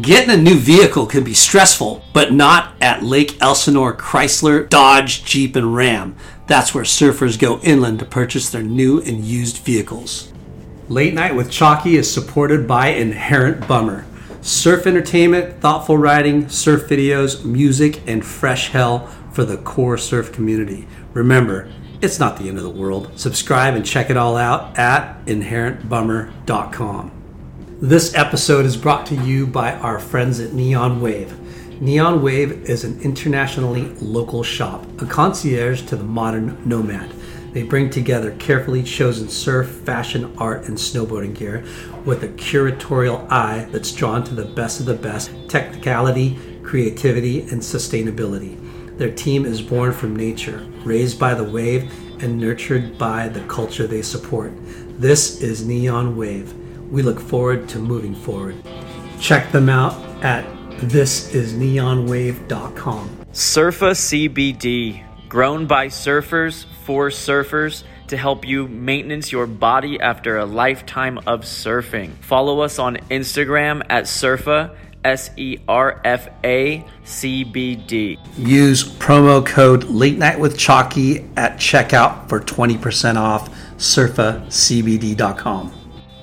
Getting a new vehicle can be stressful, but not at Lake Elsinore Chrysler, Dodge, Jeep, and Ram. That's where surfers go inland to purchase their new and used vehicles. Late Night with Chalky is supported by Inherent Bummer. Surf entertainment, thoughtful writing, surf videos, music, and fresh hell for the core surf community. Remember, it's not the end of the world. Subscribe and check it all out at inherentbummer.com. This episode is brought to you by our friends at Neon Wave. Neon Wave is an internationally local shop, a concierge to the modern nomad. They bring together carefully chosen surf, fashion, art, and snowboarding gear with a curatorial eye that's drawn to the best of the best technicality, creativity, and sustainability. Their team is born from nature, raised by the wave, and nurtured by the culture they support. This is Neon Wave. We look forward to moving forward. Check them out at thisisneonwave.com. Surfa CBD, grown by surfers for surfers to help you maintenance your body after a lifetime of surfing. Follow us on Instagram at Surfa, S E R F A C B D. Use promo code Late Night with Chalky at checkout for 20% off surfacbd.com.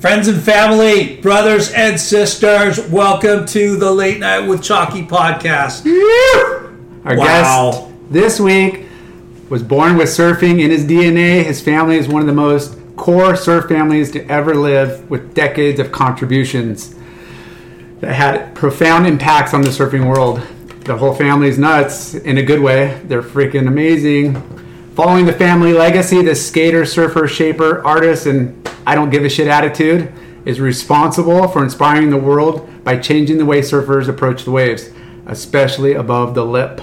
Friends and family, brothers and sisters, welcome to the Late Night with Chalky podcast. Our Wow. guest This week was born with surfing in his DNA. His family is one of the most core surf families to ever live, with decades of contributions that had profound impacts on the surfing world. The whole family's nuts in a good way. They're freaking amazing. Following the family legacy, the skater, surfer, shaper, artist, and I don't give a shit attitude is responsible for inspiring the world by changing the way surfers approach the waves, especially above the lip.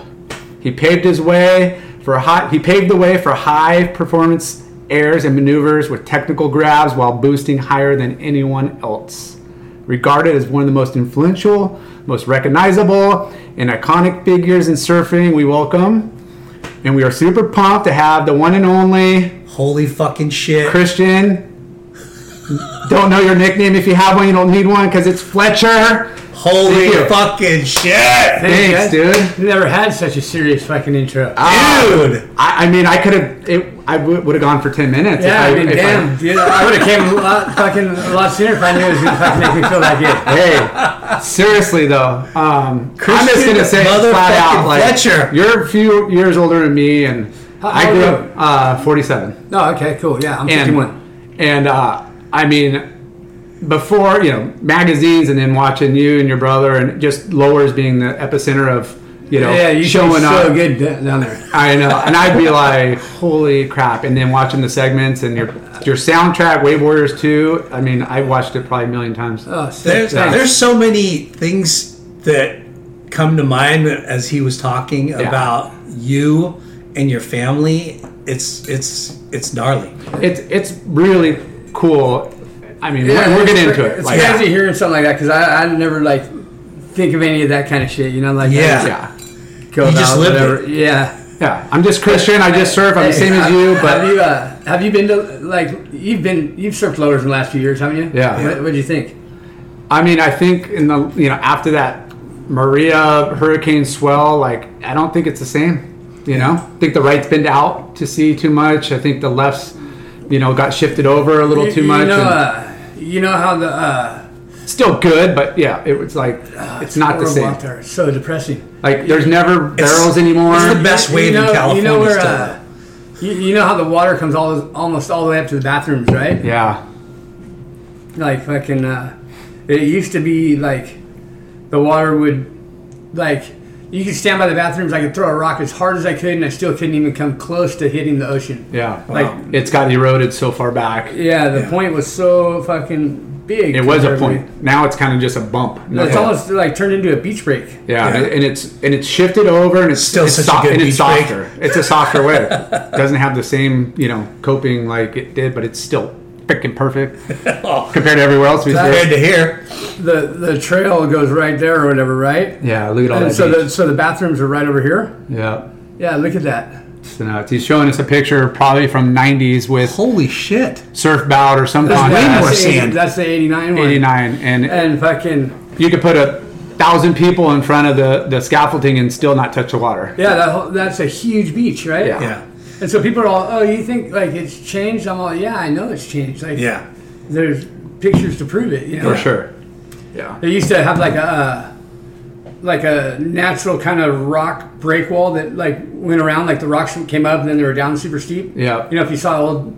He paved his way for a high, he paved the way for high performance airs and maneuvers with technical grabs while boosting higher than anyone else. Regarded as one of the most influential, most recognizable, and iconic figures in surfing, we welcome and we are super pumped to have the one and only Holy fucking shit. Christian. don't know your nickname if you have one. You don't need one because it's Fletcher. Holy Thank you. fucking shit. Thanks, dude. Ah, Never had such a serious fucking intro. Dude. I, I mean, I could have. I w- would have gone for ten minutes. yeah, I, mean, if damn, dude, I would have came a lot, fucking a lot sooner if I knew it was gonna fucking make me feel that good. Hey, seriously though, um, I'm just Christian gonna say it flat motherfucking out, like Fletcher. you're a few years older than me, and How I old grew are up uh, 47. No, okay, cool. Yeah, I'm fifty-one. and and uh, I mean, before you know magazines, and then watching you and your brother, and just lowers being the epicenter of you know Yeah, you showing showing up. so good d- down there. I know, and I'd be like, "Holy crap!" And then watching the segments and your your soundtrack, Wave Warriors Two. I mean, I watched it probably a million times. Oh, sick. There's, Thanks. there's so many things that come to mind as he was talking about you and your family. It's it's it's gnarly. It's it's really cool. I mean, Yeah, we're, we're getting it's- into it. It's Like, crazy hearing something like that because I, I never like think of any of that kind of shit. You know, like Yeah. yeah, go You just about lived whatever. Yeah. yeah. I'm just Christian. I just surf. I'm the Hey, same as have- you, have but you uh, have you been to like you've been you've surfed loaders in the last few years, haven't you? Yeah. What what do you think? I mean, I think in the you know after that Maria hurricane swell, like I don't think it's the same. You know, I think the right's been out to sea too much. I think the left's you know got shifted over a little You- too you much. Know, and- uh, you know how the uh, still good, but yeah, it was like Ah, it's not the Horrible same. out there. It's so depressing. Like there's never barrels anymore. It's the best You wave know- in California. You know where, still. uh, you, you know how the water comes all, almost all the way up to the bathrooms, right? yeah, like fucking uh it used to be like the water would like you could stand by the bathrooms i could throw a rock as hard as i could and i still couldn't even come close to hitting the ocean yeah. Like- it's got eroded so far back. yeah the point was so fucking big It was a compared to- point. Now it's kind of just a bump. No it's hill. almost like turned into a beach break Yeah, Yeah. And, it- and it's and it's shifted over, and it's Still it's such a good and it's beach break. softer. It's a softer wave. Doesn't have the same you know coping like it did, but it's still freaking perfect Oh. compared to everywhere else we Compared did. to here, the the trail goes right there or whatever right Yeah, look at all and Oh, that. so beach. the, so the bathrooms are right over here yeah, yeah look at that so now it's- uh, he's showing us a picture probably from '90s with holy shit! surf bout or some that's, way more the contest. sand. that's the 89 one '89, and and fucking you could put a thousand people in front of the the scaffolding and still not touch the water. yeah that, whole- that's a huge beach right Yeah. Yeah, And so people are all, oh, you think like it's changed? I'm all, yeah, I know it's changed. Like, yeah. there's pictures to prove it. You know, for sure. Yeah, They used to have like a uh, like a natural kind of rock break wall that like went around. Like the rocks came up and then they were down super steep. Yeah. You know, if you saw old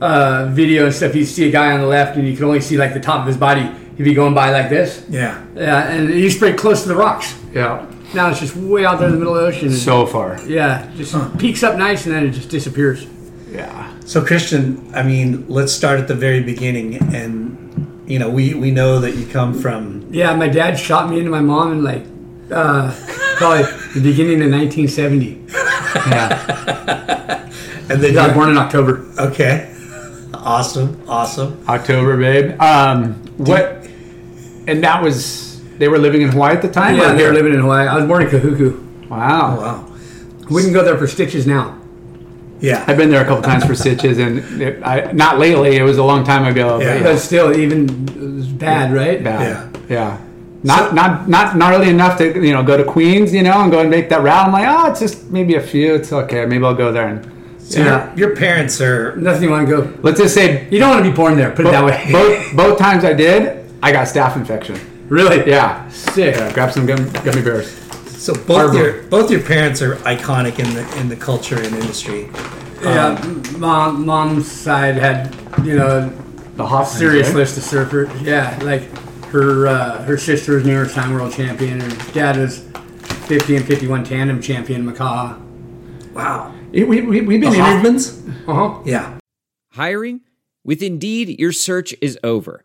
uh, video and stuff, you'd see a guy on the left and you could only see like the top of his body. He'd be going by like this. Yeah. Yeah, and he used to break close to the rocks. yeah, Now it's just way out there in the middle of the ocean. so far. yeah, just peaks up nice and then it just disappears. Yeah, So Christian, I mean, let's start at the very beginning, and you know, we we know that you come from Yeah, my dad shot me into my mom in like uh, probably the beginning of 1970. yeah, and then I was born in October. okay, awesome, awesome. October, babe. Um, what? And that was they were living in Hawaii at the time. Yeah, or they here? were living in Hawaii. I was born in Kahuku. Oh, Wow. Wow, Wouldn't go there for stitches now. yeah, I've been there a couple times for stitches, and it, I, not lately. It was a long time ago. but Yeah. But still, even it was bad, right? Bad. Yeah. Not not not gnarly enough to you know go to Queens you know and go and make that route. I'm like oh it's just maybe a few. It's okay. Maybe I'll go there and So yeah. Your, your parents are Nothing you want to go. let's just say You don't want to be born there. Put it that both, way. both both times I did I got staph infection. really? Yeah. Sick. Yeah. Grab some gum, gummy bears. so both Harbor. your both your parents are iconic in the in the culture and industry. Yeah, Mom, mom's side had you know The hot serious list of surfers. Yeah, like her uh, her sister was New York Time world champion. Her dad was 50 and 51 tandem champion Macaw. Wow, We, we, we've been the interviewed. Hoffmans. Uh huh. Uh-huh. Yeah, Hiring? With Indeed, your search is over.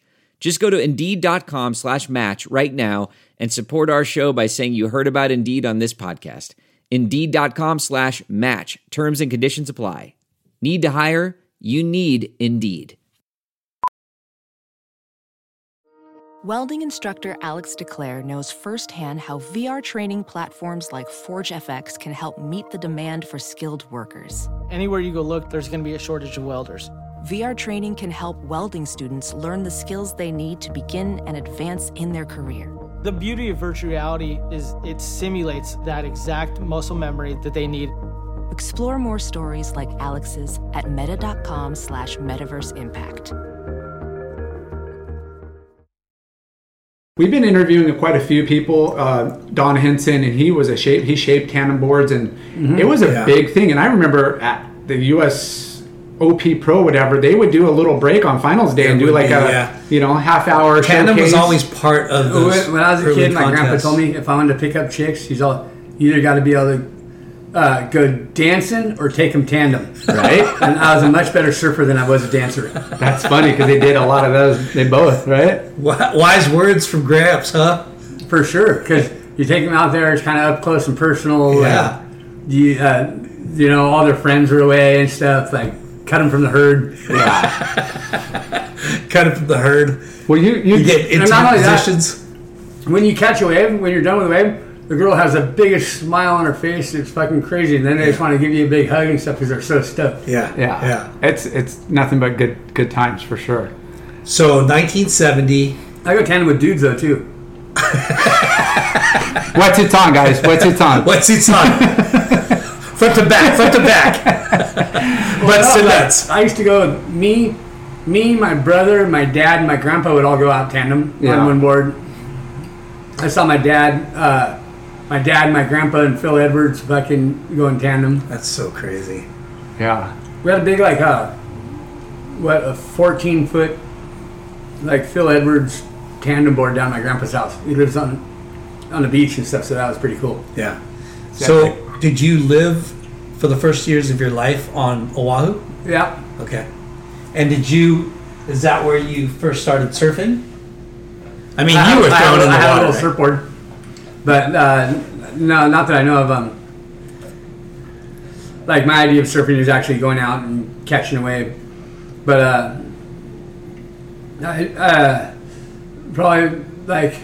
Just go to Indeed.com slash match right now and support our show by saying you heard about Indeed on this podcast. Indeed.com slash match. Terms and conditions apply. Need to hire? You need Indeed. Welding instructor Alex DeClaire knows firsthand how VR training platforms like ForgeFX can help meet the demand for skilled workers. Anywhere you go look, there's going to be a shortage of welders. VR training can help welding students learn the skills they need to begin and advance in their career. The beauty of virtual reality is it simulates that exact muscle memory that they need. Explore more stories like Alex's at meta.com slash metaverse impact. We've been interviewing quite a few people. Uh, Don Henson, and he was a shape. He shaped tandem boards, and it was a Yeah. big thing. And I remember at the U.S. OP Pro, whatever, they would do a little break on finals day and do would like be, a yeah. you know half hour. tandem was showcase. always part of those. When, when I was a early kid, my grandpa contests. told me if I wanted to pick up chicks, he's all, you either got to be able to uh, go dancing or take them tandem. right. and I was a much better surfer than I was a dancer. That's funny because they did a lot of those. They both right. Wi- Wise words from Gramps, huh? For sure. Because you take them out there, it's kind of up close and personal. like, Yeah. you, uh, you know, all their friends were away and stuff. Like, cut them from the herd. Cut it from the herd. Well, you you You get And into not only that- positions. when you catch a wave, when you're done with the wave, the girl has the biggest smile on her face. It's fucking crazy. And then they just want to give you a big hug and stuff because they're so stoked. Yeah. Yeah. Yeah. It's it's nothing but good good times for sure. So 1970. I go tandem with dudes though too. What's its on, guys? What's its on? What's its on? front to back, front to back. Butts to nuts. I used to go with me, me, my brother, my dad, and my grandpa would all go out tandem Yeah. on one board. I saw my dad, uh, my dad, and my grandpa, and Phil Edwards fucking going tandem. That's so crazy. Yeah. We had a big like uh, what a fourteen foot like Phil Edwards tandem board down at my grandpa's house. He lives on on the beach and stuff, so that was pretty cool. Yeah. So, did you live for the first years of your life on Oahu? Yeah. Okay. And did you? Is that where you first started surfing? I mean, you were I thrown had, in I the had a water. little right? surfboard, but uh, no, not that I know of. Um, like my idea of surfing is actually going out and catching a wave, but uh, I, uh, probably like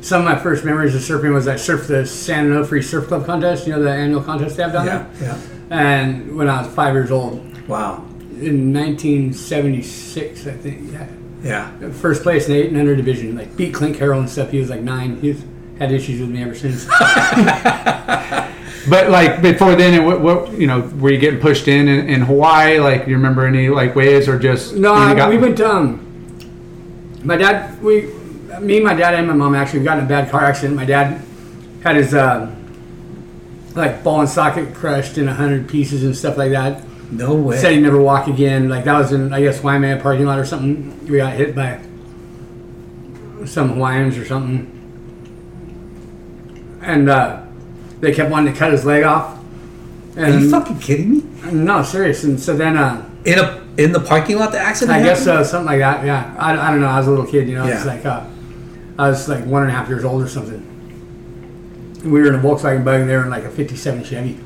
some of my first memories of surfing was I surfed the San Onofre Surf Club contest. You know the annual contest they have down Yeah. Yeah. there. And when I was five years old, Wow. in 1976, I think, yeah Yeah. first place in the 800 division. Like beat Clint Carroll and stuff. He was like nine. He's had issues with me ever since. But like before then, it, what, what you know, were you getting pushed in, in in Hawaii? Like, you remember any like waves or just no, when you I, got- we went. Um, my dad, we, me, my dad, and my mom actually got in a bad car accident. My dad had his uh, like ball and socket crushed in 100 pieces and stuff like that. No way. Said he'd never walk again. Like that was in I guess Waimea parking lot or something. We got hit by some Hawaiians or something, and uh, they kept wanting to cut his leg off. Are you And fucking kidding me? no, serious. And so then uh, In a in the parking lot, the accident. I guess happened? uh, something like that. Yeah, I, I don't know. I was a little kid, you know. It's Yeah. like uh, I was like one and a half years old or something. We were in a Volkswagen Bug, and they were in like a '57 Chevy.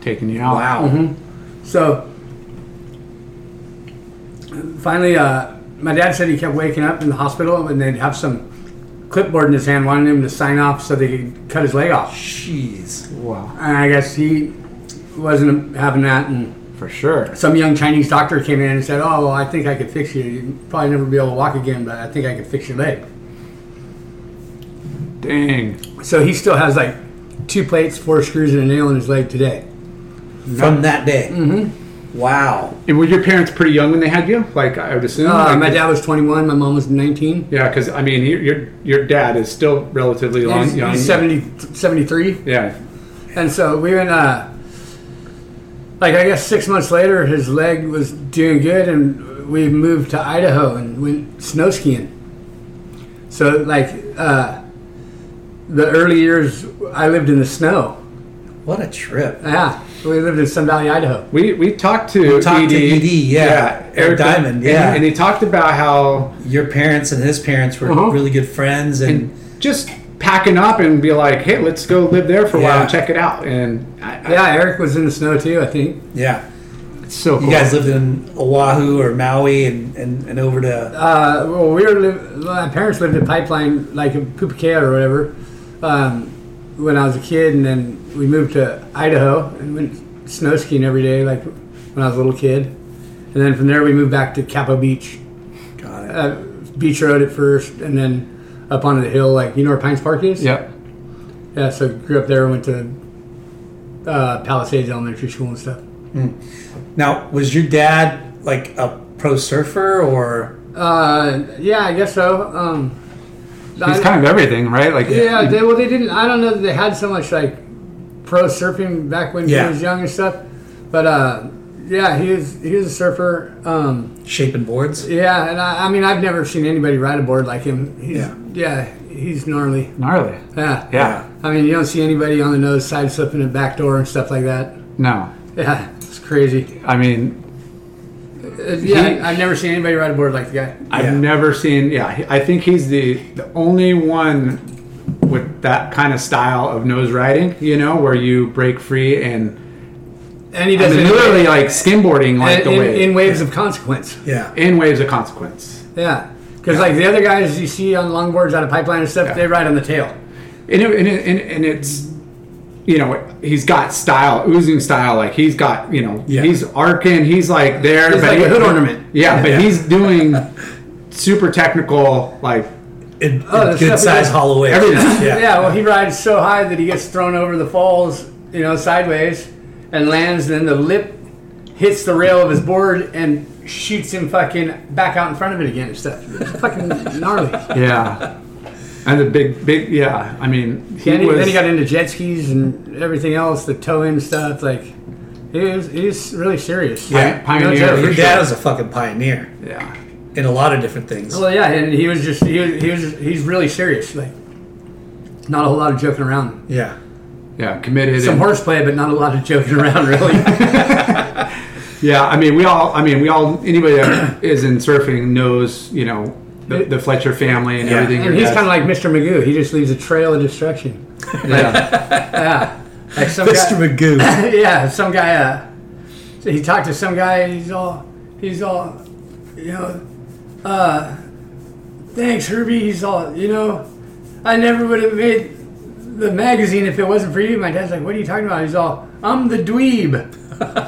taking you out. Wow. So finally, uh, my dad said he kept waking up in the hospital, and they'd have some clipboard in his hand, wanting him to sign off so they could cut his leg off. Jeez. Wow, And I guess he wasn't having that, and for sure. some young Chinese doctor came in and said, "Oh, well, I think I could fix you. You probably never be able to walk again, but I think I could fix your leg." Dang. So he still has like two plates, four screws, and a nail in his leg today. From that day. Mm-hmm. Wow. And were your parents pretty young when they had you? Like, I would assume. Uh, like, my dad was 21, my mom was 19. Yeah, because I mean, your- your your dad is still relatively long, He's, young. he's 70, 73. Yeah, And so we were in a, like I guess six months later, his leg was doing good, and we moved to Idaho and went snow skiing. So like uh, the early years, I lived in the snow. Mm. What a trip. Yeah, we lived in Sun Valley, Idaho. we we talked to E talked to E ED, yeah. Eric Diamond, and- yeah. and he talked about how Your parents and his parents were Uh-huh. really good friends, and, just packing up and be like, hey, let's go live there for a while Yeah. and check it out. And I, I, Yeah, Eric was in the snow too, I think. yeah, it's so cool. you guys lived in Oahu or Maui, and and, and over to Uh, well, we were live, my parents lived in Pipeline, like in Pupakea or whatever, um, when I was a kid, and then we moved to Idaho and went snow skiing every day, like when I was a little kid, and then from there we moved back to Capo Beach, Got it. uh, Beach Road at first, and then up onto the hill, like you know where Pines Park is. Yep. Yeah. So grew up there, went to uh, Palisades Elementary School and stuff. Now, was your dad like a pro surfer or Uh, yeah, I guess so. Um, He's I- kind of everything, right? Like, Yeah, they, well, they didn't. I don't know that they had so much like pro surfing back when Yeah. he was young and stuff. But uh, yeah, he was he was a surfer. Um, shaping boards? yeah, and I, I mean I've never seen anybody ride a board like him. He's, Yeah. yeah, he's gnarly. gnarly. Yeah. Yeah. I mean you don't see anybody on the nose side slipping and back door and stuff like that. No, Yeah, it's crazy. I mean, Uh, yeah, I, I've never seen anybody ride a board like the guy. I've Yeah. never seen. Yeah, he- I think he's the the only one with that kind of style of nose riding. You know, where you break free and And he I does mean, it literally like skimboarding, like in, the in, wave in waves of consequence. Yeah. in waves of consequence. Yeah. Because like the other guys you see on longboards out of pipeline and stuff, they ride on the tail. and it, and, it, and, and it's you know he's got style oozing style like he's got you know Yeah. he's arcing he's like there He's like he- a hood ornament. yeah but he's doing super technical like In, Oh, in that's good definitely- size hollow waves. Everything. Yeah. Yeah. well, he rides so high that he gets thrown over the falls, you know, sideways, and lands. Then the lip hits the rail of his board and shoots him fucking back out in front of it again and stuff. It's fucking gnarly. yeah and the big big yeah I mean he Then he, was then he got into jet skis and everything else, the tow in stuff. Like, he was, he was really serious. Yeah, pioneer. joke. For Your sure. dad was a fucking pioneer yeah in a lot of different things. Well, yeah, and he was just he was, he was he's really serious. Like, not a whole lot of joking around. Yeah. yeah committed Some and- horseplay, but not a lot of joking around, really. Yeah, I mean, we all. I mean, we all. Anybody that is in surfing knows, you know, the, the Fletcher family and Yeah. everything. and he's kind of like Mr. Magoo. He just leaves a trail of destruction. yeah. Like some Mr. guy, Magoo. yeah, some guy. Uh, so he talked to some guy. And he's all, he's all, you know, uh, thanks, Herbie. He's all, you know, I never would have made the magazine if it wasn't for you. My dad's like, what are you talking about? He's all, I'm the dweeb.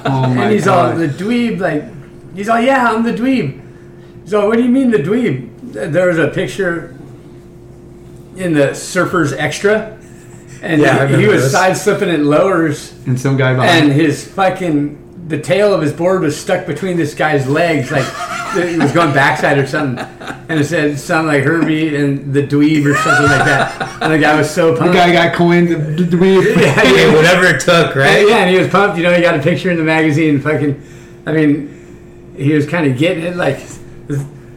oh my and he's all God. the dweeb like he's all yeah i'm the dweeb so what do you mean the dweeb Th- there was a picture in the surfers extra and Yeah, I he, he remember was this. side slipping in lowers and some guy behind. and his fucking the tail of his board was stuck between this guy's legs like it was going backside or something and it said something like herbie and the dweeb or something like that and the guy was so the pumped guy got coined. the- the dweeb. Yeah, yeah. Yeah, whatever it took, right? Yeah, and he was pumped. You know, he got a picture in the magazine. Fucking, I mean, he was kind of getting it, like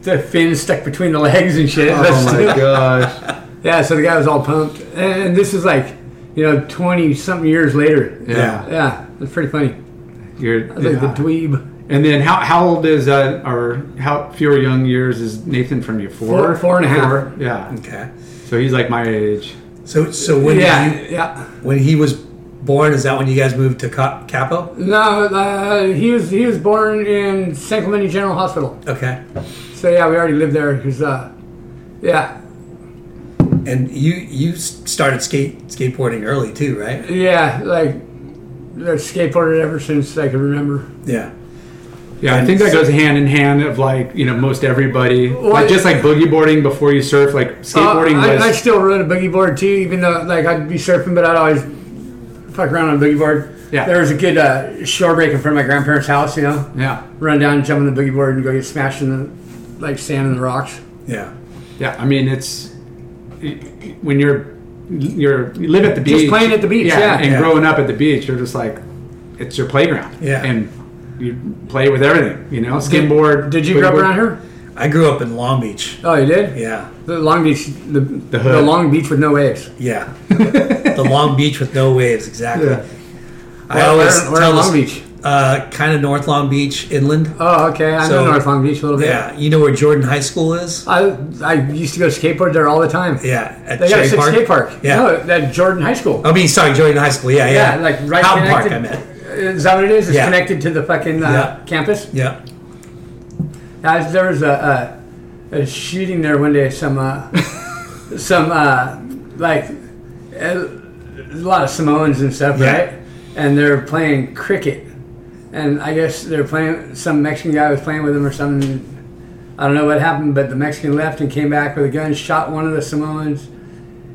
the fin stuck between the legs and shit. Oh my gosh. Yeah, so the guy was all pumped, and this is like, you know, twenty something years later. Yeah. yeah, it's pretty funny. You're, I was like yeah. the dweeb, and then how how old is uh or how few or young years is Nathan from you? Four, Four- four and a half. Four? Yeah. Okay. So he's like my age. So, so when Yeah, you, yeah. when he was born, is that when you guys moved to Ca- Capo? No, uh, he was he was born in San Clemente General Hospital. Okay. So yeah, we already lived there because, uh, yeah, And you you s- started skate skateboarding early too, right? yeah, like, I've skateboarded ever since I can remember. Yeah. Yeah, I think that goes hand in hand of like you know most everybody. I- like just like boogie boarding before you surf, like skateboarding Uh, I, was. I still rode a boogie board too, even though like I'd be surfing, but I'd always fuck around on a boogie board. Yeah. There was a good uh, shore break in front of my grandparents' house, you know. yeah. Run down, jump on the boogie board, and go get smashed in the like sand and the rocks. Yeah. Yeah, I mean it's when you're you're you live at the beach, Just playing at the beach, yeah. and Yeah. growing up at the beach, you're just like it's your playground, Yeah. and you play with everything, you know, skimboard. Did you grow up boogie around board. here? I grew up in Long Beach. Oh, you did. Yeah. The Long Beach, the the, hood. Long Beach with no waves. Yeah. the Long Beach with no waves, exactly. Yeah. I always Where- where tell in this- Long Beach? Uh, kind of North Long Beach, inland. Oh, okay. I So- know North Long Beach a little bit. Yeah, you know where Jordan High School is? I I used to go skateboard there all the time. Yeah, at They got a Cherry six Park. skate park. Yeah. Oh. No, that Jordan High School. I mean, sorry, Jordan High School. Yeah, yeah. Yeah, like right Howard connected. Park. I meant. Is that what it is? It's Yeah. connected to the fucking uh, Yeah. campus. Yeah. Guys, there was a, a, a shooting there one day. Some uh, some uh, like a, a lot of Samoans and stuff, Yeah. right? And they're playing cricket, and I guess they're playing. Some Mexican guy was playing with them or something. I don't know what happened, but the Mexican left and came back with a gun, shot one of the Samoans,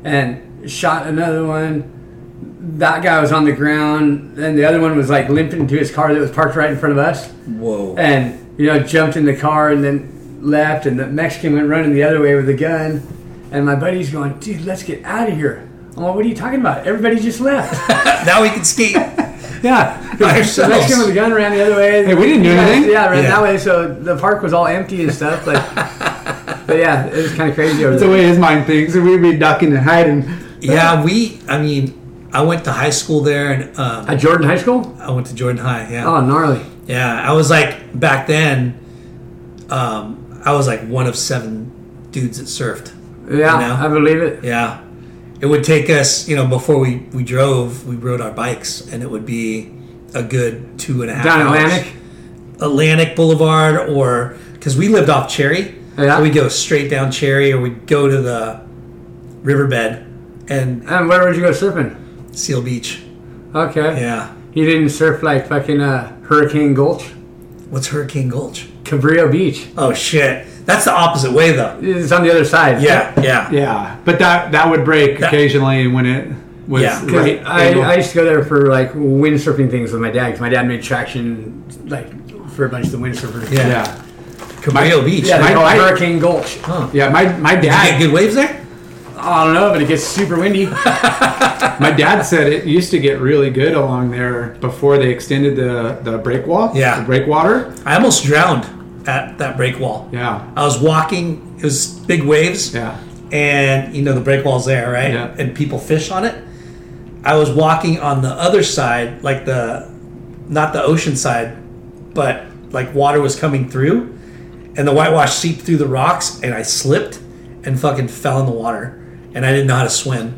and shot another one. That guy was on the ground, and the other one was like limping to his car that was parked right in front of us Whoa. and you know jumped in the car and then left and the mexican went running the other way with a gun and my buddy's going dude let's get out of here i'm like what are you talking about everybody just left now we can skate. yeah By the ourselves. mexican with the gun ran the other way Hey, we didn't do Yeah, anything. yeah ran Yeah. that way so the park was all empty and stuff like but yeah it was kind of crazy over That's the there way his mind thinks, and we'd be ducking and hiding. yeah, we. I mean, I went to high school there, and um, at jordan high school I went to Jordan High. Yeah. oh gnarly Yeah, I was like back then. Um, I was like one of seven dudes that surfed. yeah You know? i believe it Yeah. It would take us, you know, before we, we drove, we rode our bikes, and it would be a good two and a half down hours. atlantic Atlantic Boulevard or because we lived off Cherry, Yeah. So we'd go straight down Cherry, or we'd go to the riverbed and And where would you go surfing? Seal Beach. Okay. Yeah. You didn't surf like fucking uh, Hurricane Gulch, What's Hurricane Gulch? Cabrillo Beach. Oh shit. That's the opposite way though. It's on the other side. Yeah, yeah. Yeah, but that that would break That- occasionally when it was Yeah. right. I, angle. I used to go there for like windsurfing things with my dad 'cause my dad made traction like for a bunch of the windsurfers. Yeah. yeah, Cabrillo Beach. Yeah, Did My- they call it my- Hurricane Gulch. yeah. My my you get dad good waves there? I don't know, but it gets super windy. my dad said it used to get really good along there before they extended the the break wall. Yeah. the breakwater. I almost drowned at that break wall. Yeah, I was walking, it was big waves. yeah. and you know the break wall's there, right? Yeah. And people fish on it. I was walking on the other side, like the not the ocean side, but like water was coming through, and the whitewash seeped through the rocks, and I slipped and fucking fell in the water, and I didn't know how to swim.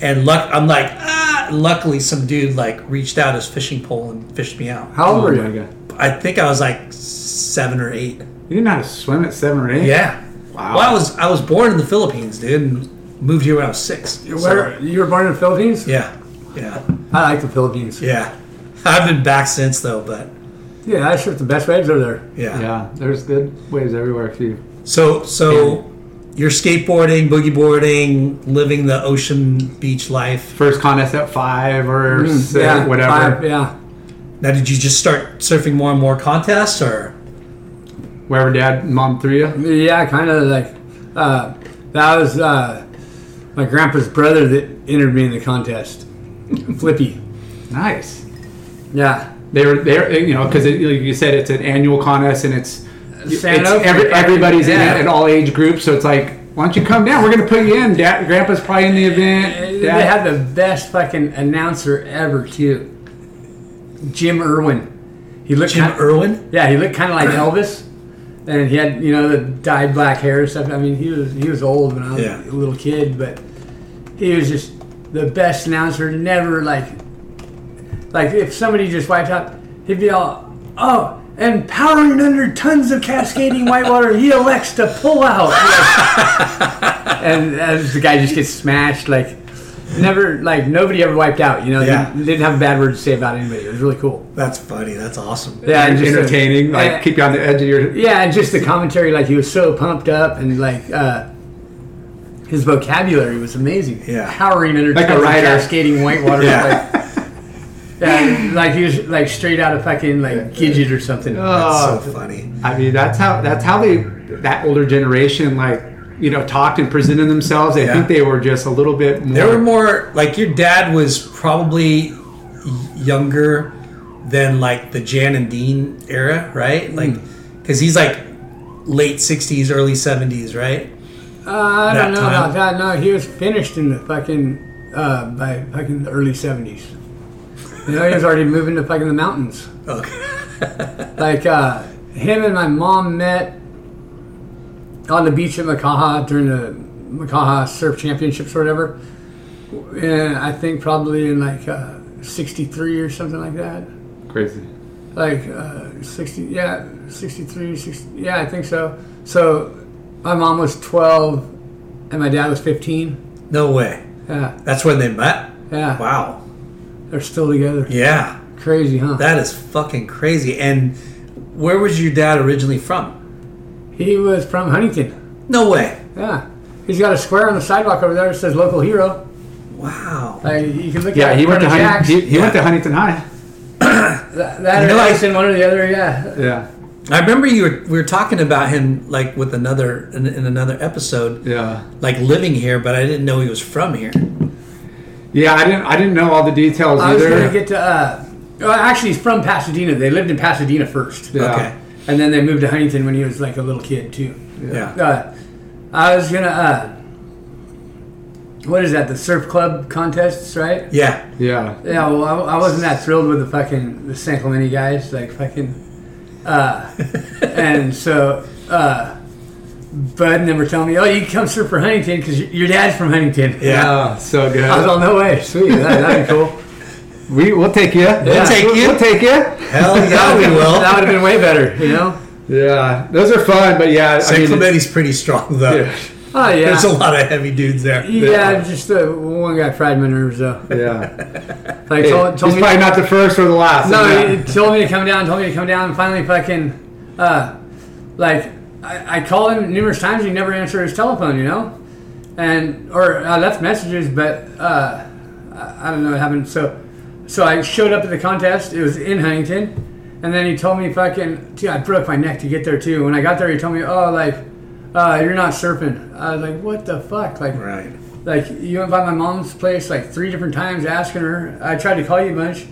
And luck, I'm like, ah! Luckily, some dude like reached out his fishing pole and fished me out. How old Oh were my you? god, I think I was like seven or eight. you didn't know how to swim at seven or eight. Yeah. Wow. Well, I was I was born in the Philippines, dude, and moved here when I was six. Where you were born in the Philippines? Yeah, yeah, I like the Philippines. yeah. I've been back since though, but Yeah, I surfed the best waves over there. yeah. yeah. There's good waves everywhere for you. So so, you're skateboarding, boogie boarding, living the ocean beach life. First contest at five or six, Hmm. Mm, yeah, whatever. five, yeah. Now, did you just start surfing more and more contests, or Wherever dad and mom threw you. Yeah, kind of like uh, that was uh, my grandpa's brother that entered me in the contest. Flippy. Nice. Yeah. They were there, you know, because like you said, it's an annual contest and it's, it's Stand up. every, everybody's in Yeah. it in all age groups. So it's like, why don't you come down? We're gonna put you in. Dad, grandpa's probably in the event. They Dad, had the best fucking announcer ever too. Jim Irwin. He looked Jim kind Irwin? yeah, he looked kind of like Elvis, and he had you know the dyed black hair and stuff. I mean, he was he was old when I was Yeah. a little kid, but he was just the best announcer. Never like like if somebody just wiped out, he'd be all oh. And powering under tons of cascading white water, he elects to pull out. Like, and as the guy just gets smashed, like never, like nobody ever wiped out. You know, Yeah. they, didn't have a bad word to say about anybody. It was really cool. That's funny. That's awesome. Yeah, and just- entertaining, like yeah. keep you on the edge of your. Yeah, and just the commentary, like he was so pumped up, and like uh, his vocabulary was amazing. Yeah. powering under Like a tons of writer. cascading white water. Yeah. Like, yeah, like he was like straight out of fucking like Gidget or something. Uh, Oh, That's so funny. I mean, that's how that's how they that older generation like you know talked and presented themselves. I Yeah. think they were just a little bit more. There were more like your dad was probably younger than like the Jan and Dean era, Hmm. right? Like, because he's like late '60s, early '70s, right? Uh, I don't That know time. about that. No, he was finished in the fucking uh, by fucking the early seventies. You know, he was already moving to fucking the mountains. Okay. Like uh, him and my mom met on the beach at Makaha during the Makaha Surf Championships or whatever. And I think probably in like uh, '63 or something like that. crazy. Like uh, 60, yeah, 63, 60, yeah, I think so. So my mom was 12 and my dad was 15. No way. Yeah, That's when they met. yeah. Wow. They're still together. Yeah. Crazy, huh? That is fucking crazy. And where was your dad originally from? he was from Huntington. No way. Yeah. He's got a square on the sidewalk over there that says local hero. Wow. Like, you can look Yeah, at he went to Hunter Huntington, he, Jacks. he went to Huntington High. That, that You know, or I- Edison, one or the other, yeah. Yeah, I remember you were we were talking about him like with another in, in another episode, yeah. like living here, but I didn't know he was from here. Yeah, I didn't. I didn't know all the details I was either. going to get to, uh, well, actually, he's from Pasadena. They lived in Pasadena first. Yeah. Okay. And then they moved to Huntington when he was like a little kid, too. Yeah. Uh, I was going to, uh, what is that, the surf club contests, right? Yeah. Yeah, Yeah, well, I, I wasn't that thrilled with the fucking the San Clemente guys, like fucking, uh, and so uh, Bud never told me, oh, you can come surf for Huntington because your, your dad's from Huntington. Yeah. Oh, so good. I was on no way. Sweet, that, that'd be cool. we we'll take you. We'll take We'll you. take you. Hell yeah, we will. That would have been way better, you know. Yeah, those are fun, but yeah, San I mean, Clemente's pretty strong though. it's- Oh yeah. There's a lot of heavy dudes there. yeah, just the one guy fried my nerves though. yeah, yeah. Like Hey, told, told he's me probably not the first or the last. No, Yeah. he he told me to come down, told me to come down, and finally fucking, uh, like, I, I called him numerous times, he never answered his telephone, you know? And, or I left messages, but, uh, I, I don't know what happened. So, so I showed up at the contest, it was in Huntington, and then he told me fucking, dude, I broke my neck to get there too. When I got there, he told me, oh, like, uh, you're not surfing. I was like, what the fuck? Like, Right. like you went by my mom's place like three different times asking her. I tried to call you a bunch.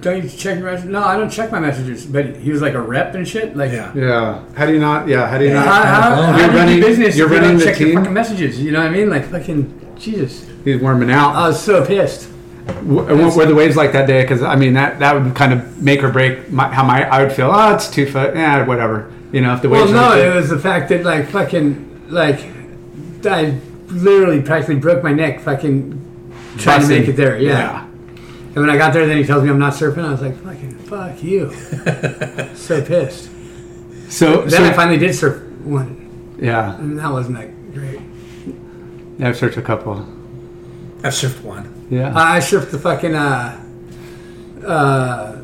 Don't you check your messages? No, I don't check my messages. But he was like a rep and shit. Like, Yeah. Yeah. How do you not? Yeah. How do you how, not? how, You're how do you do running- business. Oh, you're if you running don't the check team? your fucking messages. You know what I mean? Like fucking Jesus. He's warming out. I was so pissed. W- and what were the waves like that day? Because I mean, that that would kind of make or break my, how my I would feel. Oh, it's two foot. Yeah, whatever. You know, if the Well, waves. no, are it was the fact that like fucking like I literally practically broke my neck fucking trying to make it there. yeah. And when I got there, then he tells me I'm not surfing. I was like, fucking fuck you. so pissed. Yeah. So Then so, I finally did surf one, yeah, and that wasn't that great. yeah. I've searched a couple. I've surfed one. Yeah. Uh, I I surfed the fucking uh, uh,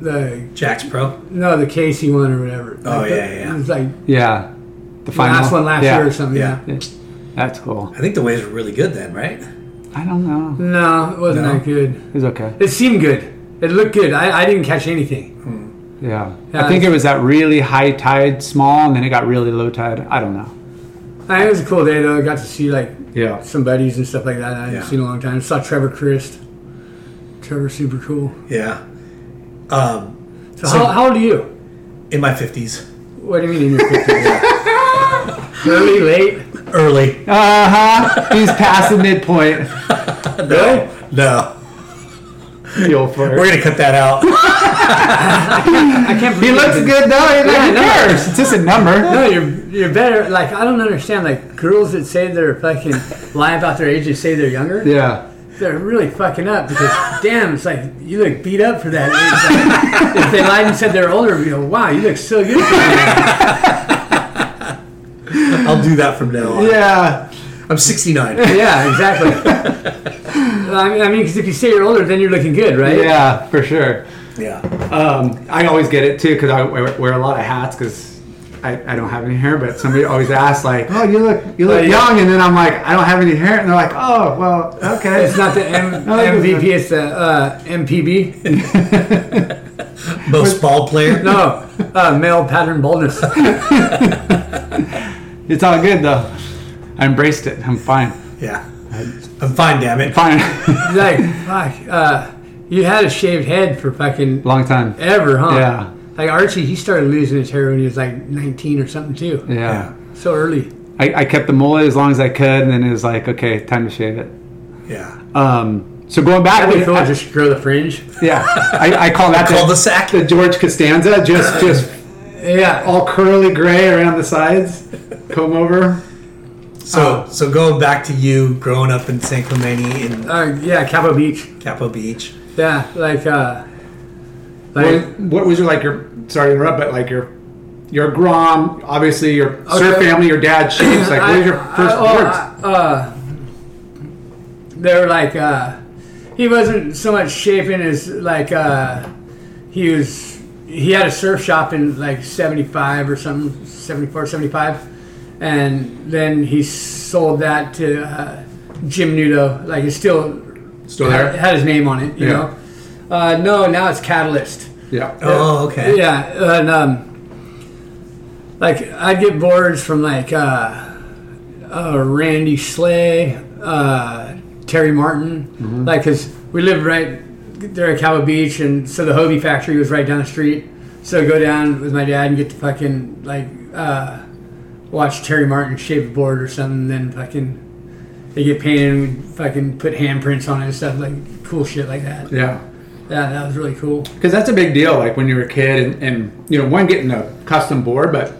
the Jack's Pro. no the Casey one or whatever. Oh, Like, yeah, the- yeah. It was like yeah. The the final last one last yeah. year or something. Yeah. Yeah. That's cool. I think the waves were really good then, right? I don't know. No, it wasn't No. that good. It's okay. It seemed good. It looked good. I, I didn't catch anything. Yeah. Yeah, I think it was that really high tide, small, and then it got really low tide. I don't know. I, Uh, it was a cool day though. I got to see like Yeah. some buddies and stuff like that. I haven't Yeah. seen in a long time. saw Trevor Christ. Trevor's super cool. Yeah. Um, So, how, how old are you? in my fifties, What do you mean in your 50s? Early, late? early. Uh huh. He's past the midpoint. Really? No, You old flirt. we're gonna cut that out. I can't He believe looks good though. He's like, Yeah, who no. cares? It's just a number. No, you're, you're better. Like, I don't understand. Like, girls that say they're fucking lie about their age and say they're younger, Yeah. they're really fucking up because, damn, it's like you look beat up for that age. Like, if they lied and said they're older, you know, wow, you look so good. For that. I'll do that from now on. Yeah. I'm 69. yeah, exactly. I mean, I mean, because if you say you're older, then you're looking good, right? Yeah, for sure. Yeah. Um, I always get it too because I wear, wear a lot of hats because I, I don't have any hair. But somebody always asks like, "Oh, you look you look yeah. young," and then I'm like, "I don't have any hair," and they're like, "Oh, well, okay." It's not the M- it doesn't. MVP, it's the uh, MPB. Most ball player. No, uh, male pattern baldness. It's all good though. I embraced it. I'm fine. Yeah. I'm fine, damn it. Fine. like, fuck. Uh, you had a shaved head for fucking Long time. ever, huh? Yeah. Like Archie, he started losing his hair when he was like 19 or something too. Yeah. So early. I, I kept the mullet as long as I could, and then it was like, okay, time to shave it. Yeah. Um, so going back, That'd be cool. Just grow the fringe. yeah, I, I call that Call the sack. the George Costanza, just just Yeah. all curly gray around the sides, comb over. So so going back to you growing up in San Clemente in Uh, yeah, Capo Beach. Capo Beach. Yeah, like, uh, like What, what was your like your? Sorry to interrupt, but like your your grom, obviously your surf Okay. family, your dad shapes. Like, what was your I- first I- oh, words? I- uh, they were like, uh, he wasn't so much shaping as like uh, he was. He had a surf shop in like '75 or something, '74, '75, and then he sold that to uh, Jim Nudo. Like it's still Still had, there? had his name on it, you Yeah. know. Uh, no, now it's Catalyst. Yeah. Oh, okay. Yeah, and um, like I'd get boards from like uh, uh, Randy Slay, uh, Terry Martin, like 'cause we lived right there at Cabo Beach, and so the Hobie factory was right down the street. So I'd go down with my dad and get to fucking like uh, watch Terry Martin shape a board or something, then fucking they get painted and we'd fucking put handprints on it and stuff like cool shit like that. Yeah. Yeah, that was really cool. because that's a big deal like when you're a kid and, and you know one getting a custom board but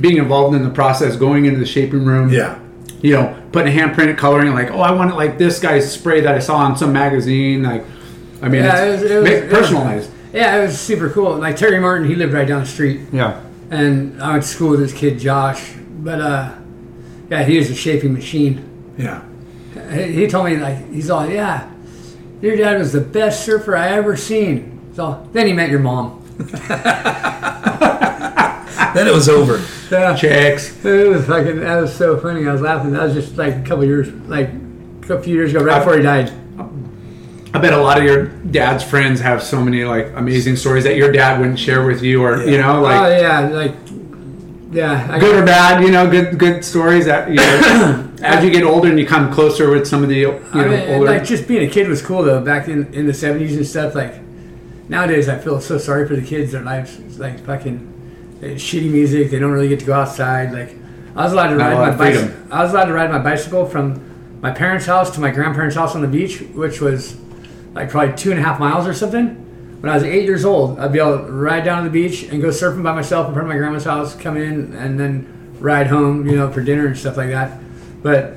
being involved in the process going into the shaping room Yeah. you know putting a handprint coloring like oh i want it like this guy's spray that i saw on some magazine like i mean Yeah, it's it was- it was- ma- personalized Yeah, it was super cool. Like Terry Martin, he lived right down the street, yeah and I went to school with this kid Josh, but uh, yeah, he was a shaping machine. Yeah. He he told me like he's all yeah, your dad was the best surfer I ever seen. So then he met your mom. Then it was over. Yeah. Chicks. It was fucking that was so funny. I was laughing. That was just like a couple years, like a few years ago, right before he died. I bet a lot of your dad's friends have so many like amazing stories that your dad wouldn't share with you, or you know, like oh yeah, like yeah, I good or bad, you know, good good stories that you know, as you get older and you come closer with some of the you know I mean, older. like just being a kid was cool though. Back in in the seventies and stuff. Like nowadays, I feel so sorry for the kids. Their lives is like fucking uh, shitty music. They don't really get to go outside. Like I was allowed to Not a ride lot my of bicycle. freedom. I was allowed to ride my bicycle from my parents' house to my grandparents' house on the beach, which was like probably two and a half miles or something. When I was eight years old, I'd be able to ride down to the beach and go surfing by myself in front of my grandma's house, come in, and then ride home, you know, for dinner and stuff like that. But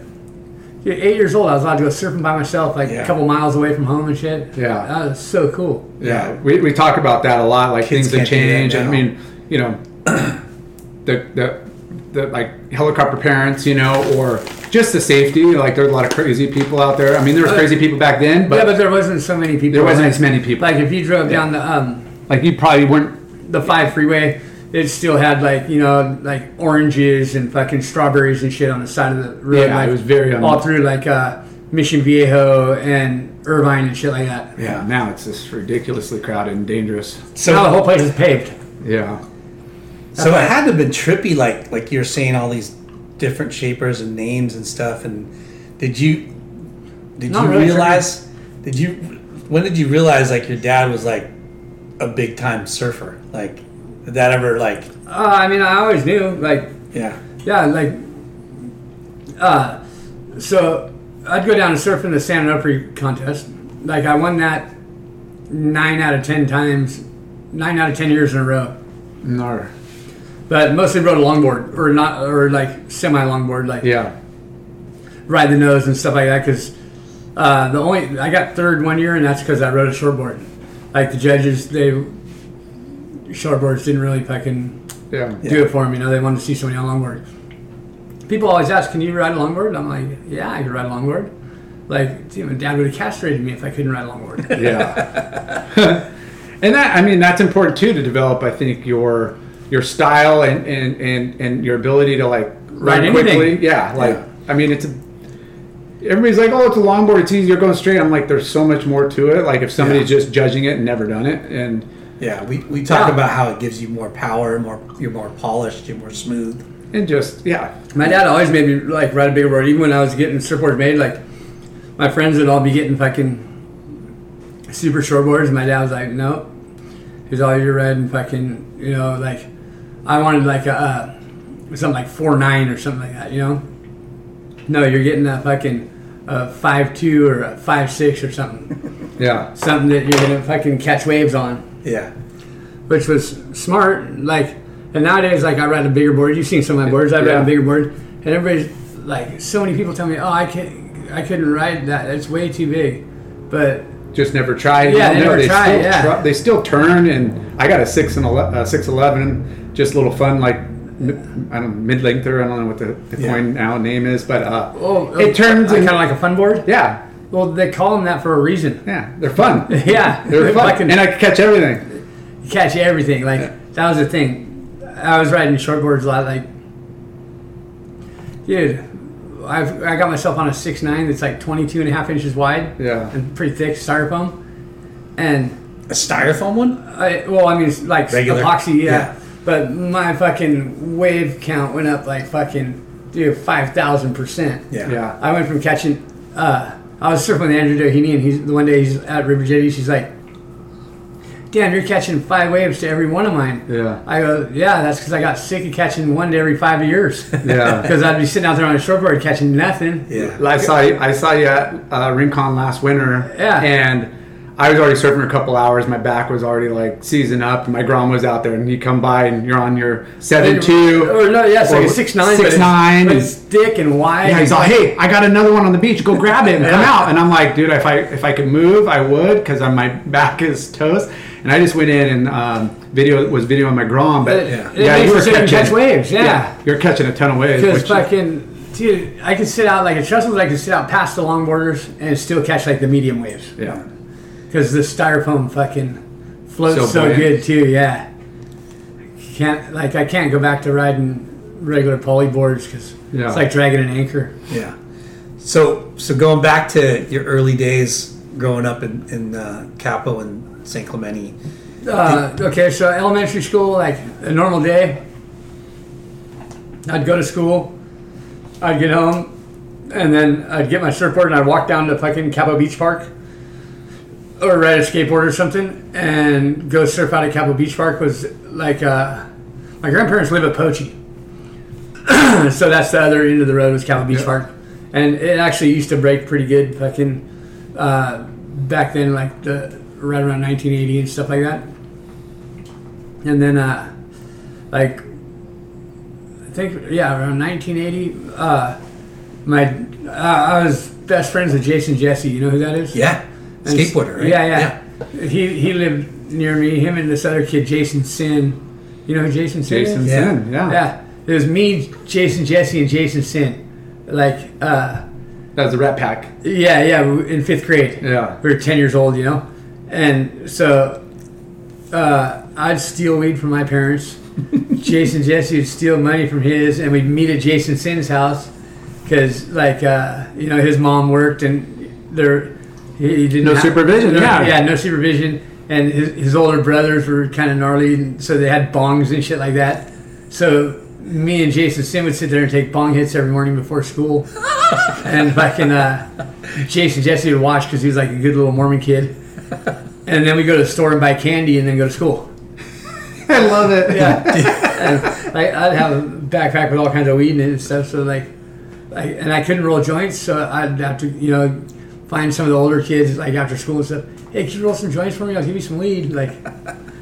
yeah, eight years old, I was allowed to go surfing by myself, like Yeah. a couple miles away from home and shit. Yeah. that was so cool. yeah, we, we talk about that a lot. Like things Kids that can't change. do I that now. mean, you know, the the the like helicopter parents, you know, or just the safety. Like there's a lot of crazy people out there. I mean, there was crazy people back then, but, yeah, but there wasn't so many people. there wasn't like, as many people. Like if you drove down the um like you probably weren't the five freeway, it still had like you know like oranges and fucking strawberries and shit on the side of the road. Yeah, like, it was very un- all through like uh, Mission Viejo and Irvine and shit like that. Yeah, now it's just ridiculously crowded and dangerous. So now the whole place is paved. Yeah. So it had to have been trippy, like like you're saying all these different shapers and names and stuff. And did you did Not you really realize? Did you when did you realize like your dad was like a big time surfer? Like did that ever like Uh, I mean, I always knew like yeah yeah, like, uh, so I'd go down and surf in the San Onofre contest. Like I won that nine out of ten times, nine out of ten years in a row. No. But mostly rode a longboard or not, or like semi longboard, like Yeah. ride the nose and stuff like that. Because uh, the only I got third one year, and that's because I rode a shortboard. Like the judges, they shortboards didn't really fucking Yeah. do it for them. You know, they wanted to see somebody on longboard. People always ask, "Can you ride a longboard?" I'm like, "Yeah, I can ride a longboard." Like, dude, my dad would have castrated me if I couldn't ride a longboard. Yeah. and that I mean that's important too to develop I think your your style and and and, and your ability to like Ride run anything. quickly. Yeah. Like I mean it's a everybody's like, Oh, it's a longboard, it's easy, you're going straight. I'm like, there's so much more to it. Like if somebody's Yeah. just judging it and never done it and yeah we, we talk Yeah. about how it gives you more power, more you're more polished, you're more smooth. and just yeah. my dad always made me like ride a big board, even when I was getting surfboards made. Like, my friends would all be getting fucking super shortboards. and My dad was like, "No," he's all you're riding fucking, you know, like I wanted like a uh, something like four nine or something like that, you know. No, you're getting a fucking uh, five two or a five six or something. Yeah. something that you're gonna fucking catch waves on, Yeah, which was smart. Like, and nowadays, like I ride a bigger board. You've seen some of my boards. I ride Yeah. a bigger board, and everybody's like, so many people tell me, "Oh, I can't, I couldn't ride that. That's way too big." But just never tried. Yeah, You they know, never tried, Still yeah. tru- they still turn, and I got a six and ele- uh, six eleven, just a little fun, like mi- I don't know, mid length or I don't know what the, the Yeah. coin now name is, but uh, oh, it turns kind and, of like a fun board. yeah, Well, they call them that for a reason. yeah, they're fun. Yeah, They're fun, fucking and I could catch everything. catch everything. Like that was the thing. I was riding shortboards a lot. Like, dude, I've I got myself on a six nine that's like 22 and a half inches wide. Yeah. and pretty thick styrofoam. And a styrofoam one. I, well, I mean, it's like Regular? epoxy, yeah. Yeah. But my fucking wave count went up like fucking dude five thousand percent. Yeah, Yeah, I went from catching. Uh, I was surfing with Andrew Doheny, and he's the one day he's at River Jetty. She's like, "Damn, you're catching five waves to every one of mine." Yeah. I go, "Yeah, that's because I got sick of catching one to every five years." yeah. Because I'd be sitting out there on a shortboard catching nothing. yeah. I saw you, I saw you at uh, Rincon last winter. Yeah. and. I was already surfing for a couple hours. My back was already like seasoned up. And my grom was out there, and you come by, and you're on your seven two, Or no, yeah, it's like Or a six nine. six nine But and- it's thick and wide. Yeah, he's like, hey, I got another one on the beach. Go grab it and come out. And I'm like, dude, if I if I could move, I would, because my back is toast. And I just went in and um, video was videoing my grom, but It- it makes it so you can catch waves, yeah. you're catching a ton of waves. Because which- fucking, dude, I could sit out like a trestle, I could sit out past the long borders and still catch like the medium waves. yeah. Because the styrofoam fucking floats So so, buoyant. good too, yeah. Can't like I can't go back to riding regular poly boards because Yeah. it's like dragging an anchor. Yeah. So so going back to your early days growing up in, in uh, Capo and St. Clemente. Uh, okay, so elementary school, like a normal day, I'd go to school, I'd get home, and then I'd get my surfboard and I'd walk down to fucking Cabo Beach Park or ride a skateboard or something and go surf out at Cabo Beach Park. Was like, uh, my grandparents live at Pochi. so that's the other end of the road was Cabo Beach Park. And it actually used to break pretty good fucking uh, back then, like the right around 1980 and stuff like that and then uh, like I think yeah around 1980 uh, my uh, I was best friends with Jason Jesse you know who that is Yeah. And s- Skateboarder, right? yeah, yeah he he lived near me him and this other kid Jason Sin you know who Jason Sin Jason is? Yeah. Sin, yeah. yeah it was me Jason Jesse and Jason Sin like uh That was the Rat Pack. yeah, yeah, we were in fifth grade. Yeah. we were ten years old, you know, and so uh, I'd steal weed from my parents. Jason Jesse would steal money from his, and we'd meet at Jason Sin's house because, like, uh, you know, his mom worked and there he, he didn't No have- supervision, there- yeah. yeah, no supervision, and his, his older brothers were kind of gnarly, and so they had bongs and shit like that. So me and Jason Sin would sit there and take bong hits every morning before school and fucking uh, Jason Jesse would watch because he was like a good little Mormon kid. And then we go to the store and buy candy, and then go to school. I love it. Like I'd have a backpack with all kinds of weed in it and stuff. So like, I, and I couldn't roll joints, so I'd have to you know find some of the older kids like after school and stuff. Hey, could you roll some joints for me? I'll give you some weed. Like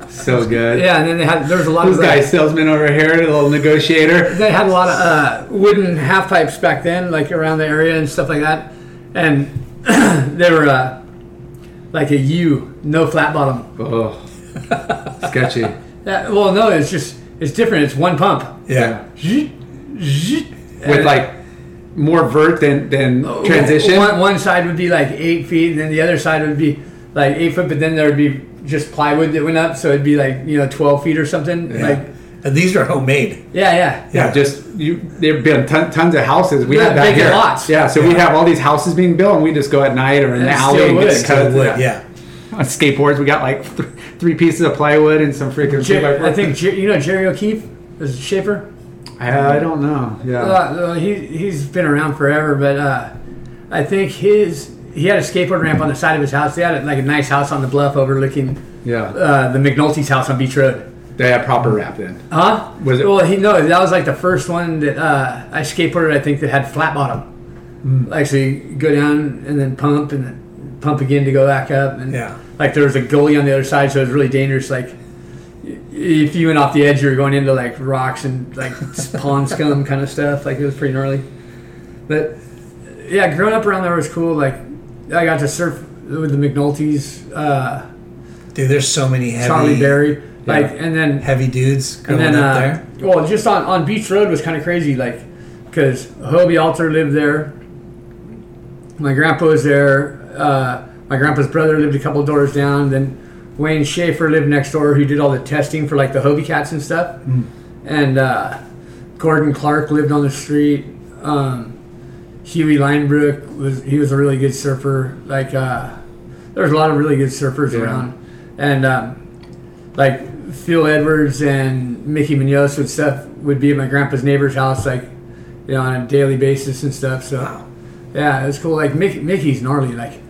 So good. yeah, and then they had there was a lot This of guy, like, salesman over here, a little negotiator. they had a lot of uh, wooden half pipes back then, like around the area and stuff like that. And they were uh, like a U, no flat bottom. Oh, sketchy. That, well, no, it's just it's different. It's one pump. Yeah. Zzzz, zzzz. With like more vert than, than transition. Uh, One, one side would be like eight feet, and then the other side would be like eight foot. But then there would be just plywood that went up, so it'd be like you know twelve feet or something. Like And these are homemade. yeah, yeah. Yeah, just you. There've been ton, tons of houses. We Yeah, have that big here. lots. Yeah, so we have all these houses being built, and we just go at night or in the And alley steal and wood. get Steal cut. Wood, yeah. On skateboards, we got like th- three pieces of plywood and some freaking. two by Jer- four. I think Jer- you know Jerry O'Keefe is a shaper. I, I don't know. Yeah. Uh, uh, he he's been around forever, but uh, I think his he had a skateboard ramp on the side of his house. They had like a nice house on the bluff overlooking yeah. uh, the McNulty's house on Beach Road. they had proper rap then. Huh? Was it- Well, he no. That was like the first one that uh, I skateboarded. I think that had flat bottom. Like so you go down and then pump and then pump again to go back up. And Yeah. like there was a goalie on the other side, so it was really dangerous. Like i- if you went off the edge, you were going into like rocks and like pond scum kind of stuff. Like it was pretty gnarly. But yeah, growing up around there was cool. Like I got to surf with the McNulty's, uh, Dude, there's so many heavy Charlie Berry. Like and then heavy dudes and growing then, up uh, there. well, just on, on Beach Road was kind of crazy, like, because Hobie Alter lived there. My grandpa was there. Uh, my grandpa's brother lived a couple doors down. Then Wayne Schaefer lived next door, who did all the testing for like the Hobie cats and stuff. Hmm. And uh, Gordon Clark lived on the street. Um, Huey Linebrook was he was a really good surfer. Like uh, there was a lot of really good surfers around, and um, like Phil Edwards and Mickey Munoz and stuff would be at my grandpa's neighbor's house, like you know, on a daily basis and stuff. So, yeah, it was cool. Like Mickey, Mickey's gnarly. Like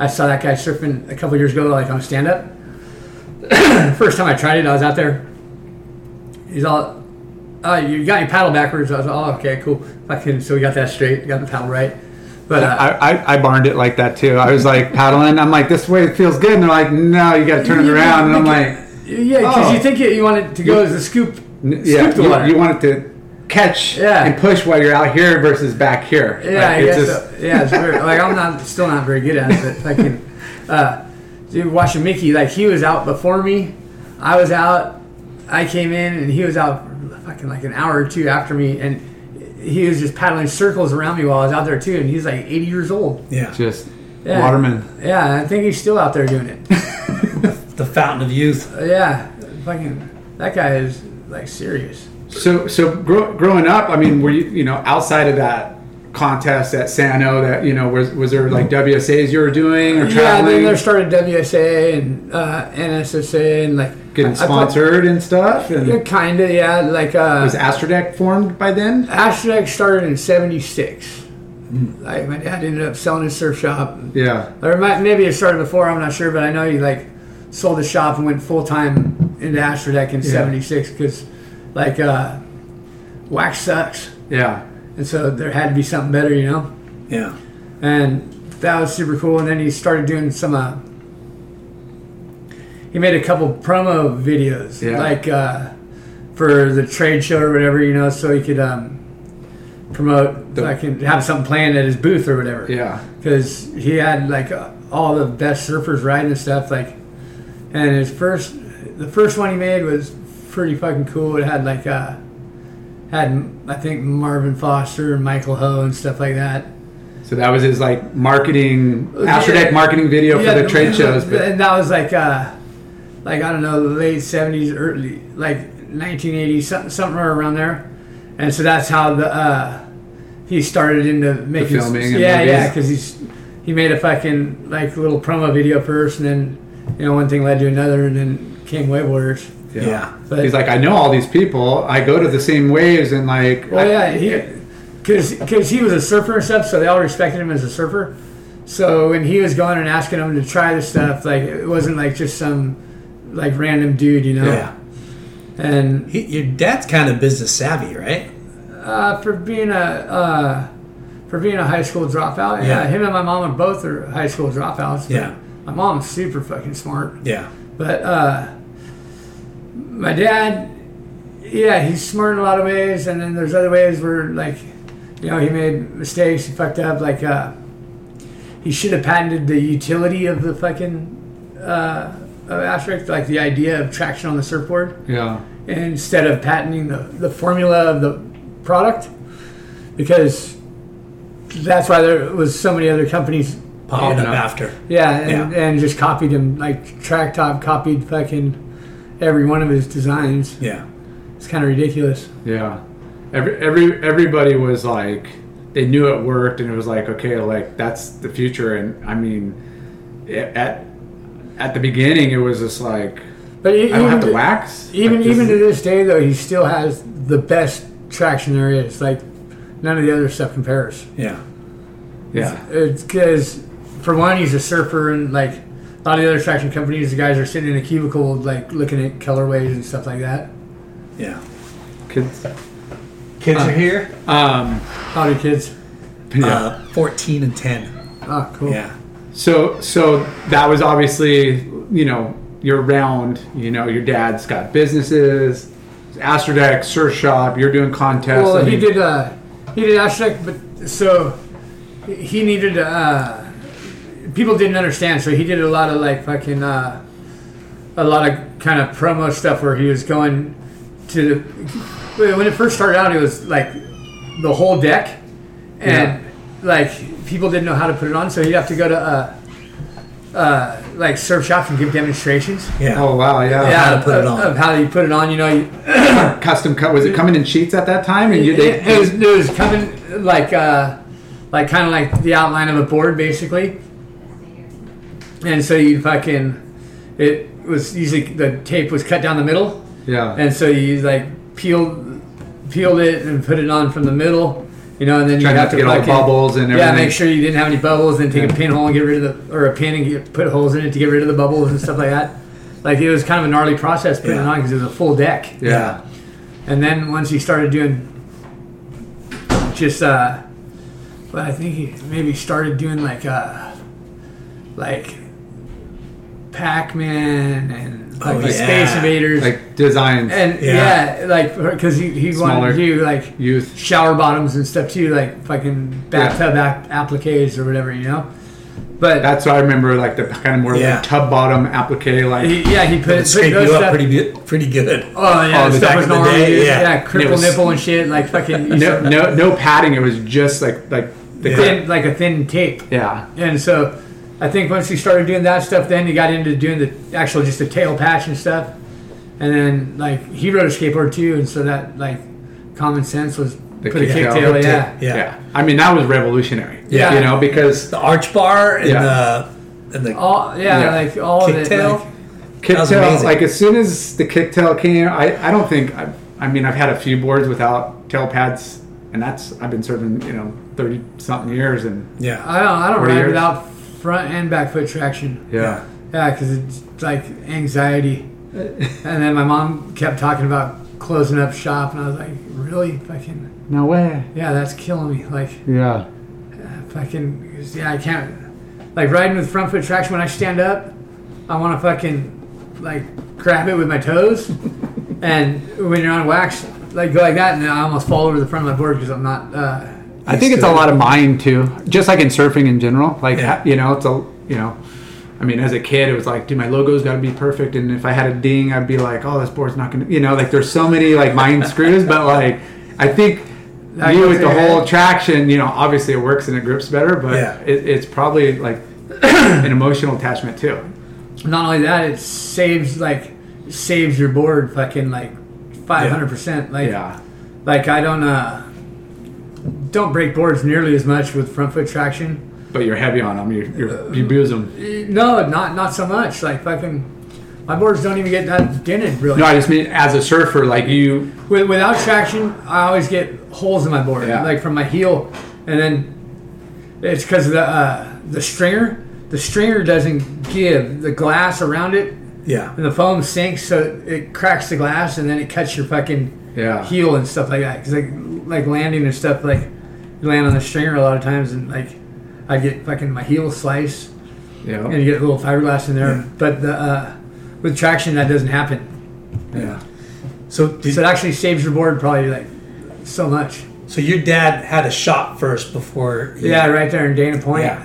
I saw that guy surfing a couple years ago, like on stand up. First time I tried it, I was out there. He's all, uh, you got your paddle backwards. I was all, oh, okay, cool. Fucking, so we got that straight. Got the paddle right. But uh, I, I, I barned it like that too. I was like paddling. I'm like, this way it feels good. And they're like, no, you got to turn it around. And I'm like, yeah, because Oh. you think it, you want it to go as a scoop, N- scoop yeah, the you- water. You, want it to catch Yeah. and push while you're out here versus back here. Yeah, Like, I it's guess just- so. Yeah, it's weird. like I'm not still not very good at it, but fucking. Uh, dude, watching Mickey, like he was out before me. I was out. I came in and he was out for fucking like an hour or two after me, and he was just paddling circles around me while I was out there too. And he's like 80 years old. Yeah. Just Yeah. Waterman. Yeah, I think he's still out there doing it. The fountain of youth. But yeah, fucking that guy is like serious. So so grow, growing up, I mean, were you you know outside of that contest at Sano that you know was was there like WSAs you were doing or Yeah, traveling, then there started WSA and uh, NSSA and like getting I put- sponsored and stuff? And Yeah, kinda, yeah. Like uh, was Astrodeck formed by then? Astrodeck started in '76. Like my dad ended up selling his surf shop, Yeah. or it might, maybe it started before. I'm not sure, but I know he like sold the shop and went full time into Astrodeck in '76 because like uh, wax sucks, Yeah. and so there had to be something better, you know. Yeah. And that was super cool. And then he started doing some. Uh, he made a couple promo videos, Yeah. like uh, for the trade show or whatever, you know, so he could um, promote, The- like, and have something planned at his booth or whatever. Yeah. Because he had like uh, all the best surfers riding and stuff, like, and his first, the first one he made was pretty fucking cool. It had like uh, had I think Marvin Foster and Michael Ho and stuff like that. So that was his like marketing Yeah. Astrodeck marketing video for the trade shows, but and that was like, uh, like I don't know, late seventies, early like nineteen eighty, something, somewhere around there. And so that's how the uh, he started into making filming and yeah, yeah, movies. because he's he made a fucking like little promo video first, and then you know one thing led to another, and then came Wave Warriors. Yeah. But he's like, I know all these people. I go to the same waves and like, Well, Oh, yeah, he because he was a surfer and stuff, so they all respected him as a surfer. So when he was going and asking them to try this stuff, like it wasn't like just some like random dude, you know. Yeah. And He, your dad's kind of business savvy, right? uh, for being a uh, for being a high school dropout, yeah. Yeah. him and my mom are both are high school dropouts. but Yeah. My mom's super fucking smart. Yeah. But uh, my dad, yeah, he's smart in a lot of ways, and then there's other ways where, like, you know, he made mistakes, he fucked up. Like, uh, he should have patented the utility of the fucking uh, of asterisk, like the idea of traction on the surfboard, yeah, instead of patenting the, the formula of the product, because that's why there was so many other companies Popping Yeah. up after. yeah, and, Yeah. and just copied him like track top copied fucking every one of his designs. Yeah. It's kind of ridiculous. yeah. Every every everybody was like, they knew it worked, and it was like, okay, like that's the future. And I mean, i- at at the beginning, it was just like, But e- I don't even have to to- wax. Even Like, this even to is- this day though, he still has the best traction there is. Like none of the other stuff compares. Yeah. yeah, It's because for one, he's a surfer, and like a lot of the other traction companies, the guys are sitting in a cubicle like looking at colorways and stuff like that. Yeah. kids. Kids are here. Um, Howdy, kids. yeah. Uh, 14 and 10. Ah, cool. Yeah. So so that was obviously you know you're round. You know your dad's got businesses, Astrodeck, Surf Shop. You're doing contests. Well, I he mean, did. Uh, he did Aztec, but so he needed. Uh, people didn't understand, so he did a lot of like fucking, uh, a lot of kind of promo stuff where he was going to. When it first started out, it was like the whole deck, and like people didn't know how to put it on, so he'd have to go to. Uh, uh, like surf shops and give demonstrations. Yeah. Oh wow, yeah. Yeah, to put it of- on. Of how you put it on, you know. You, Custom cut was it coming in sheets at that time? And you it, they, it was, it was coming like uh, like kind of like the outline of a board basically and so you fucking it was usually the tape was cut down the middle yeah. and so you like peeled peeled it and put it on from the middle you know and then Trying you not have to to get all the fucking- bubbles and yeah everything. make sure you didn't have any bubbles then take Yeah. a pinhole and get rid of the or a pin and get, put holes in it to get rid of the bubbles and stuff like that like it was kind of a gnarly process putting it Yeah. on because it was a full deck yeah. and then once he started doing just uh well, I think he maybe started doing like uh like Pac-Man and like Oh, the yeah. Space Invaders Like designs, and Yeah. yeah, like because he, he Smaller. wanted to do like youth. shower bottoms and stuff too, like fucking bathtub ap- appliques or whatever, you know. But That's what I remember, like the kind of more Yeah. like tub bottom applique, like he, yeah, he put, It put scraped those you up stuff. pretty bu- pretty good. oh yeah, that Oh, the stuff back was of the normal. day, yeah, yeah. yeah it cripple was- nipple and shit. Like fucking you no, said, no, no padding. It was just like like the Yeah. yeah. thin, like a thin tape. yeah. And so I think once he started doing that stuff, then he got into doing the actual just the tail patch and stuff. And then like he rode a skateboard too, and so that like common sense was The put a kick kick tail, tail, hook yeah. Yeah. I mean, that was revolutionary. Yeah. you know, because The arch bar and Yeah. the and the All yeah, Yeah. like all of it. Kicktail? like- kick was tail, amazing. like as soon as the kick tail came, I I don't think I, I mean I've had a few boards without tail pads, and that's I've been serving you know thirty something years, and yeah. I don't I don't Were ride yours- without front and back foot traction. yeah, Yeah, because it's like anxiety. and then my mom kept talking about closing up shop, and I was like, really fucking no way, yeah, that's killing me. Like yeah, fucking yeah, I can't like riding with front foot traction when I stand up. I want to fucking like grab it with my toes, and when you're on wax, like go like that, and I almost fall over the front of my board because I'm not. Uh, I think it's a lot of mind too, just like in surfing in general. Like Yeah. you know, it's a you know, I mean, as a kid, it was like, dude, my logo's got to be perfect, and if I had a ding, I'd be like, oh, this board's not gonna, you know, like there's so many like mind screws, but like I think That you goes with the in your whole head. traction, you know, obviously it works and it grips better, but Yeah. it, it's probably like an emotional attachment too. not only that, it saves like saves your board fucking like five hundred percent. Like Yeah, like I don't uh don't break boards nearly as much with front foot traction. but you're heavy on them. You you're, you abuse them. No, not not so much. Like fucking, my boards don't even get that dented really. No, I just mean as a surfer, like you With, without traction, I always get holes in my board, Yeah. like from my heel, and then it's because the uh, the stringer. The stringer doesn't give the glass around it, and Yeah. the foam sinks, so it cracks the glass, and then it cuts your fucking Yeah. heel and stuff like that. Because like like landing and stuff, like you land on the stringer a lot of times, and like I get fucking my heel sliced, you know, and you get a little fiberglass in there. But the uh, with traction, that doesn't happen. yeah. So did, So it actually saves your board probably like so much. so your dad had a shop first before you- Yeah, right there in Dana Point. Yeah.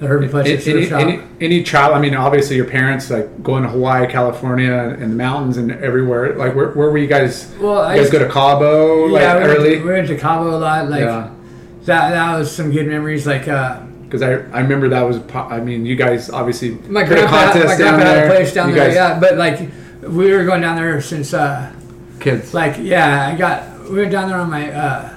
The Herbie Fletcher any, Surf any, Shop. any, any child, I mean, obviously your parents like going to Hawaii, California, and the mountains and everywhere. Like, where, where were you guys? Well, I you guys used go to Cabo like yeah, we went, early to, we went to Cabo a lot. Like Yeah. that, that was some good memories. Like uh, because I, I remember that was. po- I mean, you guys obviously my put a grandpa, my contest down grandpa had a there. place down You there. guys- yeah, but like we were going down there since uh, kids. like yeah, I got we went down there on my uh,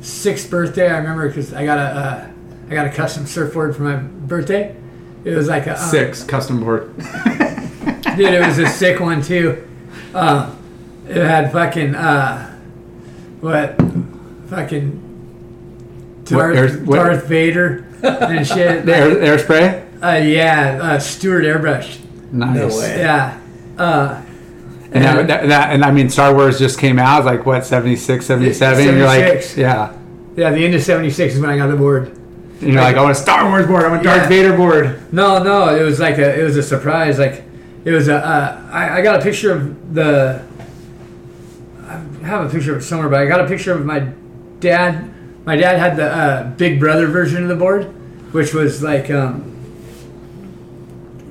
sixth birthday. I remember because I got a uh, I got a custom surfboard for my birthday. It was like a um, Six custom board. dude. It was a sick one too. Uh, it had fucking uh, what fucking Darth, airs- what- Darth Vader and shit. The air, air spray. Uh, yeah, uh, Stewart airbrush. No Nice. way. Yeah, And that, that, that- and I mean, Star Wars just came out like what 76, 77? You're like, 76. yeah. yeah. The end of '76 is when I got the board. And you're like, I want a Star Wars board. I want a Darth Yeah. Vader board. No, no, it was like a it was a surprise. Like it was a uh, I, I got a picture of the I have a picture of it somewhere, but I got a picture of my dad. My dad had the uh, Big Brother version of the board, which was like um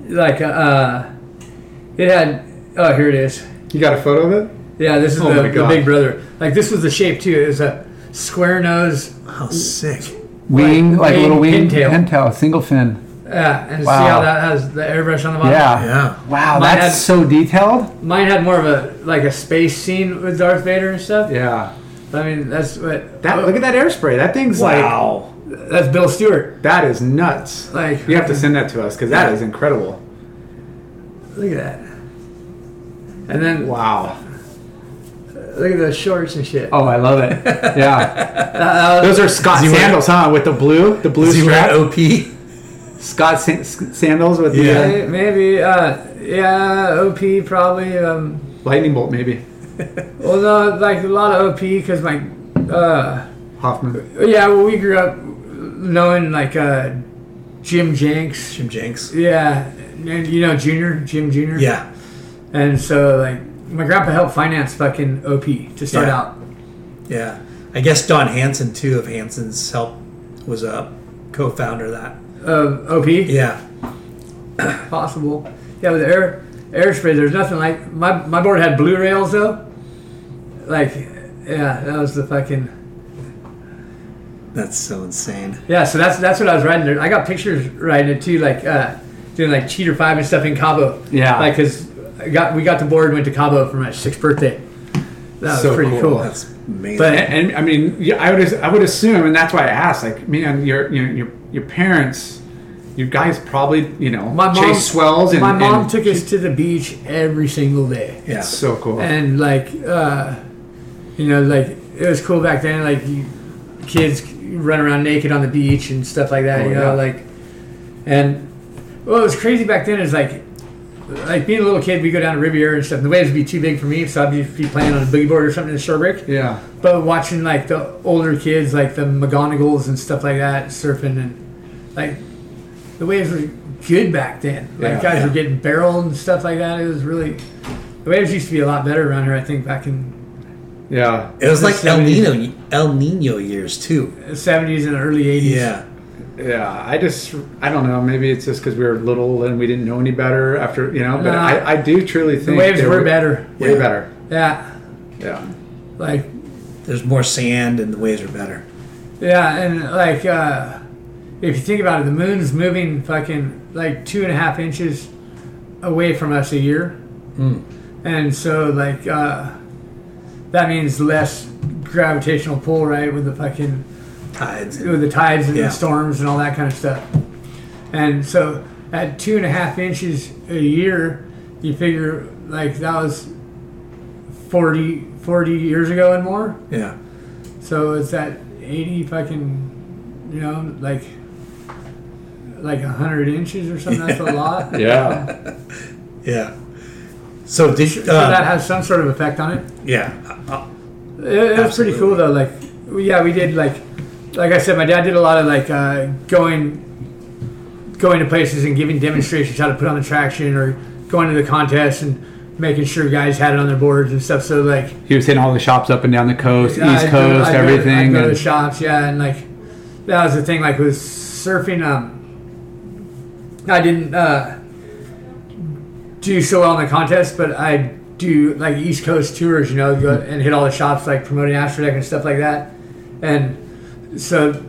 like a, uh it had oh here it is You got a photo of it? yeah this is Oh the, my the God. Big Brother like this was the shape too it was a square nose Oh, sick. Wing, like, wing, little wing, pintail. pintail, single fin. yeah uh, and see Wow. how that has the airbrush on the bottom Yeah. Yeah. Wow, Mine that's had- so detailed. Mine had more of a like a space scene with Darth Vader and stuff. Yeah. I mean, that's what That look at that air spray. That thing's Wow. that's Bill Stewart. like that is nuts. Like You have to send that to us because that is incredible. look at that. And then Wow. look at those shorts and shit. Oh, I love it. Yeah. Those are Scott wear- sandals, huh? With the blue, the blue Is he wearing strap. OP? Scott san- s- sandals with the Yeah. May- Maybe uh yeah, OP probably um uh, lightning bolt, maybe. well no like a lot of OP because my uh Hoffman. yeah well, we grew up knowing like uh Jim Jenks Jim Jenks. yeah and you know Junior Jim Junior Yeah. and so like my grandpa helped finance fucking OP to start Yeah. out Yeah. I guess Don Hansen too of Hansen's help was a co-founder of that. of OP? Yeah. possible. Yeah, with the air air spray, there's nothing like my my board had blue rails though. Like, yeah, that was the fucking That's so insane. yeah. So that's that's what I was riding there. I got pictures riding it too, like uh, doing like cheater five and stuff in Cabo. Yeah. like because got we got the board and went to Cabo for my sixth birthday. That was So pretty cool. cool. That's amazing. A- and, I mean, yeah, I would I would assume, and that's why I asked. Like, man, your your your, your parents, you guys probably you know my mom chase swells and my mom and- took us to the beach every single day. yeah. So cool. and like uh, you know like it was cool back then like you, kids run around naked on the beach and stuff like that Oh, you yeah. know like and what was crazy back then is like like being a little kid we go down to riviera and stuff and the waves would be too big for me so i'd be, be playing on a boogie board or something in the shorebreak yeah, but watching like the older kids like the McGonagalls and stuff like that surfing and like the waves were good back then like Yeah, guys yeah. were getting barreled and stuff like that it was really the waves used to be a lot better around here I think back in yeah. It was like El 70s. Nino El Nino years too. the 70s and early 80s Yeah. Yeah, I just, I don't know. Maybe it's just because we were little and we didn't know any better after, you know. But Nah. I, I do truly think Uh, the waves they were better way Yeah. better. yeah Yeah, like There's more sand and the waves are better. yeah and like uh if you think about it the moon's moving fucking like two and a half inches away from us a year and so like uh that means less gravitational pull right with the fucking Tides. with the tides and Yeah. the storms and all that kind of stuff and so at two and a half inches a year you figure like that was 40 40 years ago and more Yeah. so it's at 80 fucking, you know, like like 100 inches or something. That's a lot. yeah. Yeah. So did So that uh, has some sort of effect on it. yeah. Uh, It, it was pretty Absolutely. cool though. Like, we- yeah, we did like, like I said, my dad did a lot of like uh, going, going to places and giving demonstrations how to put on the traction or going to the contest and making sure guys had it on their boards and stuff. So like, he was hitting all the shops up and down the coast, Yeah, East I'd go- Coast, I'd go to- everything. I'd go to and- the shops, yeah, and like that was the thing. Like with surfing, um, I didn't uh, do so well in the contest, but I do like East Coast tours, you know, go Mm-hmm. and hit all the shops, like promoting Astrodeck and stuff like that, and so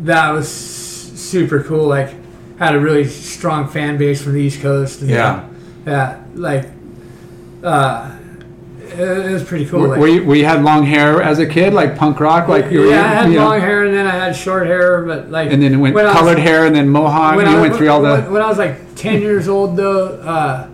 that was s- super cool. Like had a really strong fan base from the East Coast. And, Yeah. yeah, like. Uh, it it was pretty cool. Were, like- were you, were you had long hair as a kid, like punk rock, like you were, yeah, I had you know, long hair and then I had short hair, but like and then it went when I was- colored hair and then mohawk. when you I- went through all when, the when I was like ten years old though, uh,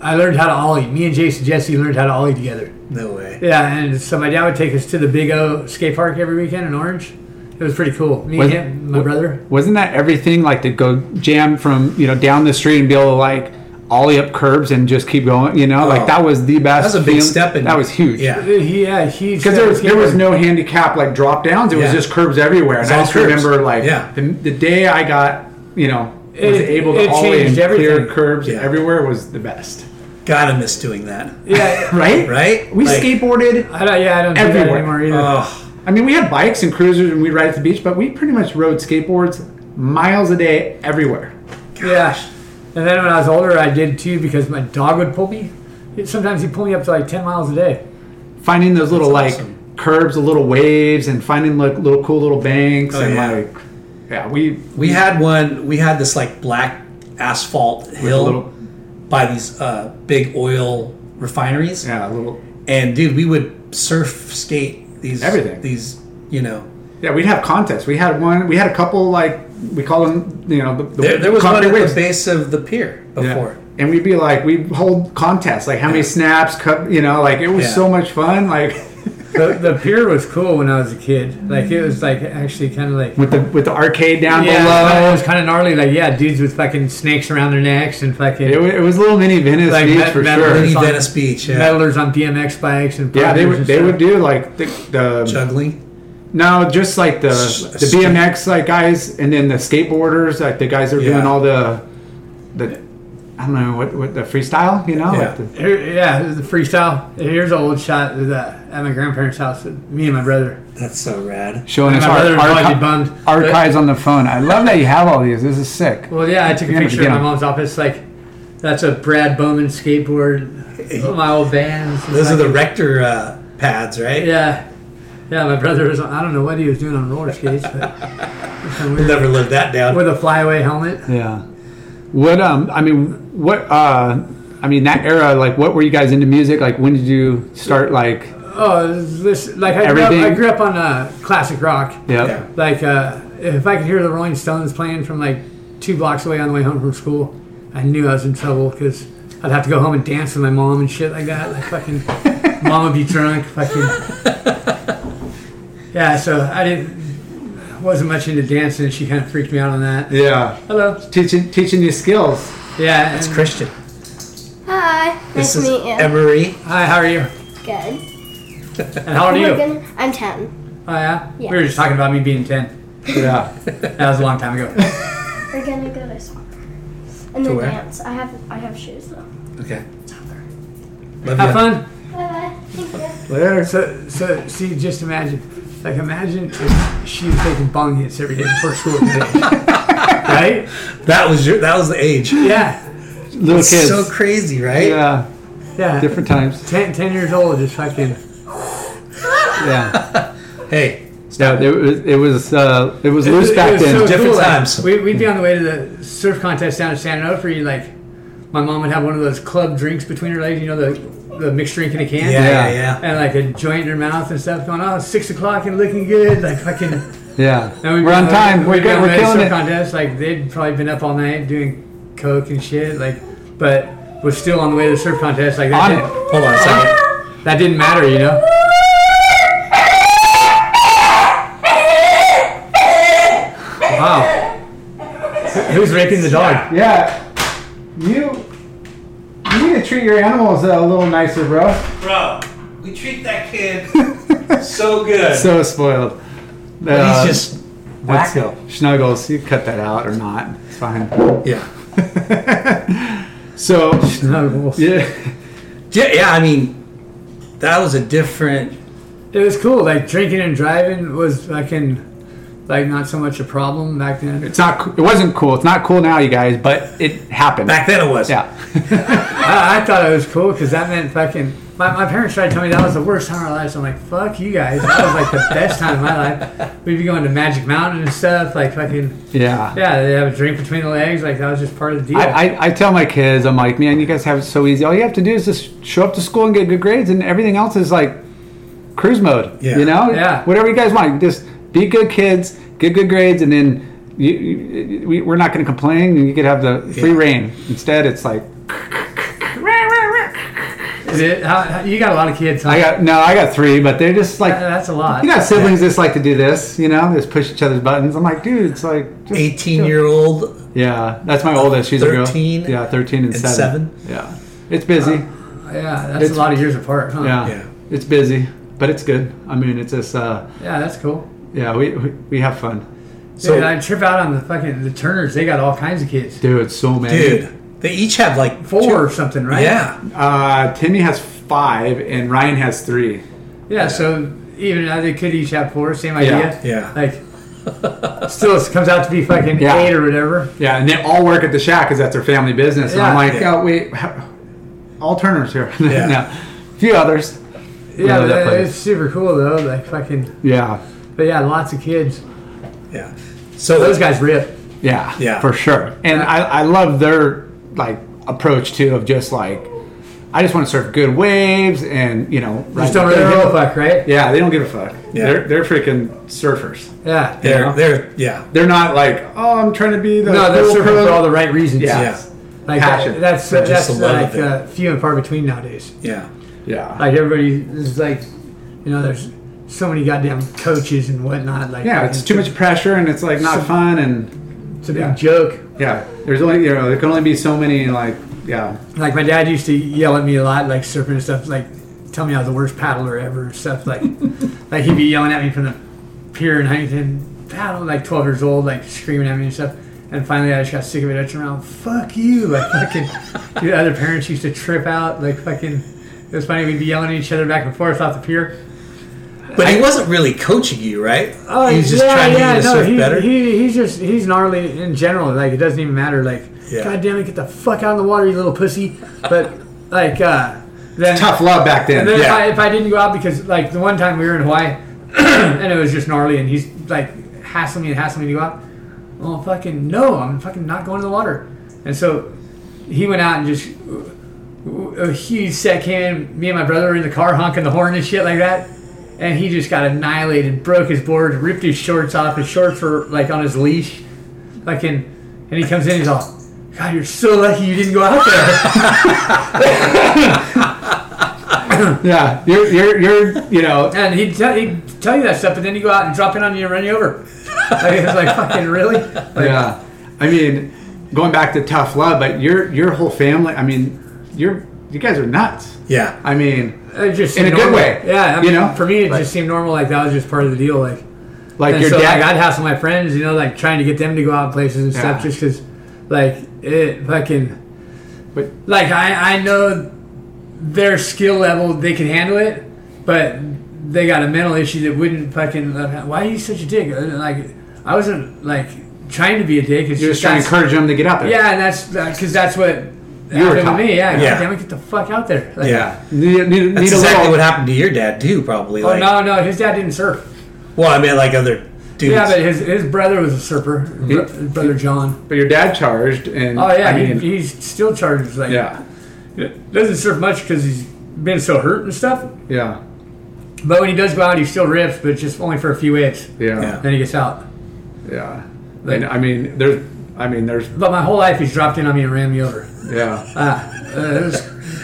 I learned how to ollie. Me and Jason Jesse learned how to ollie together. no way. Yeah, and so my dad would take us to the Big O skate park every weekend in Orange. It was pretty cool. Me Was- and him, my brother. wasn't that everything like to go jam from you know down the street and be able to like ollie up curbs and just keep going, you know, like Oh. that was the best. That was a big feeling. step in that was huge. Yeah. He had a huge Because there was there was no handicap like drop downs. It was Yeah. just curbs everywhere. And It's all I just curbs. remember like Yeah. the, the day I got you know was It- able to it ollie and changed clear everything. curbs Yeah. everywhere was the best. Gotta miss doing that. yeah. Right? Right? We Like- skateboarded. I don't, yeah, I don't do that Everywhere. anymore either. Oh, I mean, we had bikes and cruisers and we'd ride at the beach, but we pretty much rode skateboards miles a day everywhere. Yeah. And then when I was older, I did too because my dog would pull me. Sometimes he'd pull me up to like 10 miles a day. Finding those little like awesome. curbs, the little waves, and finding like little cool little banks Oh, and yeah. like yeah, we we had one. We had this like black asphalt hill little- by these uh, big oil refineries. yeah little And dude, we would surf skate these Everything. These you know yeah we'd have contests. We had one. We had a couple like we call them you know the, the there, there was one concrete at waves. the base of the pier Yeah. before. And we'd be like, we'd hold contests, like how many snaps, cup, you know, like it was Yeah. so much fun, like the, the pier was cool when I was a kid. Like it was like actually kind of like with the with the arcade down yeah, it below. was kind of gnarly. Like yeah, dudes with fucking snakes around their necks and fucking It was, it was little mini Venice Like Beach that- for that sure. really Mini It's on- Venice Beach, yeah. meddlers on BMX bikes and Yeah, they bikers would and they stuff. would do like the, the juggling. no, just like the S- the BMX like guys, and then the skateboarders, like the guys that are Yeah. doing all the the I don't know what what the freestyle, you know, Yeah. like the, Here, yeah, this is the freestyle. Here's an old shot of that at my grandparents' house. Me and my brother. That's so rad. showing And us my our, brother would probably archi- be bummed. archives on the phone. I love that you have all these. This is sick. Well, yeah, I took a Yeah, picture yeah. in my mom's office. Like, that's a Brad Bowman skateboard. Oh, my old bands. Those are the rector uh, pads, right? Yeah, yeah. My brother was. I don't know what he was doing on roller skates, but We'll never live that down. with a flyaway helmet. Yeah. What um I mean what uh I mean that era like what were you guys into music like when did you start like Oh, this like I grew, up, I Everything. grew up on uh, classic rock. yeah Like, uh, if I could hear the Rolling Stones playing from like two blocks away on the way home from school, I knew I was in trouble because I'd have to go home and dance with my mom and shit like that. Like fucking, mom would be drunk. Fucking. Yeah, so I didn't wasn't much into dancing. She kind of freaked me out on that. yeah Hello. teaching teaching you skills Yeah. That's Chris. Christian. Hi, nice This to is meet you. Emery. Hi, how are you? Good. And how old are Oh my you? goodness, I'm 10. Oh yeah? Yeah. We were just talking about me being ten. yeah That was a long time ago. We're gonna go to soccer and then where? dance. I have I have shoes though. Okay. Have fun. Bye bye. Thank you. Later. So, so see, just imagine, like, imagine if she was taking bong hits every day before school today, right? That was your. That was the age. Yeah, little kids So crazy, right? yeah yeah. different times Ten, 10 years old, just fucking. yeah Hey, yeah it was it was uh it was It was- loose it back was then so Different cool, like, times. we, we'd be on the way to the surf contest down at San Onofre. Like, my mom would have one of those club drinks between her legs. You know, the the mixed drink in a can. Yeah, yeah, Yeah. yeah. And like a joint in her mouth and stuff going, oh, six o'clock and looking good, like fucking. yeah And we'd we're be- on time we'd we're, be good. on we're the killing surf it Contest like they'd probably been up all night doing coke and shit, like, but was still on the way to the surf contest. Like that, on didn't, it Hold on a second. that didn't matter, you know. Wow. Who's raping the dog? yeah you you need to treat your animals a little nicer bro Bro, we treat that kid so good. so spoiled He's Uh, just That's- wacko. Snuggles, you cut that out or not. It's fine. Yeah. So, No, well, yeah. yeah. Yeah. I mean, that was a different. It was cool. Like drinking and driving was fucking like not so much a problem back then. It's not, it wasn't cool. It's not cool now, you guys, but it happened. Back then it was. Yeah. I, I thought it was cool because that meant fucking. My, my parents tried to tell me that was the worst time of our lives. I'm like, fuck you guys. That was like the best time of my life. We'd be going to Magic Mountain and stuff. Like fucking, Yeah. yeah, they have a drink between the legs. Like that was just part of the deal. I, I, I tell my kids, I'm like, man, you guys have it so easy. All you have to do is just show up to school and get good grades, and everything else is like cruise mode. Yeah. You know? Yeah. Whatever you guys want. Just be good kids, get good grades, and then you, you, we, we're not going to complain, and you could have the free reign. Instead, it's like, Is it, how, how- you got a lot of kids. Huh? I got, no, I got three, but they're just like, Yeah, that's a lot. You got siblings that just like to do this, you know, just push each other's buttons. I'm like, dude, it's like, just, 18 year old. yeah, that's my oldest. She's a girl. 13 Yeah, 13 and, and 7. seven. Uh, Yeah. It's busy. Yeah, that's a It's- lot of years apart. Huh? yeah. yeah. It's busy, but it's good. I mean, it's just, uh, yeah, that's cool. yeah, we, we, we have fun. So Dude, I trip out on the fucking the Turners. They got all kinds of kids, Dude, so many. Dude, they each had like four or something, right? Yeah. Uh, Timmy has five and Ryan has three. Yeah, so even now they could each have four, same idea. Yeah, yeah. Like, still it comes out to be fucking Yeah. eight or whatever. Yeah, and they all work at the shack because that's their family business. And I'm like, Yeah. Yeah. oh, wait, how- all Turner's here. Yeah. A few others. Yeah, that but uh, place. it's super cool though. Like fucking, Yeah. but yeah, lots of kids. Yeah. So Those guys rip. Yeah, Yeah. for sure. And I, I love their like approach too of just like I just want to surf good waves and you know Just don't really give a fuck, right? Yeah, they don't give a fuck. Yeah. They're they're freaking surfers. Yeah. They're Yeah. they're yeah. They're not like oh I'm trying to be the No, they're cool surfing pro." for all the right reasons. yeah Like Passion. that, that's Just that's the love like of it. uh, few and far between nowadays. Yeah. yeah Like everybody is like, you know, there's so many goddamn coaches and whatnot. Like yeah. It's too much pressure and it's like not fun and It's a big joke. yeah. There's only you know there can only be so many like yeah Like my dad used to yell at me a lot, like surfing and stuff, like tell me I was the worst paddler ever and stuff. Like, like he'd be yelling at me from the pier in Huntington, paddle, like 12 years old, like screaming at me and stuff. And finally, I just got sick of it. I turned around, fuck you. Like, fucking, dude, other parents used to trip out. Like, fucking, it was funny. We'd be yelling at each other back and forth off the pier. But he wasn't really coaching you, right? Oh, he was just trying to get you to surf he, better. He, he's just he's gnarly in general. Like it doesn't even matter. Like, Yeah. god damn it, get the fuck out of the water, you little pussy. But like, uh, then Tough love back then. And then if, I, Yeah. if I didn't go out because like the one time we were in Hawaii and it was just gnarly and he's like hassling me and hassling me to go out. Well, fucking no, I'm fucking not going to the water. And so he went out and just a huge set came in. Me and my brother were in the car honking the horn and shit like that. And he just got annihilated, broke his board, ripped his shorts off. His shorts were like on his leash. Fucking, and he comes in, he's all, God, you're so lucky you didn't go out there. Yeah. You're, you're, you're, you know, And he'd, tell he'd tell you that stuff, but then you go out and drop in on you and run you over. Like, it was like, fucking really? Like, yeah. I mean, going back to tough love, but your, your whole family, I mean, you're, you guys are nuts. yeah. I mean, It just In a seemed good normal. way, Yeah, I you mean, know? for me, it Like- just seemed normal. Like that was just part of the deal. Like, like and your so, dad. like, I'd hassle my friends, you know, like trying to get them to go out in places and stuff, Yeah. just because, like, it fucking, But- like I I know their skill level, they can handle it, but they got a mental issue that wouldn't fucking. Why are you such a dick? And, Like, I wasn't like trying to be a dick. It's you're just trying to that's- encourage them to get out there. Yeah, and that's because that's what were happened taught. to me. Yeah, Yeah. yeah. damn it, get the fuck out there. Like, Yeah. Need, need, need That's a exactly little. what happened to your dad too, probably. Oh like, no, no, his dad didn't surf. well, I mean, like other dudes. Yeah, but his, his brother was a surfer, bro- his brother John. But your dad charged, and Oh yeah, I mean, he, he's still charged. Like, yeah, doesn't surf much because he's been so hurt and stuff. yeah, But when he does go out, he still rips, but just only for a few waves. yeah, Yeah. Then he gets out. yeah. And I mean, there's, I mean, there's, But my whole life, he's dropped in on me and ran me over. yeah, Ah, uh, it was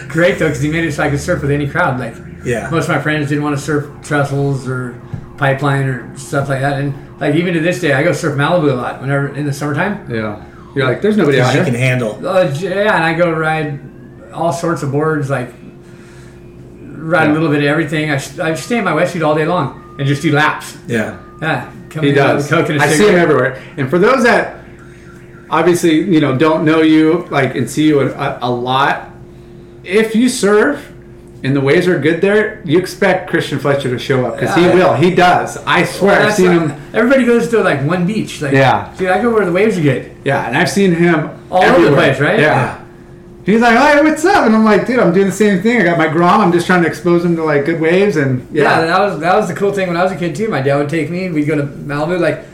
great though because he made it so I could surf with any crowd. Like, Yeah. most of my friends didn't want to surf trestles or pipeline or stuff like that. And like even to this day, I go surf Malibu a lot whenever in the summertime. yeah. You're like, there's nobody out you can here. handle. Uh, j- yeah, and I go ride all sorts of boards, like ride a Yeah. little bit of everything. I, s- I stay in my wetsuit all day long and just do laps. Yeah. Yeah, come He in with a does. Coke and a I see him cigarette. everywhere. And for those that obviously you know don't know you like and see you a, a lot, if you surf and the waves are good there, you expect Christian Fletcher to show up because Yeah. he will. He does. I swear, I've That's seen like- him. Everybody goes to like one beach. Like, Yeah. dude, I go where the waves are good. Yeah, and I've seen him All over the everywhere. place, right? Yeah. He's like, hey, what's up? And I'm like, dude, I'm doing the same thing. I got my Grom. I'm just trying to expose him to like good waves and Yeah, yeah, that was that was the cool thing when I was a kid too. My dad would take me and we'd go to Malibu. Like,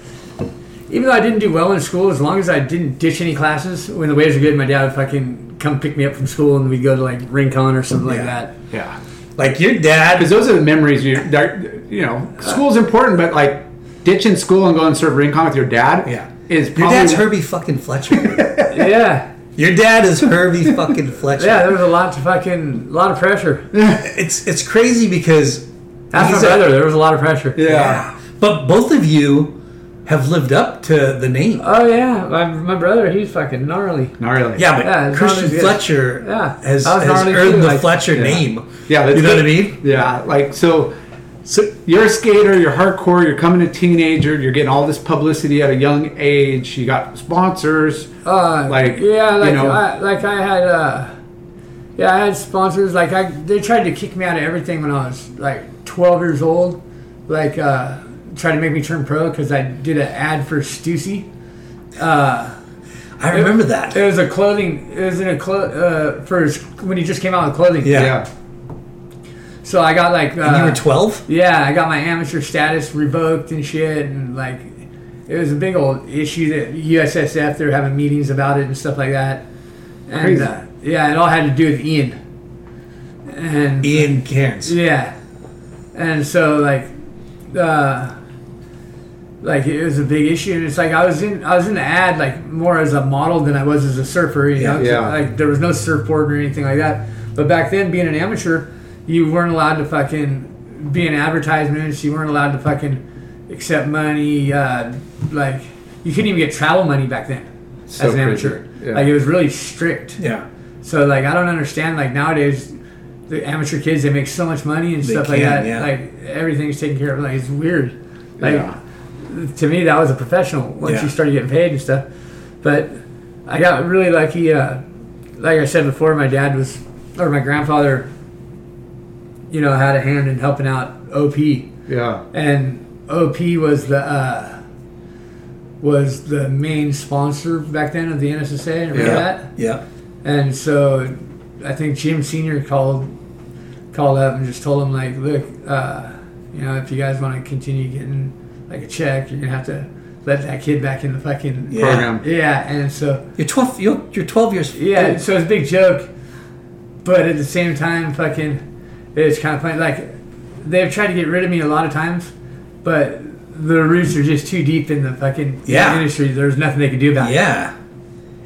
even though I didn't do well in school, as long as I didn't ditch any classes when the waves were good, my dad would fucking come pick me up from school and we'd go to like Rincon or something like that. yeah. Like your dad. Because those are the memories you that, you know. School's important, but like ditching school and going to serve rincon with your dad, Yeah. is Your probably dad's Herbie fucking Fletcher. Yeah, your dad is Herbie fucking Fletcher. yeah, there was a lot to fucking, a lot of pressure. It's it's crazy because That's my He's a- brother. There was a lot of pressure. yeah. But both of you have lived up to the name. Oh yeah, my, my brother, he's fucking gnarly. gnarly. yeah, but yeah, it's Christian not as good. Fletcher Yeah, has, I was has gnarly earned too, the like- Fletcher name. Yeah, that's you know good. what I mean. yeah. Like so, so you're a skater, you're hardcore, you're coming a teenager, you're getting all this publicity at a young age. You got sponsors, Uh, Like, yeah, you like know- I, like I had uh, yeah, I had sponsors. Like I, they tried to kick me out of everything when I was like 12 years old. Like uh, tried to make me turn pro because I did an ad for Stussy. I remember that. It was a clothing. It was in a clo- uh, for his, when he just came out with clothing. Yeah. yeah, So I got like uh, And you were twelve. Yeah, I got my amateur status revoked and shit, and like it was a big old issue that USSF they were having meetings about it and stuff like that. And Crazy. Uh, yeah, it all had to do with Ian. And Ian Cairns. yeah, and so like, uh, like it was a big issue, and it's like I was in I was in the ad like more as a model than I was as a surfer. You know, Yeah. like there was no surfboard or anything like that. But back then, being an amateur, you weren't allowed to fucking be in advertisements. You weren't allowed to fucking accept money. Uh, like you couldn't even get travel money back then So as an crazy. amateur. Yeah. Like it was really strict. Yeah. So like I don't understand like nowadays the amateur kids they make so much money and stuff like can, that. yeah. Like everything's taken care of. Like it's weird. Like Yeah. to me that was a professional once Yeah. you started getting paid and stuff. But I got really lucky. Uh, like I said before, my dad was, or my grandfather, you know, had a hand in helping out OP Yeah. and OP was the uh, was the main sponsor back then of the NSSA. Remember Yeah. that? Yeah. And so I think Jim Senior called called up and just told him like, look, uh, you know, if you guys want to continue getting like a check, you're gonna have to let that kid back in the fucking Yeah. Program. Yeah, and so You're 12. You're, you're 12 years. yeah, old. so it's a big joke, but at the same time, fucking, it's kind of funny. Like, they've tried to get rid of me a lot of times, but the roots are just too deep in the fucking Yeah. industry. There's nothing they can do about it. Yeah.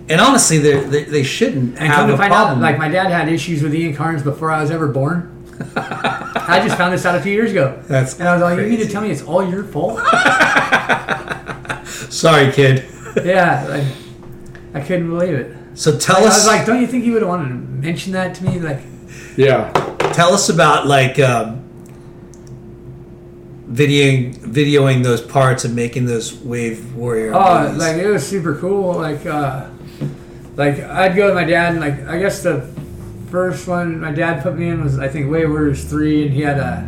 And honestly, they're- they they shouldn't And have come a to find problem. out, like, my dad had issues with Ian Carnes before I was ever born. I just found this out a few years ago. That's and I was like, you need to crazy. tell me it's all your fault? Sorry, kid. yeah, like, I couldn't believe it. So tell I us was like, don't you think you would want to mention that to me? Like, Yeah. tell us about like um, videoing videoing those parts and making those wave warrior. Oh, movies. like it was super cool. Like, uh, like I'd go with my dad, and like I guess the first one my dad put me in was I think Wave Warriors three, and he had a,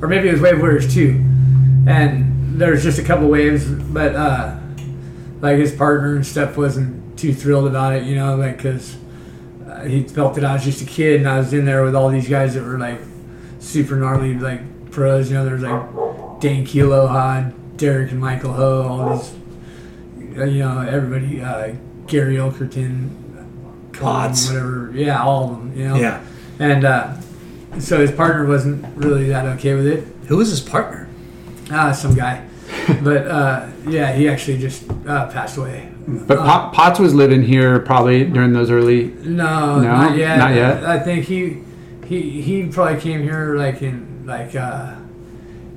or maybe it was Wave Warriors two, and there's just a couple waves, but uh, like his partner and stuff wasn't too thrilled about it, you know, like because uh, he felt that I was just a kid and I was in there with all these guys that were like super gnarly like pros, you know, there's like Dan Kealoha, Derek and Michael Ho, all these uh, you know, everybody, uh, Gary Elkerton, Potts. whatever, yeah, all of them, you know. Yeah. And uh, so his partner wasn't really that okay with it. Who was his partner? Ah, some guy. but uh, yeah, he actually just uh, passed away. But Pot Potts was living here probably during those early. No, No, not yet. not yet. I think he he he probably came here like in like uh,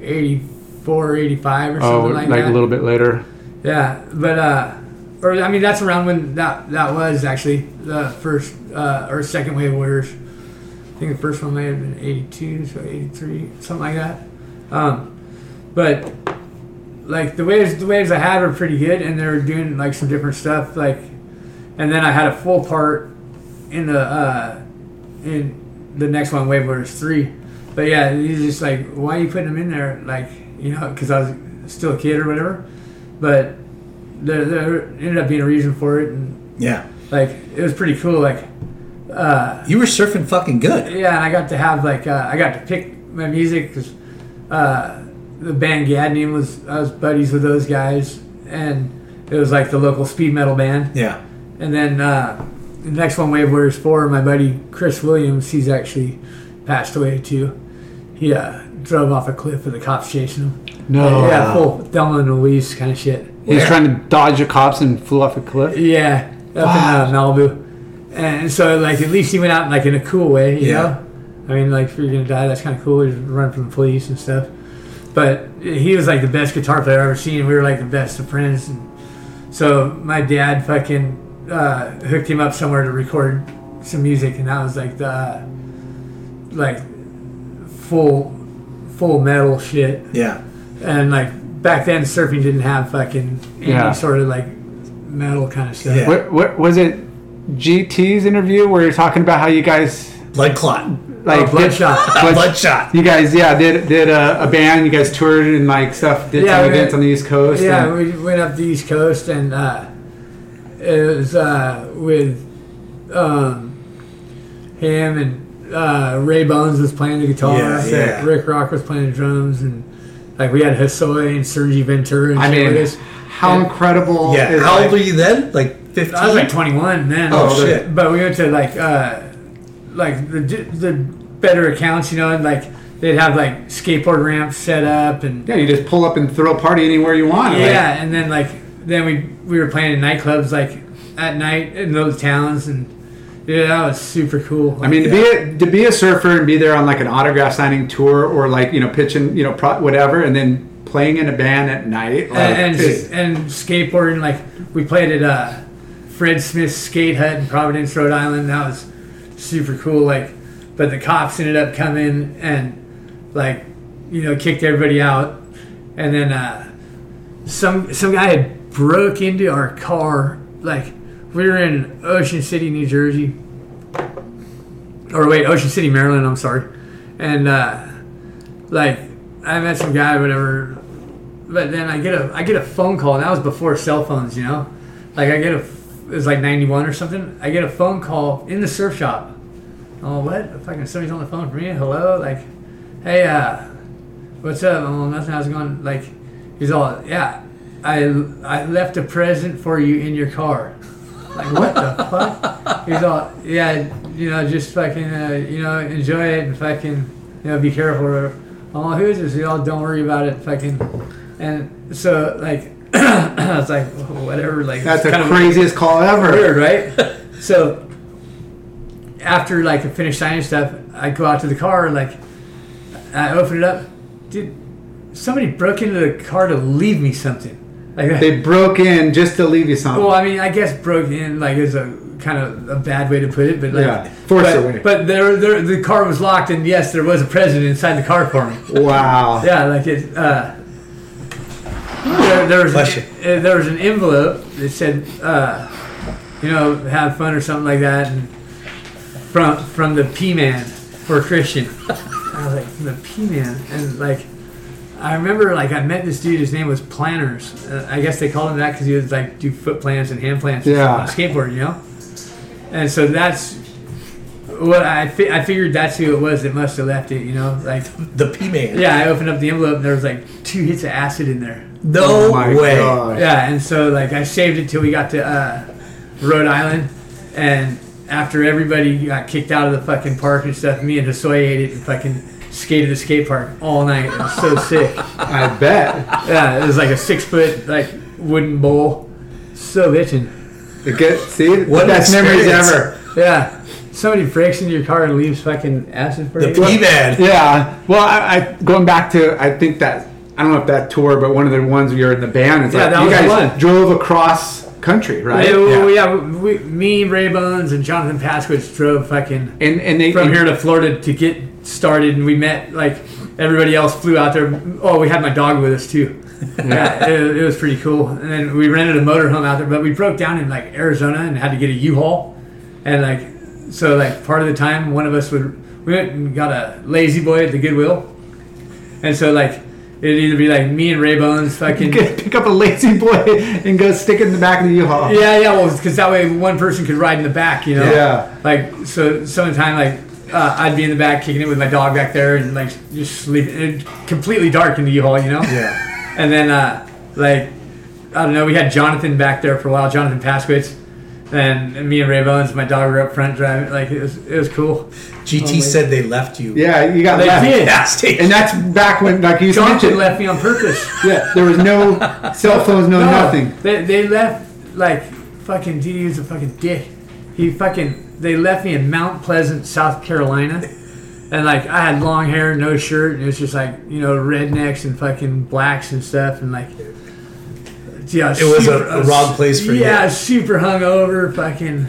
84, 85 or Oh, something like, like, that. a little bit later. Yeah, but uh, or I mean that's around when that that was actually the first uh, or second wave warriors. I think the first one may have been '82, so '83, something like that. Um, but like the waves, the waves I had were pretty good, and they were doing like some different stuff. Like, and then I had a full part in the uh, in the next one, Wave Warriors Three. But yeah, he's just like, why are you putting them in there? Like, you know, because I was still a kid or whatever but there, there ended up being a reason for it and Yeah, like it was pretty cool like you were surfing fucking good. yeah and i got to have like uh, i got to pick my music because uh, the band gadney was i was buddies with those guys and it was like the local speed metal band Yeah, And then uh, the next one, Wave Warriors 4, my buddy Chris Williams, he's actually passed away too. He uh, drove off a cliff with the cops chasing him. No. Yeah, full Thelma and Louise kind of shit. He was trying to dodge the cops and flew off a cliff. Yeah, up in uh, Malibu. And so, like, at least he went out, like, in a cool way, you Yeah. know? I mean, like, if you're going to die, that's kind of cool. You run from the police and stuff. But he was, like, the best guitar player I've ever seen. We were, like, the best of friends. And so my dad fucking uh, hooked him up somewhere to record some music, and that was, like, the, uh, like, full, full metal shit yeah, and like back then surfing didn't have fucking any Yeah. sort of like metal kind of stuff. Yeah. What, what was it? GT's interview where you're talking about how you guys blood clot, like Oh, Bloodshot. Blood- bloodshot. You guys, yeah, did did a, a band. You guys toured and like stuff. Did Yeah, some we- events on the East Coast. Yeah, and- we went up the East Coast and uh, it was uh, with um, him and uh, Ray Bones was playing the guitar. Yeah, and yeah. Rick Rock was playing the drums and like we had Hosoi and Sergi Ventura. And I shit mean, with us. how incredible! Yeah, is, how old like- were you then? Like 15. I was like 21 then. Oh, But- shit. But we went to like uh, like the the better accounts, you know, and like they'd have like skateboard ramps set up and Yeah, you just pull up and throw a party anywhere you want. like- yeah, and then like then we we were playing in nightclubs like at night in those towns and yeah, that was super cool. I mean, to be a, to be a surfer and be there on like an autograph signing tour or like you know pitching you know pro, whatever, and then playing in a band at night. Like, and it's- and, and skateboarding like we played at uh, Fred Smith's skate hut in Providence, Rhode Island. That was super cool. Like, but the cops ended up coming and like you know kicked everybody out, and then uh, some some guy had broke into our car like we were in Ocean City, New Jersey, or wait, Ocean City, Maryland. I'm sorry, and uh, like I met some guy, whatever. But then I get a I get a phone call, and that was before cell phones, you know. Like I get a it was like '91 or something. I get a phone call in the surf shop. Oh, what? Fucking somebody's on the phone for me. Hello, like, hey, uh, what's up? Oh, nothing. How's it going? Like, he's all, yeah, I I left a present for you in your car. Like, what the fuck? He's all, yeah, you know, just fucking, uh, you know, enjoy it and fucking, you know, be careful. Or, I'm all, who is this? He's all, don't worry about it, fucking. And so, like, I was like, whatever, like, That's it's the kind of craziest call ever. weird, right? so after like I finished signing stuff, I go out to the car and like I open it up. Dude, somebody broke into the car to leave me something. Like They broke in just to leave you something. well, I mean, I guess broke in like is a kind of a bad way to put it, but like, Yeah, forced but, away. But there, there, the car was locked, and yes, there was a present inside the car for me. wow. Yeah, like it. Uh, there, there was Bless you. uh, there was an envelope that said, uh, you know, have fun or something like that, and from from the P man for Christian. I was like from the P man, and like I remember like I met this dude. His name was Planners. Uh, I guess they called him that because he was like do foot plans and hand plans. Yeah. on a skateboard, you know. And so that's what I fi- I figured that's who it was that must have left it. You know, like The P man. yeah, I opened up the envelope and there was like two hits of acid in there. No Oh my way. God. Yeah, and so like I saved it till we got to uh, Rhode Island, and after everybody got kicked out of the fucking park and stuff, me and Hosoi ate it and fucking skated the skate park all night. It was so sick. I bet. Yeah, it was like a six foot like wooden bowl, so bitching. It gets, see, What what best memories experience. ever. Yeah, somebody breaks into your car and leaves fucking acid for The you. P man. Yeah. Well, I, I going back to I think that I don't know if that tour, but one of the ones we were in the band. It's Yeah, like that you was guys one. drove across country, right? Yeah, well, yeah. we, me, Ray Bones, and Jonathan Pasquich drove fucking And and they from and- here to Florida to get started, and we met like everybody else flew out there. Oh, we had my dog with us too. Yeah, it, it was pretty cool. And then we rented a motorhome out there, but we broke down in like Arizona and had to get a U-Haul, and like so like part of the time one of us would we went and got a lazy boy at the Goodwill, and so like it'd either be like me and Ray Bones fucking. pick up a lazy boy and go stick it in the back of the U-Haul. Yeah, yeah, well, because that way one person could ride in the back, you know. Yeah. Like so, sometime like uh, I'd be in the back kicking it with my dog back there, and like just sleep. It completely dark in the U-Haul, you know. Yeah. And then uh, like I don't know, we had Jonathan back there for a while, Jonathan Pasquitz, and me and Ray Bones, my dog, were up front driving. Like it was, it was cool. GT said they left you. Yeah, you got They left. did. Nasty. And that's back when, like you Jonathan mentioned, left me on purpose. yeah, there was no cell phones, no, nothing. They, they left like fucking DD was a fucking dick. He fucking they left me in Mount Pleasant, South Carolina, and like I had long hair, no shirt, and it was just like you know rednecks and fucking blacks and stuff, and like yeah, It was a- a wrong place for you. yeah, super hungover, fucking.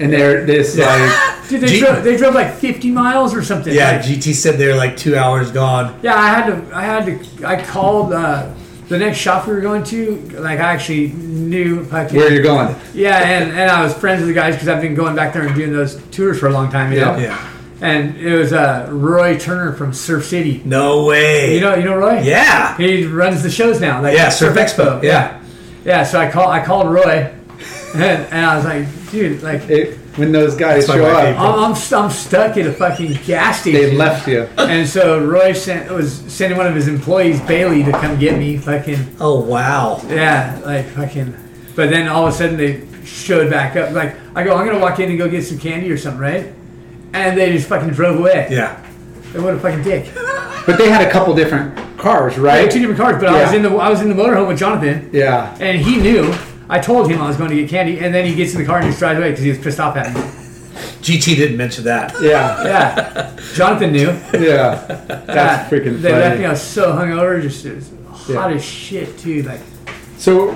And they're this like, Dude, they, Gee. drove, they drove like 50 miles or something. Yeah, like, GT said they're like two hours gone. Yeah, I had to. I had to. I called uh, the next shop we were going to. Like, I actually knew fucking where you're going? Yeah, and, and I was friends with the guys because I've been going back there and doing those tours for a long time, you know. Yeah. And it was uh, Roy Turner from Surf City. No way. You know, you know Roy. yeah. He runs the shows now. Like Yeah, Surf Expo, yeah. Yeah. So I call I called Roy, and, and I was like, dude, like It, when those guys That's my show wife, up, I'm, I'm I'm stuck at a fucking gas station. they left you. And so Roy sent was sending one of his employees Bailey to come get me. Fucking Oh wow. Yeah, like fucking. But then all of a sudden they showed back up. Like I go, I'm gonna walk in and go get some candy or something, right? And they just fucking drove away. Yeah. Like, what a fucking dick. But they had a couple different cars, I right? had two different cars, but I Yeah. was in the I was in the motorhome with Jonathan, Yeah. and he knew. I told him I was going to get candy, and then he gets in the car and just drives away because he was pissed off at me. GT didn't mention that. Yeah. Yeah, Jonathan knew. Yeah. That's Yeah. freaking They left me. funny. I was so hungover, just it was hot Yeah. as shit too. Like So,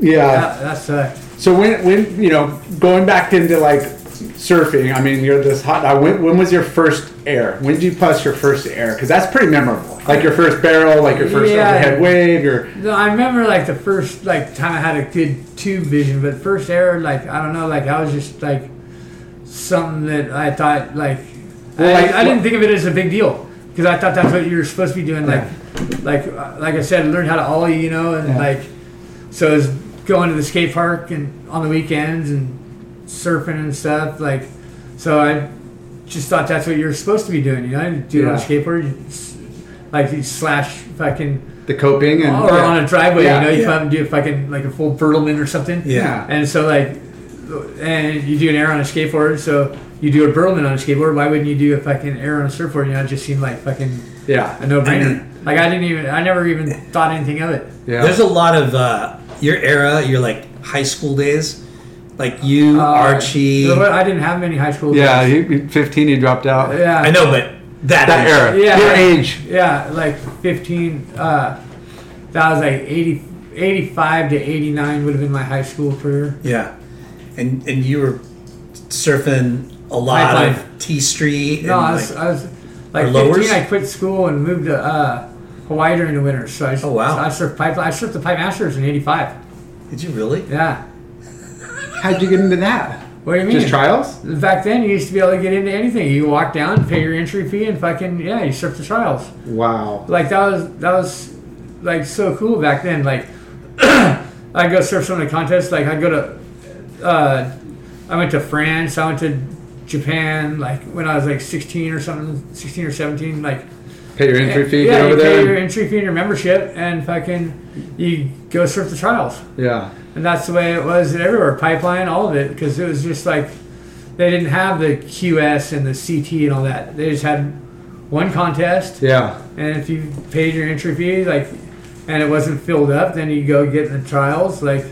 yeah. that, that sucked. So when when you know going back into like surfing, I mean, you're this hot. Now, when, when was your first air? When did you puss your first air? Because that's pretty memorable. Like your first barrel, like your first Yeah. overhead wave, your No, I remember like the first like time I had a good tube vision, but first error, like I don't know, like I was just like something that I thought like Well, I, like- I didn't think of it as a big deal because I thought that's what you were supposed to be doing. Like, like uh, like I said, learn how to ollie, you know, and Yeah. like so it's going to the skate park and on the weekends and surfing and stuff. Like, so I just thought that's what you're supposed to be doing. You know, you do it on a Yeah. skateboard, you s- like you slash fucking the coping and or on a driveway, Oh, Yeah, you know, you yeah. come and do a fucking like a full Bertelman or something. Yeah. And so like, and you do an air on a skateboard, so you do a Bertelman on a skateboard. Why wouldn't you do a fucking air on a surfboard? You know, it just seemed like fucking yeah, a no brainer. like I didn't even, I never even thought anything of it. yeah. There's a lot of uh, your era, your like high school days, like Uh, you, Archie. You know what? I didn't have many high school. yeah, days. he, he- 15, he dropped out. yeah. I know, but that, That age. era, Yeah. your age. Yeah, like 15, uh, that was like 80, 85 to 89 would have been my high school career. Yeah, and and you were surfing a lot of T Street. No, I and was, like, I was like 15. Or lowers? I quit school and moved to uh, Hawaii during the winter. So I, Oh, wow. so I surfed pipe. I surfed the Pipe Masters in '85. did you really? Yeah. How'd you get into that? What do you mean? Just trials? Back then, you used to be able to get into anything. You walk down, pay your entry fee, and fucking yeah, you surf the trials. Wow. Like that was that was like so cool back then. Like I go surf some of the contests. Like I go to, uh, I went to France. I went to Japan. Like when I was like 16 or something, 16 or 17. Like Pay your entry fee, yeah, get over you there. pay your entry fee and your membership, and fucking you go surf the trials. yeah. And that's the way it was everywhere, pipeline, all of it, because it was just like they didn't have the QS and the CT and all that. They just had one contest, Yeah. and if you paid your entry fee, like, and it wasn't filled up, then you go get in the trials. Like,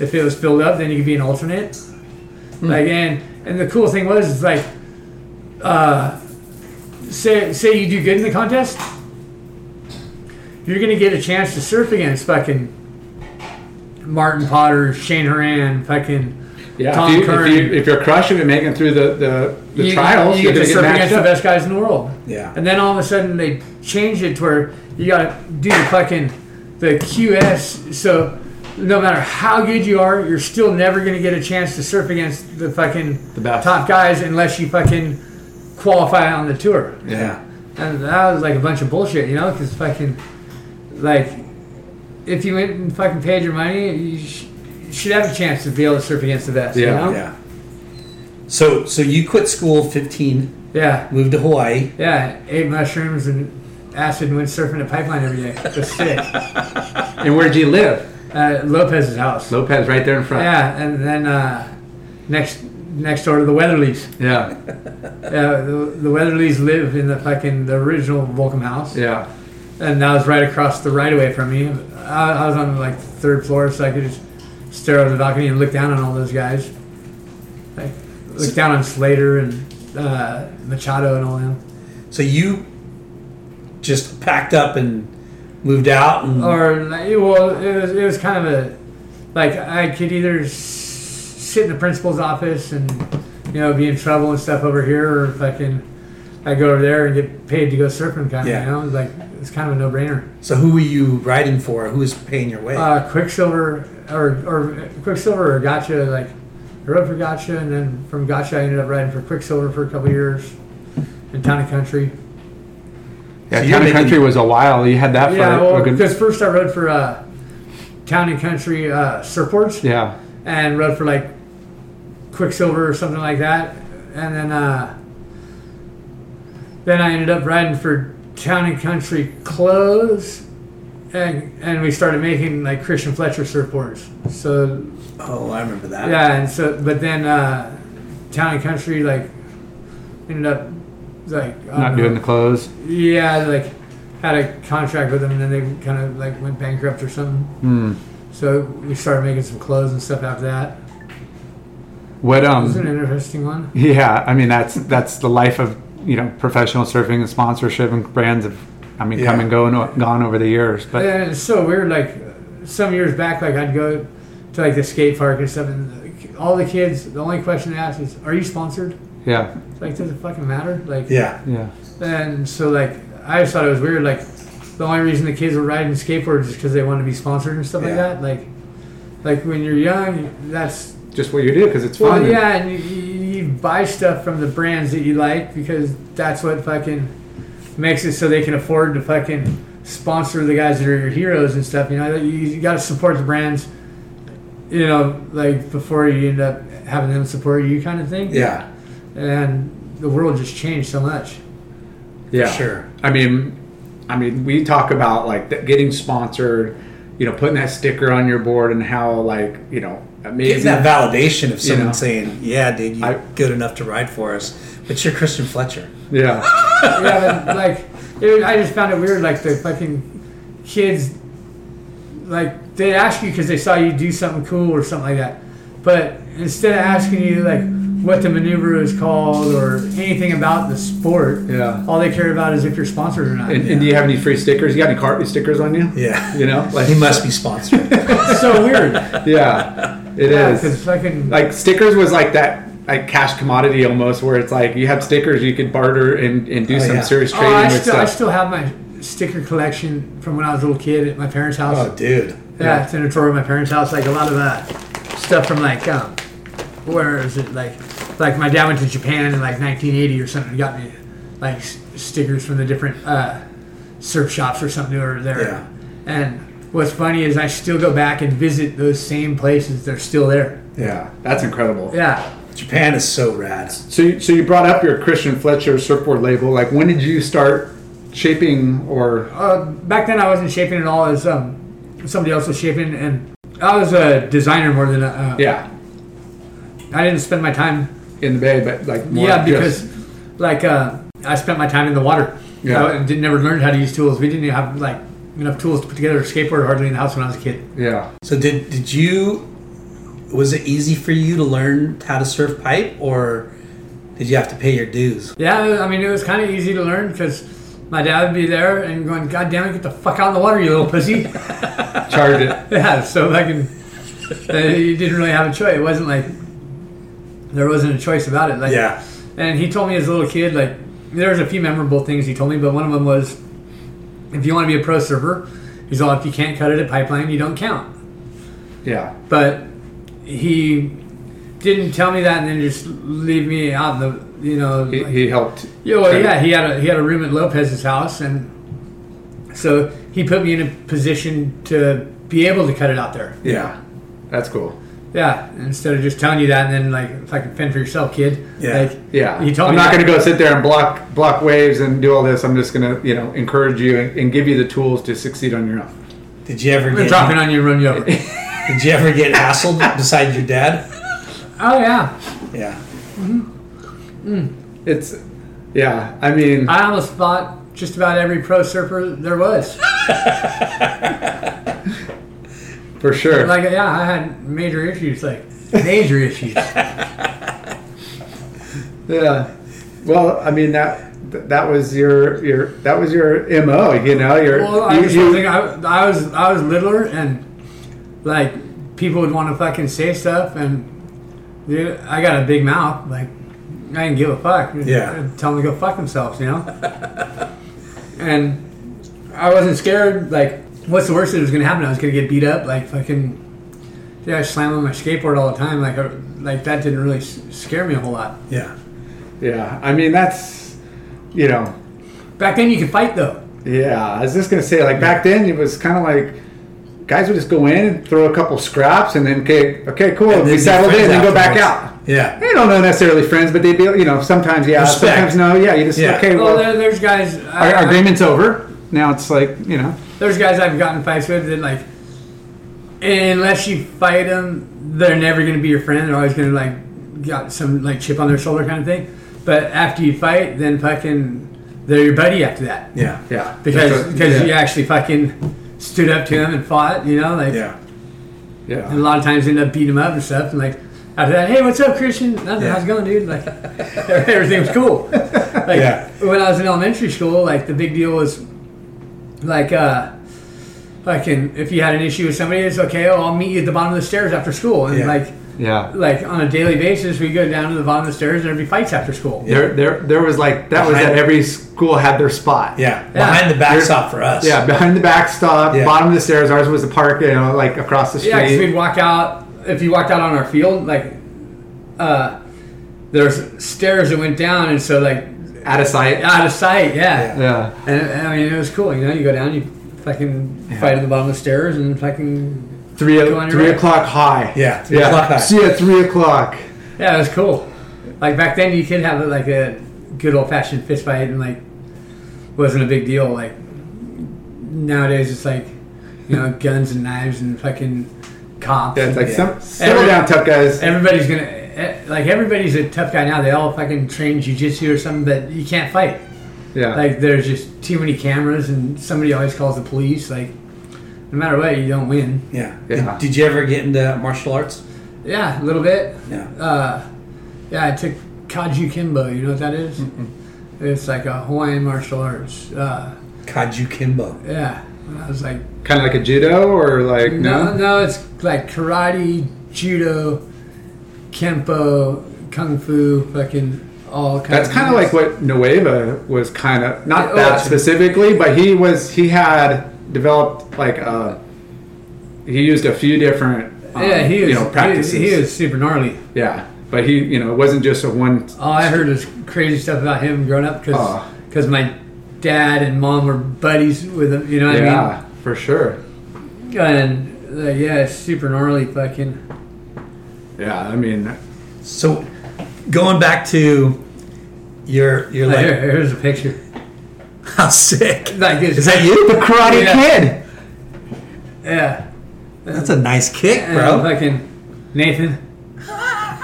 if it was filled up, then you could be an alternate. Like, and and the cool thing was is like, uh, say say you do good in the contest, you're gonna get a chance to surf against fucking Martin Potter, Shane Horan, fucking Yeah. Tom if, you, Curran. if, you, if you're crushing and making it through the, the, the you, trials, you are going get to to surf get against matched the up. best guys in the world. Yeah. And then all of a sudden they changed it to where you got to do the fucking the QS. So no matter how good you are, you're still never gonna get a chance to surf against the fucking The best. top guys unless you fucking qualify on the tour. Yeah. And that was like a bunch of bullshit, you know, because fucking like if you went and fucking paid your money, you, sh- you should have a chance to be able to surf against the best. Yeah, You know? Yeah. So so you quit school 15, Yeah. moved to Hawaii. Yeah, ate mushrooms and acid and went surfing at Pipeline every day. That's sick. And where'd you live? At Uh, Lopez's house. Lopez, right there in front. Yeah, and then uh, next next door to the Weatherlies. Yeah. Uh, the, the Weatherlies live in the fucking the original Volcom house, Yeah. and that was right across the right of way from me. I, I was on like the third floor, so I could just stare out the balcony and look down on all those guys. Like look down on Slater and uh, Machado and all them. So you just packed up and moved out and or like, it- well, it was it was kind of a like I could either s- sit in the principal's office and you know be in trouble and stuff over here, or if I can, I go over there and get paid to go surfing. Kind Yeah. of, you know, like it's kind of a no brainer. so who were you riding for? Who was paying your way? Uh, Quicksilver or or Quicksilver or Gotcha like. I rode for Gotcha, and then from Gotcha, I ended up riding for Quicksilver for a couple years in Town and Country. Yeah, So you're Town and making- Country was a while. You had that for Yeah, well, a good- because first I rode for uh, Town and Country uh, Surfboards. yeah, and rode for like Quicksilver or something like that. And then uh, then I ended up riding for Town and Country Clothes, and and we started making like Christian Fletcher surfboards. So oh, I remember that. yeah, and so but then uh, Town and Country like ended up like I not don't doing know. the clothes. Yeah, like had a contract with them, and then they kind of like went bankrupt or something. Hmm. So we started making some clothes and stuff after that. What It was um? an interesting one. Yeah, I mean that's that's the life of you know professional surfing and sponsorship and brands have I mean come Yeah. and go and gone over the years, but And it's so weird. Like some years back, like I'd go to like the skate park and stuff, and like, all the kids, the only question they ask is, "Are you sponsored?" Yeah. It's like, does it fucking matter? Like, Yeah. Yeah. And so, like, I just thought it was weird. Like, the only reason the kids were riding skateboards is because they wanted to be sponsored and stuff like Yeah. that. Like, like when you're young, that's Just what you do because it's well, fun. yeah, and you, you you buy stuff from the brands that you like because that's what fucking makes it so they can afford to fucking sponsor the guys that are your heroes and stuff. You know, you, you got to support the brands. You know, like before you end up having them support you, kind of thing. Yeah. And the world just changed so much. yeah Sure. i mean i mean we talk about like th- getting sponsored you know putting that sticker on your board and how like you know Getting amazing that validation of someone know. saying, "Yeah, dude, you're I- good enough to ride for us," but you're Christian Fletcher. yeah yeah, but like, it, I just found it weird. Like the fucking kids, like they ask you because they saw you do something cool or something like that, but instead of asking you like what the maneuver is called or anything about the sport, Yeah. all they care about is if you're sponsored or not. and, and do you have any free stickers you got any car stickers on you Yeah. you know like He must be sponsored. it's so weird. yeah it is. yeah, 'cause fucking like stickers was like that like cash commodity almost where it's like you have stickers you could barter and, and do some yeah. serious oh, trading I with still I stuff still have my sticker collection from when I was a little kid at my parents' house. oh, dude. Yeah, it's in a drawer at my parents' house. Like a lot of uh, stuff from like um, where is it? Like, like my dad went to Japan in like 1980 or something. and Got me like s- stickers from the different uh, surf shops or something over there. Yeah. And what's funny is I still go back and visit those same places. They're still there. yeah that's incredible Yeah. Japan is so rad. So, you, so you brought up your Christian Fletcher surfboard label. Like, when did you start shaping or? Uh, back then I wasn't shaping at all. As um, somebody else was shaping, and I was a designer more than a, uh, Yeah, I didn't spend my time in the bay, but like more yeah, because just- like uh, I spent my time in the water. Yeah. I didn't never learned how to use tools. We didn't even have like enough tools to put together a skateboard hardly in the house when I was a kid. yeah, So did did you? Was it easy for you to learn how to surf pipe, or did you have to pay your dues? Yeah, I mean it was kind of easy to learn because my dad would be there and going, "God damn it, get the fuck out of the water, you little pussy!" charge it. yeah, so fucking uh, you didn't really have a choice. It wasn't like there wasn't a choice about it. Like Yeah. And he told me as a little kid, like, there was a few memorable things he told me, but one of them was, if you want to be a pro surfer, he's all, if you can't cut it at pipeline, you don't count. Yeah, But he didn't tell me that and then just leave me out in the, you know. he, like- he helped. yeah, well, yeah, he had a he had a room at Lopez's house, and so he put me in a position to be able to cut it out there. Yeah, that's cool. Yeah, instead of just telling you that and then like fucking fend for yourself, kid. Yeah. Like, Yeah, He told I'm me not that. going to go sit there and block block waves and do all this. I'm just going to you know encourage you and, and give you the tools to succeed on your own. Did you ever We're get dropping on you and run you over. Did you ever get hassled beside your dad? oh yeah. Yeah. It's yeah. I mean, I almost fought just about every pro surfer there was. for sure. Like, yeah, I had major issues, like major issues. Yeah. Well, I mean that that was your your that was your mo. You know, your Well, I you- just you- think I, I was I was littler, and like people would want to fucking say stuff, and dude, I got a big mouth, like I didn't give a fuck. Yeah. I'd tell them to go fuck themselves, you know. and I wasn't scared. Like, what's the worst that was gonna happen? I was gonna get beat up, like fucking. Yeah, I slam on my skateboard all the time. Like, I, like that didn't really s- scare me a whole lot. Yeah. Yeah, I mean that's, you know, Back then, you could fight though. yeah. I was just gonna say like back then it was kind of like guys would just go in and throw a couple scraps and then okay, okay, cool, And then we be settled in friends and go back afterwards. out. Yeah. They don't know necessarily friends, but they be you know sometimes yeah, Respect. sometimes no, yeah. You just Yeah. okay, Well, well, there, there's guys. our, I- our I- agreement's over. Now it's like you know, there's guys I've gotten fights with that like, unless you fight them, they're never gonna be your friend. They're always gonna like got some like chip on their shoulder kind of thing. But after you fight, then fucking they're your buddy after that Yeah. yeah, because That's what- because yeah, you actually fucking stood up to him and fought. You know like Yeah. and a yeah, lot of times end up beating him up and stuff and like. After that, hey, what's up, Christian? Nothing. Yeah. How's it going, dude? Like, everything was cool. Like, Yeah. when I was in elementary school, like the big deal was like uh fucking if you had an issue with somebody, it's okay, oh I'll meet you at the bottom of the stairs after school. And Yeah. like Yeah. Like on a daily basis, we go down to the bottom of the stairs and there'd be fights after school. There, there, there was like that was Behind- that every school had their spot. Yeah, behind the backstop for us. Yeah, behind the backstop, Yeah. bottom of the stairs. Ours was the park, you know, like across the street. Yeah, because we'd walk out. If you walked out on our field, like uh, there's stairs that went down, and so like out of sight. out of sight. Yeah. Yeah. And and, I mean, it was cool. You know, you go down, you fucking fight at the bottom of the stairs, and fucking Three, Go on your three right. o'clock high. Yeah, three Yeah. o'clock high. See you at three o'clock. yeah, it was cool. Like back then, you could have like a good old fashioned fist fight, and like wasn't a big deal. Like nowadays, it's like you know, guns and knives and fucking cops. Yeah, it's like Yeah. some settle down, tough guys. Everybody's gonna eh, like everybody's a tough guy now. They all fucking train jujitsu or something, but you can't fight. Yeah. Like there's just too many cameras, and somebody always calls the police. Like no matter what, you don't win. yeah. Yeah. Did, did you ever get into martial arts? Yeah, a little bit. Yeah. Uh, yeah, I took Kaju Kimbo. You know what that is? It's like a Hawaiian martial arts. Uh, Kaju Kimbo. yeah, when I was like, kind of like a judo or like no. no, no, it's like karate, judo, kempo, kung fu, fucking all kinds. That's kind of like what Nueva was kind of not Yeah, that oh, specifically, but he was he had developed like a he used a few different um, yeah, he was, you know practices He, he was super gnarly. yeah, but he you know it wasn't just a one All I heard was crazy stuff about him growing up Oh. because my dad and mom were buddies with him. You know what I mean? yeah for sure And uh, yeah, super gnarly fucking. yeah I mean So, going back to your your Like, here, like here's a picture. how sick Like it's, is that you? The Karate Yeah. Kid. Yeah, That's a nice kick, and bro. Fucking Nathan. yeah,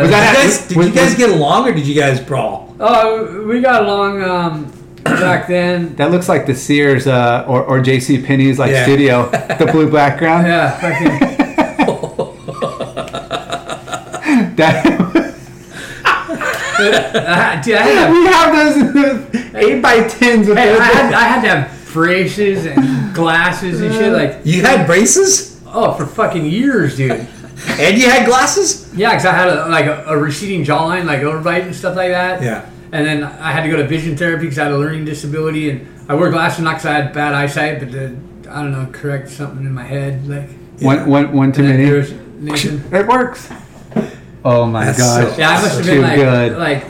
Was that- did you guys, did Was- you guys was- get along or did you guys brawl? oh, we got along um, back then. that looks like the Sears uh, or or J C Penney's like Yeah. studio the blue background Yeah, fucking. that, I, dude, I had, we have those, in those eight by tens with I, those- had, I had to have braces and glasses and shit. Like, You had braces oh, for fucking years, dude. and you had glasses. Yeah, because I had a, like a, a receding jawline, like overbite and stuff like that. Yeah. And then I had to go to vision therapy because I had a learning disability, and I wore glasses not because I had bad eyesight, but to, I don't know, correct something in my head, like. one one one too many Here's Nathan. it works oh my That's so- gosh Yeah, I must have Too been like, good. like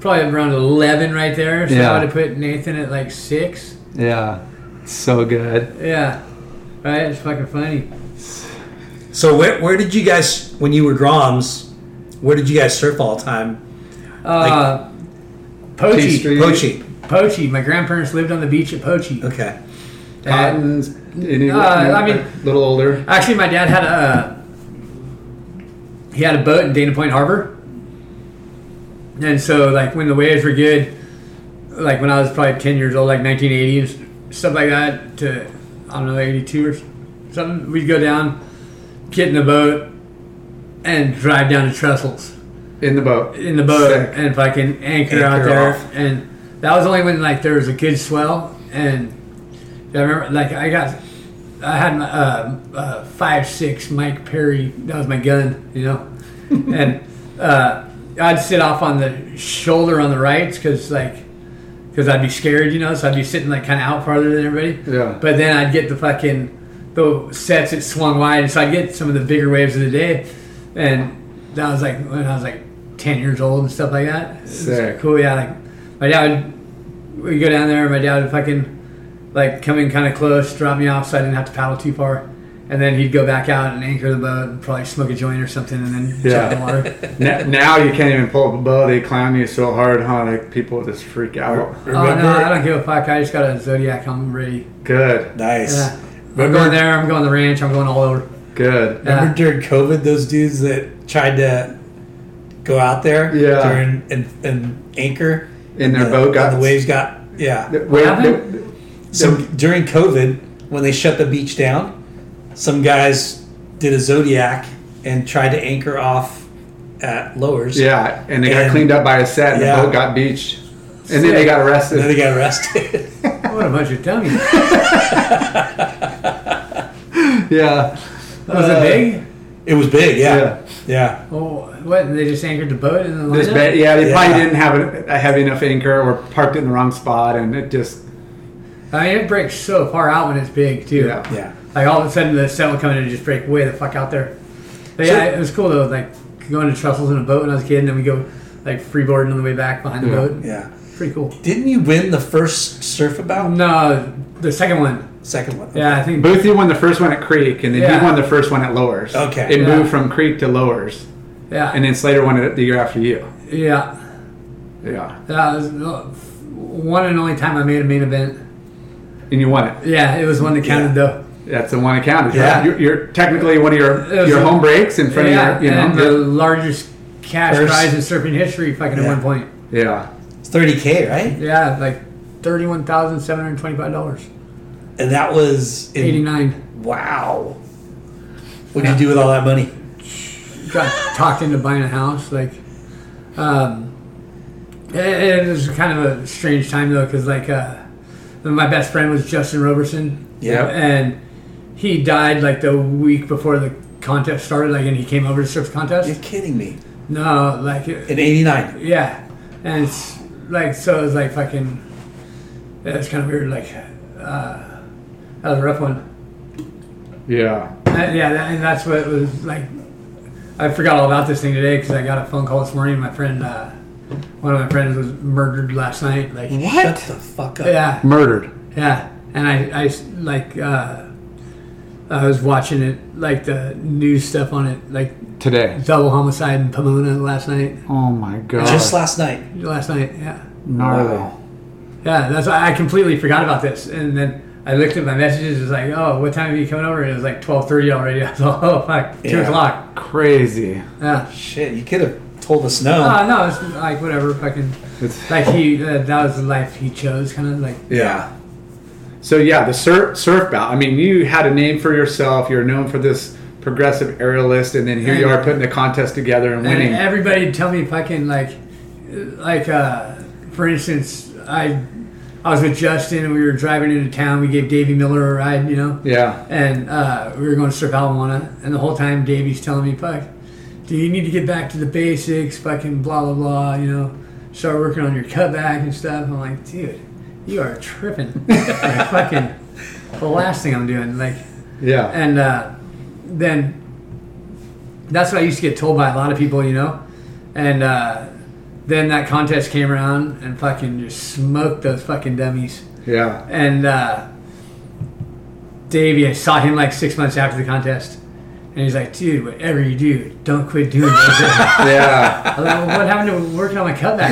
probably around eleven right there. So Yeah. I would have put Nathan at like six. Yeah. So good. Yeah. Right? It's fucking funny. So where, where did you guys when you were drums? Where did you guys surf all the time? Uh T Pochi. Street. Uh, Pochi. Pochi. My grandparents lived on the beach at Pochi. Okay. And Cottons. Any, Uh, I mean- a little older. actually my dad had a uh, he had a boat in Dana Point Harbor. And so like when the waves were good, like when I was probably ten years old, like nineteen eighty and stuff like that to I don't know, eighty two or something, we'd go down, get in the boat and drive down to Trestles In the boat. in the boat Sick. and fucking anchor, Anchor out there. off. And that was only when like there was a good swell. And I remember like I got, I had my uh, uh, five six Mike Perry. That was my gun, you know. and uh, I'd sit off on the shoulder on the right because like. Because I'd be scared, you know, so I'd be sitting like kind of out farther than everybody. Yeah. But then I'd get the fucking the sets that swung wide, and so I'd get some of the bigger waves of the day, and that was like when I was like ten years old and stuff like that. It was Sick. Cool, yeah. Like my dad would we go down there, and my dad would fucking like come in kind of close, drop me off, so I didn't have to paddle too far, and then he'd go back out and anchor the boat and probably smoke a joint or something, and then jump in the water. Now, now you can't even pull up a boat. They clown you so hard, huh? Like people just freak out. oh no, I don't give a fuck. I just got a Zodiac. I'm ready. Good. Nice. Yeah. I'm Remember- going there. I'm going to the ranch. I'm going all over. Good. Yeah. Remember during COVID, those dudes that tried to go out there Yeah. during and, and anchor In their the- boat got and the waves got yeah. Wait, happened? th- So during COVID, when they shut the beach down, some guys did a zodiac and tried to anchor off at lowers. yeah, and they And- got cleaned up by a set, and Yeah. the boat got beached, and then they got And then arrested. they got arrested. What a bunch of dummies. yeah, Was it big? It was big, yeah. Yeah. Oh, what? They just anchored the boat and then This lined ba- up? yeah, they Yeah. probably didn't have a, a heavy enough anchor or parked it in the wrong spot, and it just I mean, it breaks so far out when it's big too. Yeah. Yeah. Like all of a sudden the sun would come in and just break way the fuck out there. But yeah, it was cool though. Like going to trestles in a boat when I was a kid, and then we go like freeboarding on the way back behind the boat. Yeah. Pretty cool. Didn't you win the first surf about? No, the second one. Second one. Yeah, I think. Boothie won the first one at Creek, and then Yeah. he won the first one at Lowers. Okay. it Yeah. moved from Creek to Lowers, Yeah, and then Slater won it the year after you. yeah, Yeah, that was the one and only time I made a main event. and you won it. Yeah, it was one that counted though. That's the one that counted. Yeah. right? you're, you're technically one of It your was your a- home breaks in front yeah, of your, you and the know, largest cash First. prize in surfing history, fucking Yeah. at one point. yeah. It's 30K, right? Yeah, like thirty-one thousand seven hundred twenty-five dollars, And that was in, eighty-nine. Wow. What did you do with all that money? Got talked into buying a house. Like, um, it, it was kind of a strange time though, because like uh, my best friend was Justin Roberson. Yeah. and he died like the week before the contest started. Like, and he came over to surf contest. You're kidding me. No, like it, In 89. Yeah, and it's like so. It's like fucking. Yeah, it's kind of weird. Like uh, that was a rough one. Yeah. That- yeah, that, and that's what was like. I forgot all about this thing today because I got a phone call this morning. My friend, uh, one of my friends, was murdered last night. Like Shut the fuck up. yeah, Murdered. yeah, and I, I s- like uh, I was watching it like the news stuff on it, like Today. double homicide in Pomona last night. Oh my god. Just last night. Last night, yeah. gnarly. Yeah, that's I completely forgot about this, and then I looked at my messages. It was like, oh, what time are you coming over? And it was like twelve thirty already. I was like, oh fuck, two Yeah. o'clock. Crazy. Yeah. Shit, you could have told us no. Oh no, it's like whatever. Fucking It's, like he uh, that was the life he chose, kind of like yeah. So yeah, the surf surf bout. I mean, you had a name for yourself. You're known for this progressive aerialist, and then here you are putting the contest together and winning. And everybody would tell me fucking like, like uh, for instance, I I was with Justin and we were driving into town. We gave Davey Miller a ride, you know. yeah. and uh, we were going to surf Alamoana, and the whole time Davey's telling me, "Fuck, do you need to get back to the basics? Fucking blah blah blah, you know, start working on your cutback and stuff." I'm like, "Dude, you are tripping!" like, fucking the last thing I'm doing, like, Yeah. and uh, then that's what I used to get told by a lot of people, you know, and uh, then that contest came around and fucking just smoked those fucking dummies yeah. and uh, Davey, I saw him like six months after the contest, and he's like, "Dude, whatever you do, don't quit doing those things." I Yeah. was like, well, what happened to working on my cutback?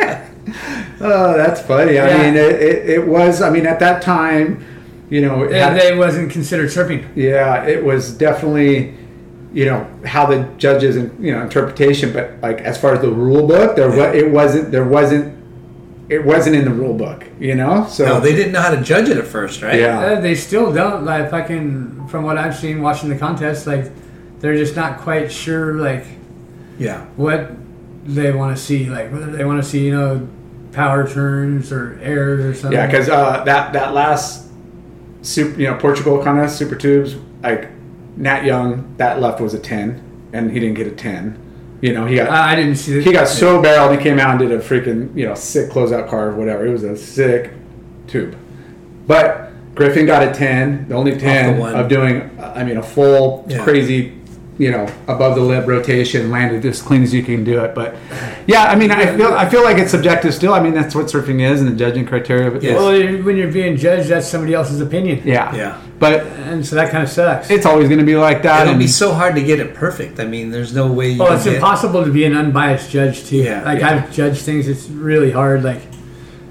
oh, that's funny. I Yeah. mean, it, it, it was. I mean, at that time, you know, it had- And they wasn't considered surfing. yeah, it was definitely, you know, how the judges and you know interpretation. But like as far as the rule book, there wa- it wasn't. There wasn't. It wasn't in the rule book. You know. So No, they didn't know how to judge it at first, right? yeah. Uh, they still don't. Like fucking, from what I've seen watching the contest, like they're just not quite sure like Yeah. what they want to see. Like whether they want to see you know power turns or airs or something. Yeah, because uh, that that last super, you know, Portugal kind of super tubes, like Nat Young, that left was a ten, and he didn't get a ten. You know, he got I I didn't see. The, he got so barreled, he came out and did a freaking you know sick closeout carve, whatever. It was a sick tube, but Griffin got a ten, the only ten one. of doing, I mean, a full Yeah. crazy. You know, above the lip rotation, landed as clean as you can do it. But yeah, I mean, I feel I feel like it's subjective still. I mean, that's what surfing is, and the judging criteria. is- Yes. Well, you're- when you're being judged, that's somebody else's opinion. yeah. Yeah. But And so that kind of sucks. it's always going to be like that. It'll and- be so hard to get it perfect. I mean, there's no way you well, can Oh, it's get- impossible to be an unbiased judge too. Yeah, like yeah. I've judged things. It's really hard. Like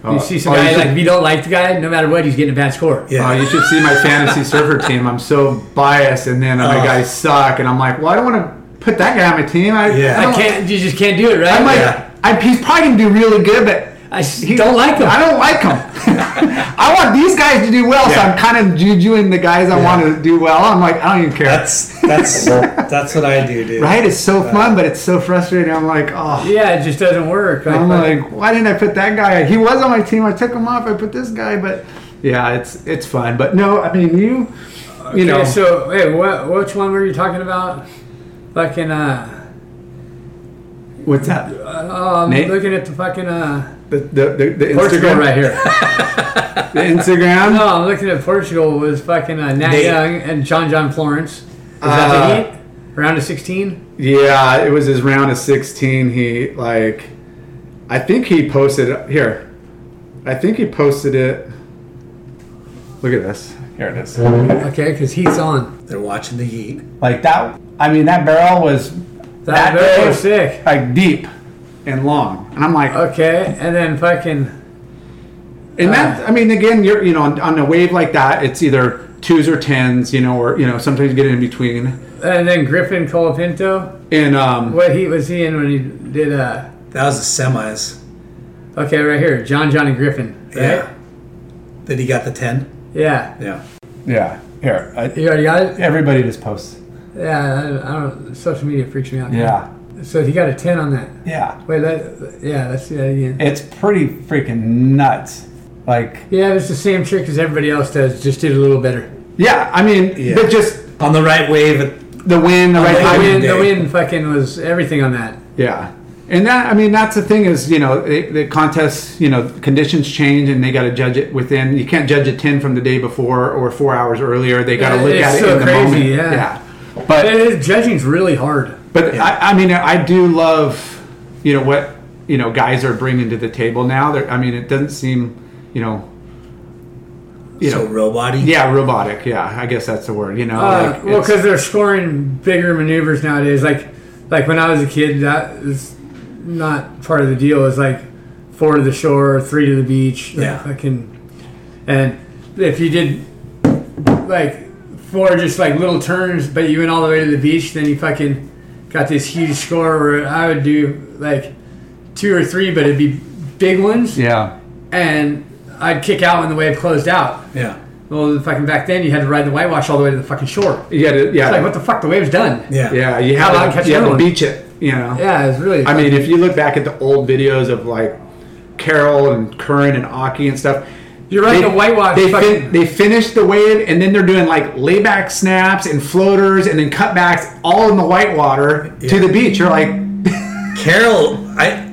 Oh, you see some oh, you guy, should- like if you don't like the guy, no matter what, he's getting a bad score. Oh, Yeah. you should see my fantasy surfer team. I'm so biased, and then uh, my Oh. guys suck, and I'm like, well, I don't want to put that guy on my team. I, Yeah. I, I don't- can't. You just can't do it, right? I'm like, Yeah. I, he's probably gonna do really good, but I s- don't like him. I don't like him. I want these guys to do well, so Yeah. I'm kind of jujuing the guys I want to do well. I'm like, I don't even care. That's that's that's what I do, dude. right. It's so fun, but it's so frustrating. I'm like, oh. yeah, it just doesn't work. Like, I'm but- like, why didn't I put that guy? He was on my team. I took him off. I put this guy, but yeah, it's it's fun. But no, I mean you. you know, Yeah, so wait, what? Which one were you talking about? Fucking uh, what's that? uh, oh, um, I'm Nate? looking at the fucking uh, The, the, the, the Portugal Instagram, right here. the Instagram. No, I'm looking at Portugal was fucking uh, Nat Nate. Young and John John Florence. Is Uh, that the heat? Round of 16? Yeah, it was his round of 16. He like, I think he posted here. I think he posted it. Look at this. Here it is. Okay, because heat's on. They're watching the heat. Like that. I mean, that barrel was That, That that day- was sick. like deep and long, and I'm like, Okay, and then fucking. and that. I mean, again, you're you know on, on a wave like that, it's either twos or tens, you know, or you know sometimes you get in between. And then Griffin Colapinto. And um, What heat was he in when he did uh That was the semis. okay right here, John John and Griffin. Right? Yeah. That he got the ten. Yeah. Yeah. yeah, here I, You already got it? everybody just posts. Yeah, I, I don't social media freaks me out. Yeah, So he got a ten on that. yeah. Wait, that yeah, let's see that again. It's pretty freaking nuts. Like Yeah, it's the same trick as everybody else does, just did a little better. Yeah, I mean, Yeah. but just On the right wave. it- the win, the right the The wind, Every timing. win. the day. wind fucking was everything on that. Yeah, and that I mean, that's the thing is, you know, the, the contests, you know, conditions change, and they got to judge it within. You can't judge a ten from the day before or four hours earlier. They got to Yeah, look it's at it so in the crazy, moment. yeah. but It is, judging's really hard. But I, I mean, I do love, you know, what you know guys are bringing to the table now. They're, I mean, it doesn't seem, you know, you so know, robot yeah, robotic. Yeah, I guess that's the word. You know, Uh, like, well, Oh, it's- because they're scoring bigger maneuvers nowadays. Like, like when I was a kid, that is not part of the deal. It's like four to the shore, three to the beach. like, Yeah. fucking, and if you did like four just like little turns, but you went all the way to the beach, then you fucking got this huge score. Where I would do like two or three, but it'd be big ones, yeah, and I'd kick out when the wave closed out. Yeah. Well, fucking back then, you had to ride the whitewash all the way to the fucking shore. you got to, yeah, It's like, what the fuck? The wave's done. Yeah. Yeah, you How about have catch to, you have another to one? beach it. You know. Yeah, it's really. I mean, if you look back at the old videos of like Carol and Curran and Aki and stuff, You're right, the whitewash They, fucking- fin- they finish the wave and then they're doing like layback snaps and floaters and then cutbacks all in the whitewater to Yeah. the beach. You're like, Carol, I.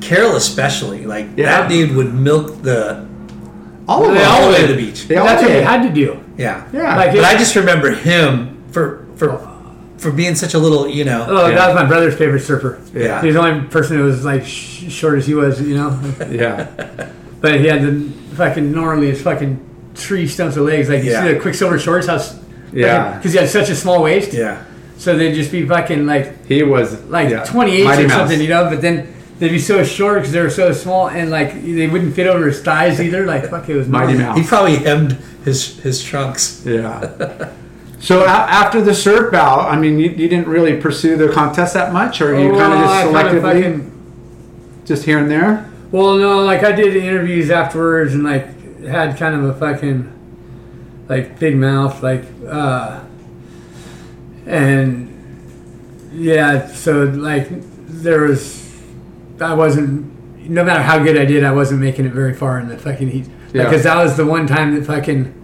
Carol especially, like Yeah. that dude would milk the all of They them. all the way to the beach. They all that's what did. they had to do. Yeah. yeah. Like, But I just remember him for for for being such a little, you know. Oh, that was my brother's favorite surfer. Yeah. He's the only person who was like sh- short as he was, you know. yeah. but he had the fucking gnarliest fucking tree stumps of legs. Like you Yeah. see the Quicksilver shorts, how s- Yeah. because he had such a small waist. Yeah. So they'd just be fucking like He was like yeah. 28 Mighty or Mouse. something, you know. But then they'd be so short because they were so small, and like they wouldn't fit over his thighs either. Like fuck, it was Mighty gnarly. Mouse. He probably hemmed his his trunks. Yeah. So a- after the surf bout, I mean, you, you didn't really pursue the contest that much, or you kind of Oh, Well, I just kinda selectively, fucking- just here and there. Well, no, like I did interviews afterwards and like had kind of a fucking like big mouth, like uh and yeah, so like there was I wasn't no matter how good I did, I wasn't making it very far in the fucking heat. Yeah. Because that was the one time that fucking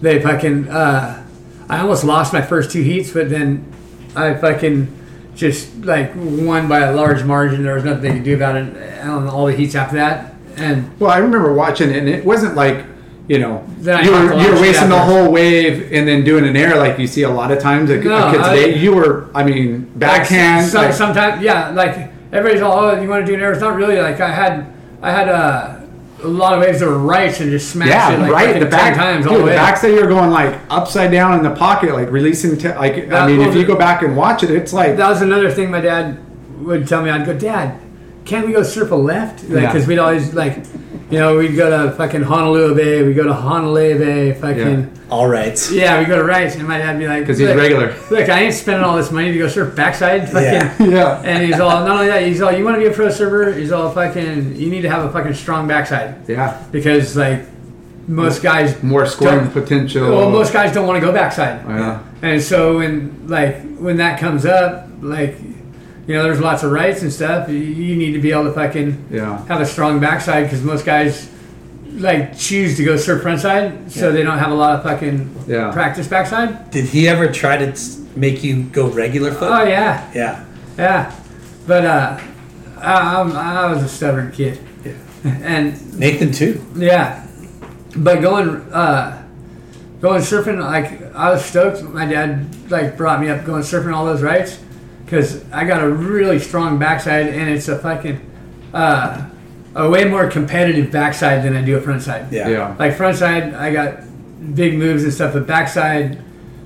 they fucking uh I almost lost my first two heats, but then I fucking just like won by a large margin. There was nothing they could do about it on all the heats after that. And Well, I remember watching it, and it wasn't like you know Then I you caught were the you were launch wasting the after. whole wave and then doing an air like you see a lot of times at, No, at kids I- today. You were, I mean, backhand. so, like- sometimes, yeah, like everybody's all, oh, you want to do an air? It's not really like I had, I had uh, a lot of waves that were rights and just smashed yeah, it like right. fucking The back 10 times dude, all the the way. backside you were going like upside down in the pocket, like releasing. T- like I That mean, if was- you go back and watch it, it's like that was another thing my dad would tell me. I'd go, Dad, can't we go surf a left? Like, Yeah. because we'd always like, you know, we'd go to fucking Honolulu Bay, we would go to Honolulu Bay, fucking All right. yeah, we go to Rice, and my dad'd be like, because he's "Look, regular. Look, I ain't spending all this money to go surf backside. Fucking. Yeah. Yeah, And he's all, not only that, he's all, you want to be a pro surfer? He's all fucking, you need to have a fucking strong backside. yeah. Because, like, most guys. More scoring don't- potential. Well, most guys don't want to go backside. Yeah. And so when, like, when that comes up, like, you know, there's lots of rights and stuff. You- You need to be able to fucking Yeah. have a strong backside because most guys like choose to go surf frontside, so they don't have a lot of fucking Yeah. practice backside. Did he ever try to s- make you go regular foot? Oh yeah, yeah. yeah. But uh, I, I'm, I was a stubborn kid, and Nathan too. Yeah, but going uh, going surfing, like I was stoked. My dad like brought me up going surfing all those rides because I got a really strong backside, and it's a fucking uh, a way more competitive backside than I do a frontside. Yeah. Yeah. Like frontside, I got big moves and stuff, but backside,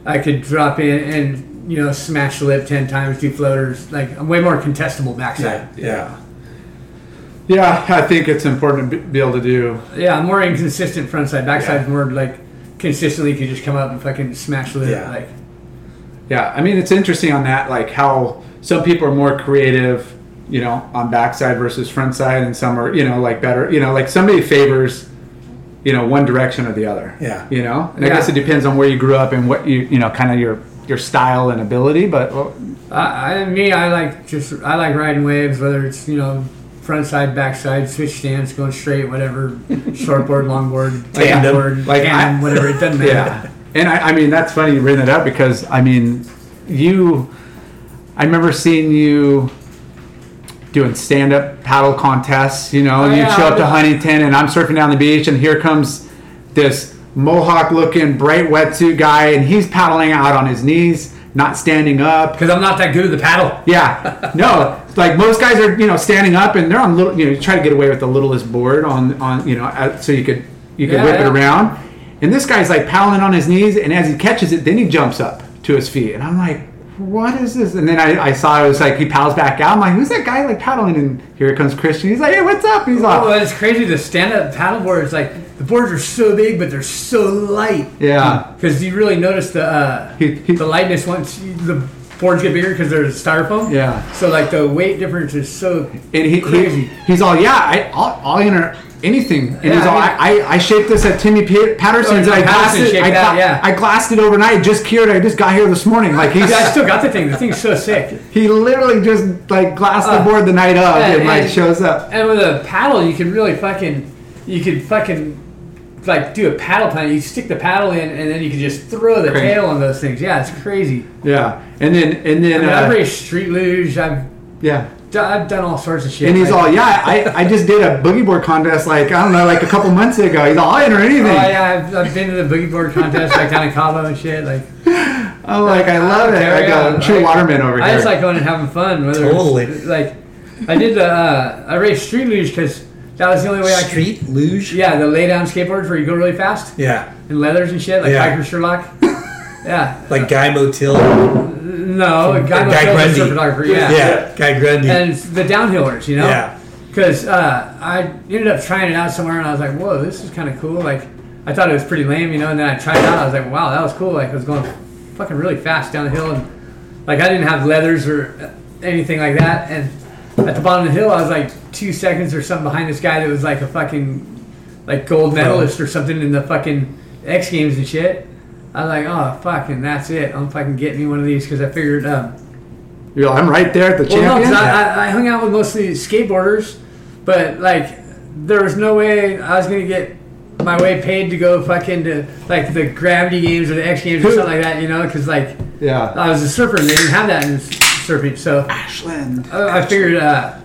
I could drop in and you know smash the lip ten times, do floaters. Like I'm way more contestable backside. Yeah. Yeah. Yeah, I think it's important to be- be able to do. Yeah, more inconsistent frontside. Backside's more like consistently could just come up and fucking smash the Yeah. like Yeah, I mean it's interesting on that, like how some people are more creative, you know, on backside versus frontside, and some are, you know, like better, you know, like somebody favors, you know, one direction or the other. Yeah. You know, and I Yeah. guess it depends on where you grew up and what you, you know, kind of your your style and ability, but well, I, I me I like just I like riding waves whether it's you know frontside, backside, switch stands, going straight, whatever, shortboard, longboard, Tandem. backboard, Like, like I- whatever it doesn't matter. yeah. And I, I mean that's funny you bring that up because I mean you, I remember seeing you. Doing stand-up paddle contests, you know, and you yeah, show up to I did- Huntington, and I'm surfing down the beach, and here comes this mohawk-looking, bright wetsuit guy, and he's paddling out on his knees, not standing up, Because I'm not that good at the paddle. yeah. No, like most guys are, you know, standing up and they're on little, you know, try to get away with the littlest board on, on, you know, uh, so you could, you could Yeah, whip yeah. it around. And this guy's like paddling on his knees and as he catches it, then he jumps up to his feet. And I'm like, what is this? And then I, I saw it was like, he paddles back out. I'm like, who's that guy like paddling? And here comes Christian. He's like, hey, what's up? He's like, Oh, it's crazy. The stand-up paddle boards, like the boards are so big, but they're so light. yeah. Because you really notice the uh, He- he- the lightness once you, the boards get bigger because there's styrofoam. Yeah. So like the weight difference is so And he, Crazy. he he's all, yeah, I, I'll, I'll enter anything. And he's Yeah, all, I mean- I, I, I shaped this at Timmy Pa- Patterson's. Oh, I Tim glassed Patterson it, shaped I, that, gla- yeah. I glassed it overnight. Just cured. I just got here this morning. Like he's, Yeah, I still got the thing. The thing's so sick. he literally just like glassed Uh, the board the night of yeah, and like and- shows up. And with a paddle, you can really fucking you can fucking like do a paddle plan. You stick the paddle in, and then you can just throw the Crazy. tail on those things. Yeah, it's crazy. Yeah. And then, and I then, mean, I've uh, raced street luge. I've yeah. do- I've done all sorts of shit. And he's like- all, yeah, I, I just did a boogie board contest like, I don't know, like a couple months ago. He's all, I'll enter anything. Oh yeah, I've, I've been to the boogie board contest like down in Cabo and shit. Like I'm like, I love it. There Like we a go. true waterman over I here. just like going and having fun. Whether it's- Totally. like, I did the uh, I raced street luge because that was the only way I could. Street luge. Yeah, the lay down skateboards where you go really fast Yeah. and leathers and shit like Yeah. Biker Sherlock. yeah, Like Guy Motil. no, a guy, Guy Guy Grundy. photographer. Yeah. Yeah. Guy Grundy. and the downhillers, you know. yeah. Because uh, I ended up trying it out somewhere, and I was like, "Whoa, this is kind of cool." Like, I thought it was pretty lame, you know. And then I tried it out. I was like, "Wow, that was cool!" Like, I was going fucking really fast down the hill, and like I didn't have leathers or uh, anything like that. And at the bottom of the hill, I was like two seconds or something behind this guy that was like a fucking like gold medalist or something in the fucking X Games and shit. I was like, "Oh, fucking, that's it. I'm fucking getting me one of these." Because I figured. Um, You're like, I'm right there at the well, no, champion. 'cause I, I, I hung out with mostly skateboarders, but like there was no way I was gonna get my way paid to go fucking to like the Gravity Games or the X Games or something like that, you know? Because like yeah. I was a surfer and they didn't have that in s- surfing, so Ashland. I, I figured uh,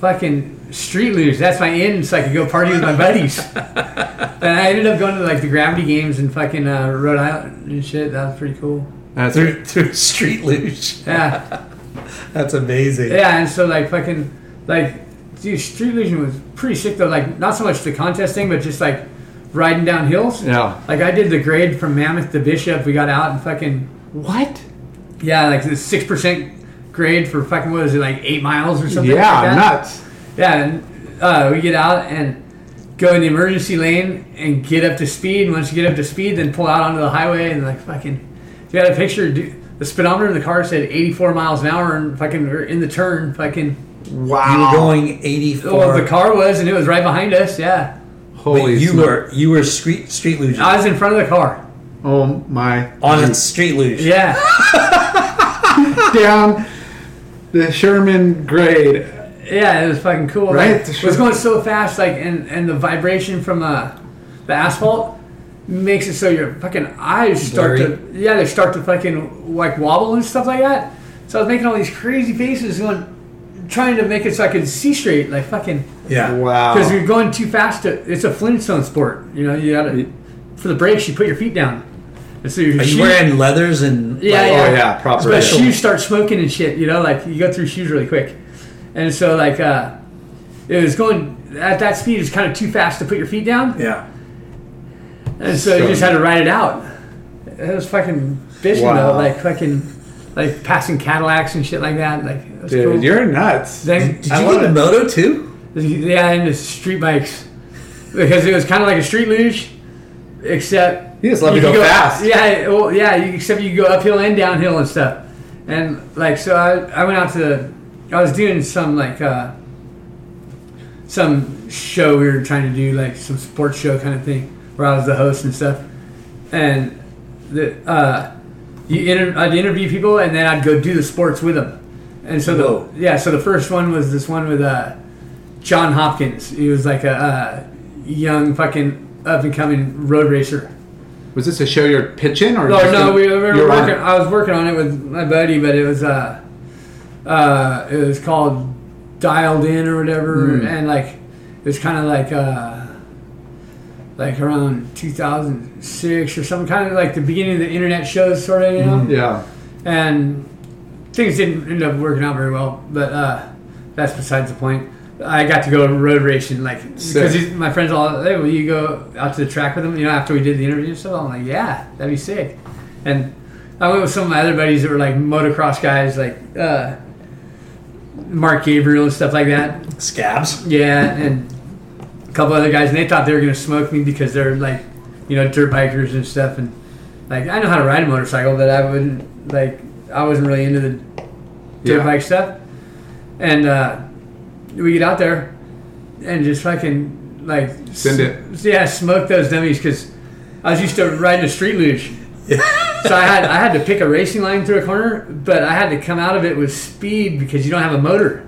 fucking street luge. That's my end, so I could go party with my buddies. and I ended up going to like the Gravity Games in fucking uh, Rhode Island and shit. That was pretty cool. That's Through, through street luge. Yeah. That's amazing. Yeah, and so like fucking like dude, Street Legion was pretty sick though. Like not so much the contest thing, but just like riding down hills. Yeah. Like I did the grade from Mammoth to Bishop. We got out and fucking What? yeah, like the six percent grade for fucking what is it like eight miles or something? Yeah, like that? nuts. Yeah, and uh, we get out and go in the emergency lane and get up to speed. And once you get up to speed, then pull out onto the highway and like fucking. If you had a picture, dude, the speedometer in the car said 84 miles an hour, and fucking we're in the turn, fucking. You Wow. were going 84. Well, Oh, the car was, and it was right behind us. Yeah, Holy you smoke. were you were street street luge I was in front of the car. Oh my. on a street luge. Yeah, Down the Sherman grade. Yeah, it was fucking cool. Right? Like, it was going so fast, like, and and the vibration from uh, the asphalt makes it so your fucking eyes start Blurry. to yeah, they start to fucking like wobble and stuff like that. So I was making all these crazy faces, going, trying to make it so I could see straight, like fucking Yeah. Wow. Oh. because you're going too fast. To, it's a Flintstone sport, you know. You gotta for the brakes, you put your feet down, and so your Are you shoe- wearing leathers and yeah, like, yeah. Oh yeah, proper. but shoes start smoking and shit, you know, like you go through shoes really quick. And so like uh it was going at that speed it's kind of too fast to put your feet down. oh, yeah. And so, you So- just had to ride it out. It was fucking bitching Wow. though, like fucking like passing Cadillacs and shit like that. Like it was Dude, cool. you're nuts. then Did I you love get a it. moto too? Yeah, and the street bikes. Because it was kinda like a street luge, except You just love to you go, could fast. Yeah, well, yeah. You, except you go uphill and downhill and stuff. And like, so I, I went out to, I was doing some like, uh, some show we were trying to do, like some sports show kind of thing, where I was the host and stuff. And the, uh, you inter- I'd interview people and then I'd go do the sports with them. And so Whoa. the yeah, so the first one was this one with uh, John Hopkins. He was like a uh, young fucking up and coming road racer. Oh, Was this a show you're pitching or? No, just no, a- we were, we you were were on working. it? I was working on it with my buddy, but it was uh, uh, it was called dialed in or whatever, and like it's kind of like uh, like around 2006 or something, kind of like the beginning of the internet shows, sort of, you know Yeah. and things didn't end up working out very well. But uh, that's besides the point. I got to go road racing, like Sick. because these- my friends all, hey, will you go out to the track with them? You know, after we did the interview and stuff, I'm like, yeah, that'd be sick. And I went with some of my other buddies that were like motocross guys, like uh, Mark Gabriel and stuff like that. Scabs. Yeah, and a couple other guys, and they thought they were gonna smoke me because they're like, you know, dirt bikers and stuff, and like I know how to ride a motorcycle, but I wouldn't like I wasn't really into the dirt Yeah. bike stuff. And uh, we get out there and just fucking like Send it. s- yeah, smoke those dummies because I was used to riding a street luge. so I had I had to pick a racing line through a corner, but I had to come out of it with speed because you don't have a motor.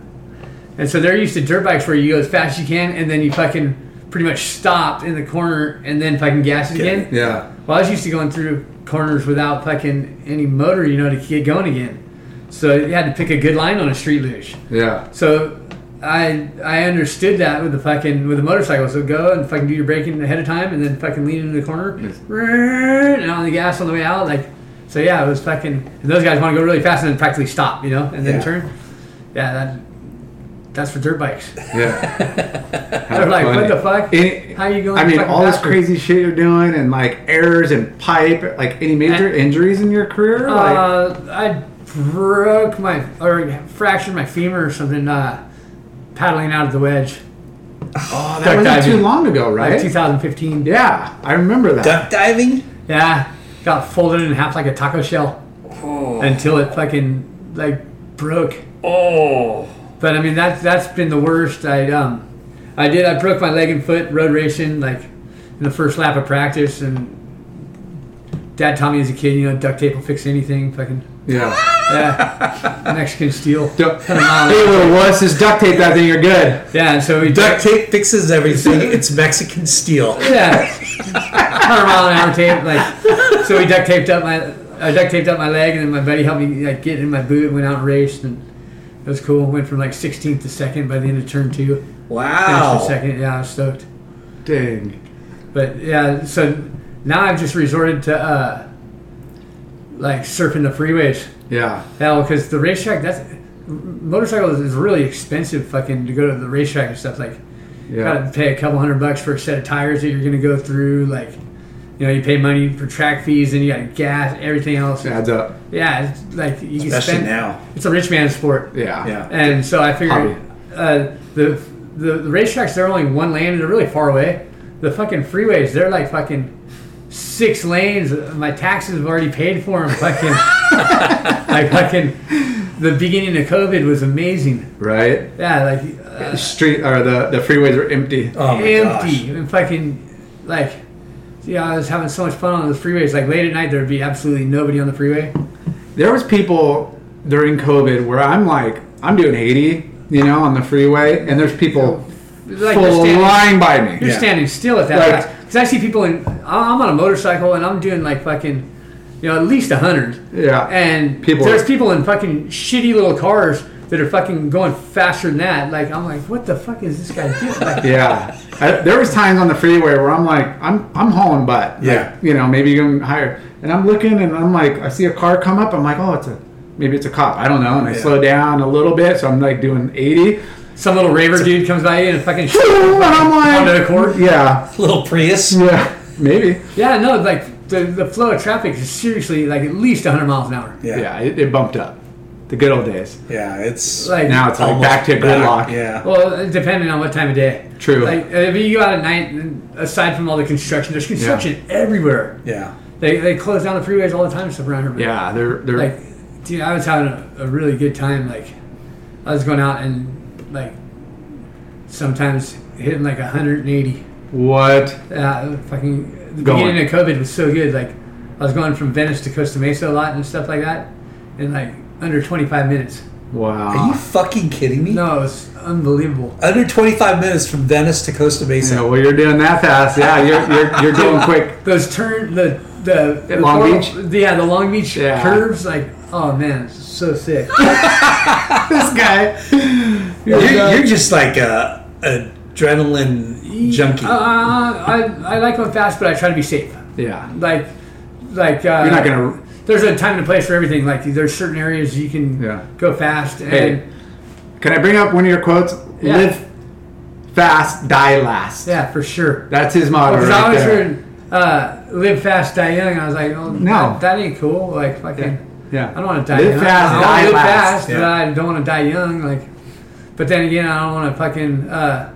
And so they're used to dirt bikes where you go as fast as you can and then you fucking pretty much stop in the corner and then fucking gas it again. Yeah. Well, I was used to going through corners without fucking any motor, you know, to get going again. So you had to pick a good line on a street luge. Yeah. So I I understood that with the fucking with the motorcycle. So go and fucking do your braking ahead of time, and then fucking lean into the corner, and on the gas on the way out. Like so, yeah, it was fucking. And those guys want to go really fast and then practically stop, you know, and then Yeah. turn. Yeah, that that's for dirt bikes. Yeah. They're like, what the fuck? Any- How you going? I mean, fucking all this faster? crazy shit you're doing, and like errors and pipe, like any major injuries in your career? Like, Uh, I broke my or fractured my femur or something. Uh, paddling out of the wedge, oh, that duck wasn't diving. too long ago, like right? 2015. Yeah, I remember that. Duck diving? Yeah, got folded in half like a taco shell until it fucking like broke. Oh. But I mean that's that's been the worst. I um, I did I broke my leg and foot road racing like in the first lap of practice and. Dad taught me as a kid, you know, duct tape will fix anything. Fucking Yeah. yeah, Mexican steel. Duck- hey, little wuss, just duct tape that thing. You're good. Yeah, and so we Duct tape fixes everything. It's Mexican steel. Yeah, hundred mile an hour tape. Like, so we duct taped up my, I duct taped up my leg, and then my buddy helped me like get in my boot. Went out and raced, and it was cool. Went from like 16th to second by the end of turn two. Finished in Wow. second. Yeah, I was stoked. Dang. But yeah, so now I've just resorted to uh, like surfing the freeways. Yeah. Hell, because the racetrack that's motorcycles is really expensive. Fucking to go to the racetrack and stuff like. Yeah. Gotta pay a couple hundred bucks for a set of tires that you're gonna go through. Like, you know, you pay money for track fees, and you got gas, everything else. It adds up. Yeah, it's like you can Especially spend. now. It's a rich man's sport. Yeah. Yeah. And so I Hobby. figured uh, the, the the racetracks they're only one lane and they're really far away. The fucking freeways they're like fucking six lanes. My taxes have already paid for them. Fucking like fucking the beginning of COVID was amazing. Right. Yeah, like uh, Street or the the freeways are empty. Oh my empty and fucking like yeah i was having so much fun on those freeways like late at night there'd be absolutely nobody on the freeway there was people during COVID where I'm like, I'm doing 80 you know, on the freeway, and there's people Like you're standing- flying by me. You're Yeah. standing still at Right. that because I see people in. I- I'm on a motorcycle and I'm doing like fucking, you know, at least a hundred. Yeah. And People there's are- people in fucking shitty little cars that are fucking going faster than that. Like I'm like, what the fuck is this guy doing? Like, Yeah, I, there was times on the freeway where I'm like, I'm I'm hauling butt. Like, Yeah. you know, maybe even higher. And I'm looking, and I'm like, I see a car come up. I'm like, oh, it's a maybe it's a cop. I don't know. And I Yeah. slow down a little bit, so I'm like doing 80. Some little raver dude comes by you and fucking. And I'm Honda like, Accord? yeah, Little Prius. yeah, maybe. Yeah, no, like the the flow of traffic is seriously like at least 100 miles an hour. Yeah, it, it bumped up. The good old days. Yeah, it's Like Now it's like almost back to gridlock. Yeah. Well, depending on what time of day. True. Like if you go out at night, aside from all the construction, there's construction everywhere. Yeah. They, they close down the freeways all the time and stuff around here. but, Yeah, they're they're Like, dude, I was having a, a really good time. Like, I was going out and like sometimes hitting like 180. what? Uh, fucking the Going. beginning of COVID was so good. Like, I was going from Venice to Costa Mesa a lot and stuff like that, in like under 25 minutes. Are you Wow. fucking kidding me? No, it was unbelievable. Under 25 minutes from Venice to Costa Mesa. Yeah, well, you're doing that fast. Yeah, you're you're, you're going quick. Those turn the the, the Long portal- Beach? yeah, the Long Beach Yeah. curves. Like, oh man, it's so sick. Uh, This guy. You're, you're just like a, a adrenaline junkie. uh, I I like going fast, but I try to be safe. Yeah. Like, like uh, You're not gonna- There's a time and a place for everything. Like, there's certain areas you can Yeah. go fast. And Hey, can I bring up one of your quotes? Yeah. Live fast, die last. yeah, for sure. That's his motto. Because I Right was there. hearing uh, "Live Fast, Die Young," and I was like, "Oh, No. that, that ain't cool." Like, fucking, Yeah. I don't want to die Live young. fast, I wanna die live last. fast, but Yeah. I don't want to die young. Like, but then again, I don't want to fucking. Uh,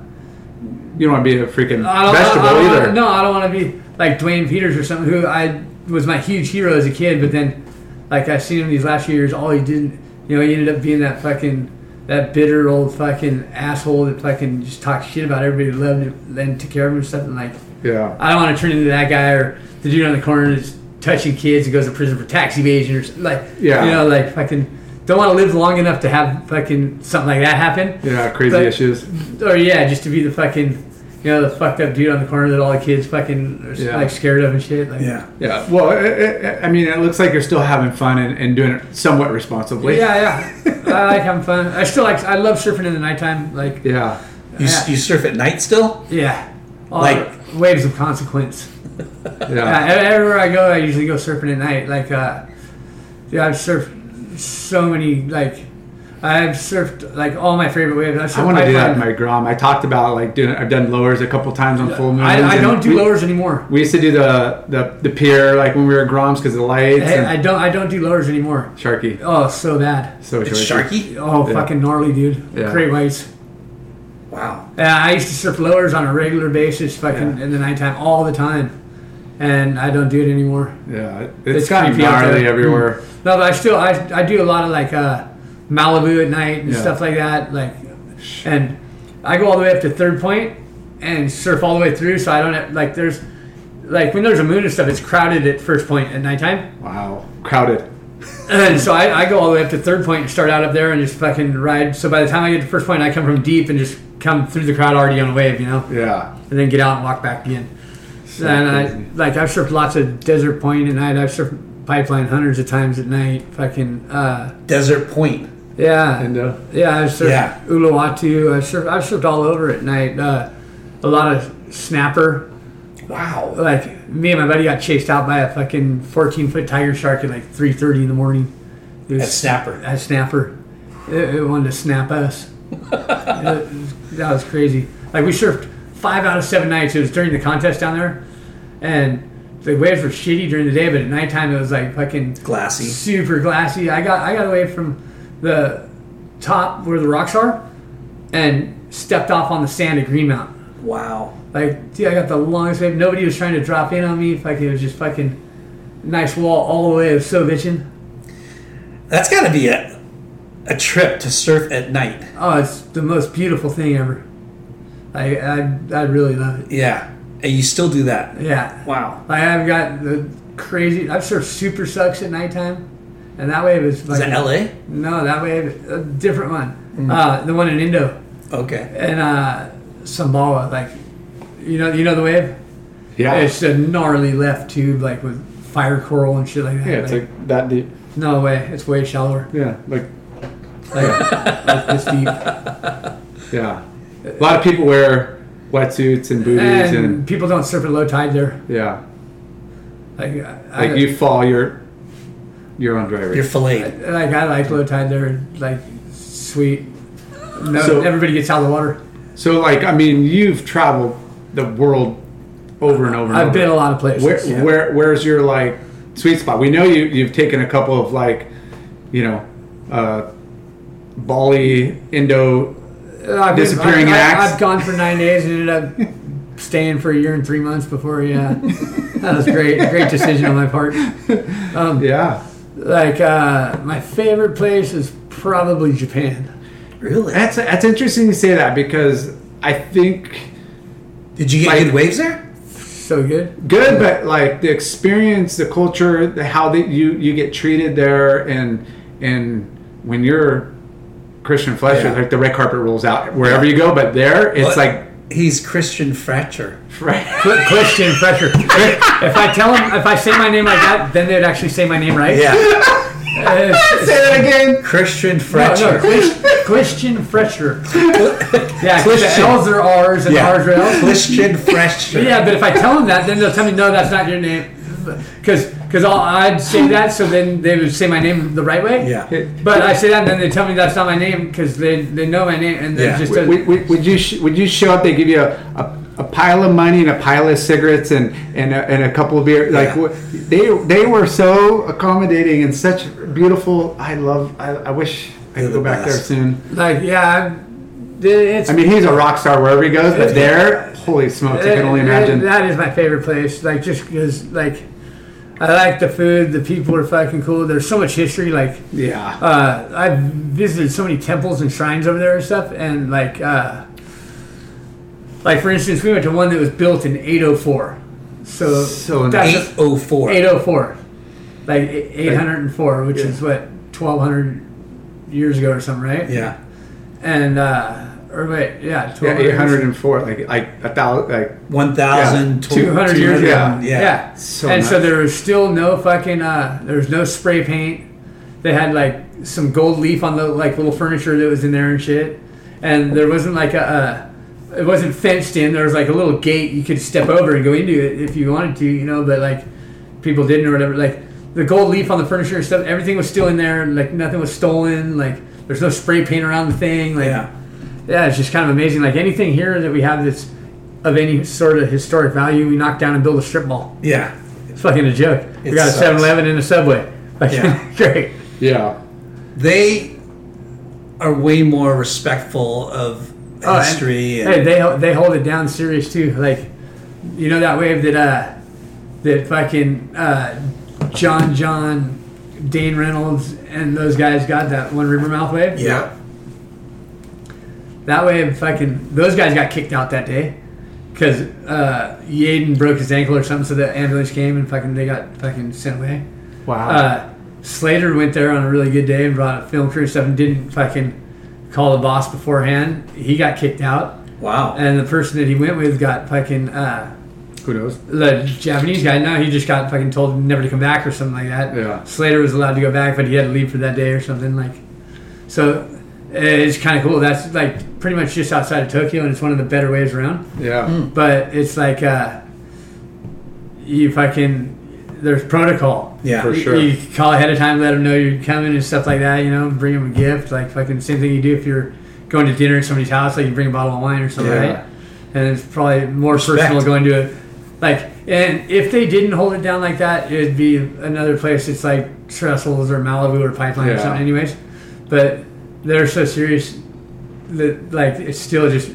You don't want to be a freaking I don't, vegetable I don't either. Wanna, no, I don't want to be like Dwayne Peters or something who I was my huge hero as a kid, but then like I've seen him these last few years, all he did, you know, he ended up being that fucking that bitter old fucking asshole that fucking just talked shit about everybody who loved him and took care of him and stuff. And like, Yeah. I don't want to turn into that guy or the dude on the corner that's touching kids and goes to prison for tax evasion or something. like, Yeah. you know, like fucking. Don't want to live long enough to have fucking something like that happen Yeah, crazy But- issues. or Oh, yeah, just to be the fucking, you know, the fucked up dude on the corner that all the kids fucking are Yeah. like scared of and shit. Like, yeah. Yeah. Well, i i I mean, it looks like you're still having fun and, and doing it somewhat responsibly. yeah, yeah. I like having fun. I still like. I love surfing in the nighttime. Like, yeah, Yeah. You, s you surf at night still? All Like- the waves of consequence. Yeah. Yeah, e- everywhere I go, I usually go surfing at night. Like, uh, yeah, I've surfed so many. Like, I've surfed like all my favorite waves. I've surfed I want to do that pipeline. with my grom. I talked about like doing. I've done lowers a couple times on full moons. I, I and don't do we- lowers anymore. We used to do the the, the pier like when we were groms because the lights. Hey, and I don't. I don't do lowers anymore. Sharky. Oh, so bad. So It's sharky? Oh, Yeah. fucking gnarly, dude. Yeah. Great waves. Wow. Yeah, I used to surf lowers on a regular basis, fucking in the nighttime all the time, and I don't do it anymore. Yeah. it- It's it's gotten creepy out gnarly there. everywhere. No, but I still I, I do a lot of like uh, Malibu at night and Yeah. stuff like that. Like, and I go all the way up to Third Point and surf all the way through. So I don't have, like there's like when there's a moon and stuff, it's crowded at First Point at nighttime. Wow, crowded. And so I, I go all the way up to third point and start out up there and just fucking ride. So by the time I get to first point, I come from deep and just come through the crowd already on a wave, you know, Yeah, and then get out and walk back in. and crazy. I like I've surfed lots of desert point at night. I've surfed pipeline hundreds of times at night. Fucking uh, Desert Point. yeah, and uh, yeah. I've surfed Yeah. Uluwatu. I've surfed I've surfed all over at night. Uh, a lot of snapper. Wow. Like me and my buddy got chased out by a fucking fourteen foot tiger shark at like three thirty in the morning. It was- At Snapper. a snapper. It, it wanted to snap us. It- that was crazy. Like we surfed five out of seven nights. It was during the contest down there, and the waves were shitty during the day, but at nighttime it was like fucking Glassy. super glassy. I got I got away from the top where the rocks are, and stepped off on the sand at Green Mountain. Wow. Like, dude, I got the longest wave. Nobody was trying to drop in on me. Fucking, it was just fucking nice wall all the way. It was so bitching. That's got to be a, a trip to surf at night. Oh, it's the most beautiful thing ever. I I, I really love it. Yeah. And you still do that. Yeah. Wow. Like I've got the crazy. I've surfed super sucks at nighttime. and that wave is like that LA? No, that wave, a different one. Mm. Uh, the one in Indo Okay. and uh, Samoa, like you know, you know the wave. Yeah. It's a gnarly left tube, like with fire coral and shit like that. yeah, it's like, like that deep. no way, it's way shallower. Yeah, like Like, like this deep. yeah. A lot of people wear wetsuits and booties And and, people don't surf at low tide there. yeah. Like, I, Like you fall, you're you're on dry You're reef. filleted. like I like low tide there. Like sweet. No, So- everybody gets out of the water. So like I mean, you've traveled the world over and over. And I've over. been a lot of places. Where, where where's your like sweet spot? We know you you've taken a couple of like, you know, uh, Bali, Indo. I've been- disappearing I, acts? I, have gone for nine days and ended up staying for a year and three months before. Yeah, that was great. Great decision on my part. Yeah, Like uh, my favorite place is probably Japan. Really? that's that's interesting you say that because I think Did you get Like- good waves there? So good. good, but like the experience, the culture, the how that you you get treated there, and and when you're Christian Fletcher, Yeah. like the red carpet rules out wherever you go, but there it's What? like He's Christian Fracture. right. Qu- Question pressure. if I tell them, if I say my name like that, then they'd actually say my name right. Yeah. Uh, it's- say that again. Christian no, Fracture. no, Ques- Question pressure. Yeah, 'cause the L's are R's and Yeah. R's are L's. Christian Fracture. Yeah, but if I tell them that, then they'll tell me, no, that's not your name. Because cause I'll- I'd say that, so then they would say my name the right way. Yeah. But I say that, and then they tell me that's not my name because they, they know my name, and they Yeah. just Would, would, would you sh- would you show up? They give you a, a, a pile of money and a pile of cigarettes and and a, and a couple of beer. Like Yeah. wh- they they were so accommodating and such beautiful. I love. I, I wish I They're could go the back best. there soon. like yeah. I- It's, I mean, he's a rock star wherever he goes, but there, holy smokes, I can only that- imagine. that is my favorite place. Like just because like I like the food, the people are fucking cool. There's so much history. Like Yeah. uh, I've visited so many temples and shrines over there and stuff, and like, uh, like for instance, we went to one that was built in 804, so So that's nice. 804. 804, like e, eight- 804, which is what 1200 years ago or something, right? Yeah. And uh, or wait, yeah, Yeah, 1200 804, like like a thousand, like 1,000. Yeah. tw- 200 years ago. Yeah. Yeah. yeah. So and so nice. there was still no fucking, uh, there was no spray paint. They had like some gold leaf on the like little furniture that was in there and shit. And there wasn't like a, uh, it wasn't fenced in. There was like a little gate you could step over and go into it if you wanted to, you know, but like people didn't or whatever. Like the gold leaf on the furniture and stuff, everything was still in there. Like nothing was stolen. Like there's no spray paint around the thing. Like, Yeah. yeah, it's just kind of amazing. Like anything here that we have that's of any sort of historic value, we knock down and build a strip mall. Yeah. It's fucking a joke. we It got a sucks. 7 Eleven and a Subway. Like, Yeah. great. yeah. They are way more respectful of Oh, and- history. hey, and- they, they hold it down serious too. Like, you know that wave that, uh, that fucking uh, John John, Dane Reynolds, and those guys got that one Rivermouth wave? yeah. That way, fucking those guys got kicked out that day because uh, Yaden broke his ankle or something. So the ambulance came and fucking they got fucking sent away. Wow. Uh, Slater went there on a really good day and brought a film crew and stuff and didn't fucking call the boss beforehand. He got kicked out, Wow. and the person that he went with got fucking uh, Who knows? the Japanese guy. No, he just got fucking told never to come back or something like that. Yeah. Slater was allowed to go back, but he had to leave for that day or something like. So uh, it's kind of cool. That's like pretty much just outside of Tokyo, and it's one of the better ways around. Yeah. But it's like uh, you fucking there's protocol. yeah. For You- sure. You call ahead of time, let them know you're coming and stuff like that. You know, bring them a gift, like fucking same thing you do if you're going to dinner at somebody's house, like you bring a bottle of wine or something, Yeah. right? And it's probably more Respect. personal going to it. Like, and if they didn't hold it down like that, it'd be another place. It's like Trestles or Malibu or Pipeline or Yeah. something, anyways. But they're so serious that like it's still just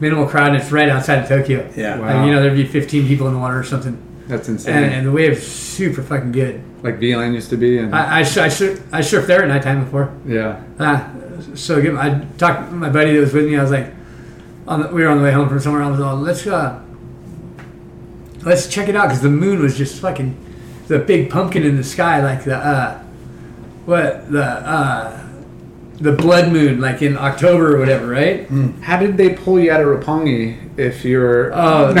minimal crowd, and it's right outside of Tokyo. Yeah. Like, you know, there'd be 15 people in the water or something, That's and, insane. and the wave's super fucking good. like VLAN used to be, and I, I, sur- I, sur- I surfed there at nighttime before. yeah, Ah, so good. I talked to my buddy that was with me. I was like, on the, we were on the way home from somewhere. I was all, let's uh, let's check it out because the moon was just fucking the big pumpkin in the sky, like the uh, what the uh, the blood moon, like in October or whatever, right? How did they pull you out of Roppongi if you're? Oh,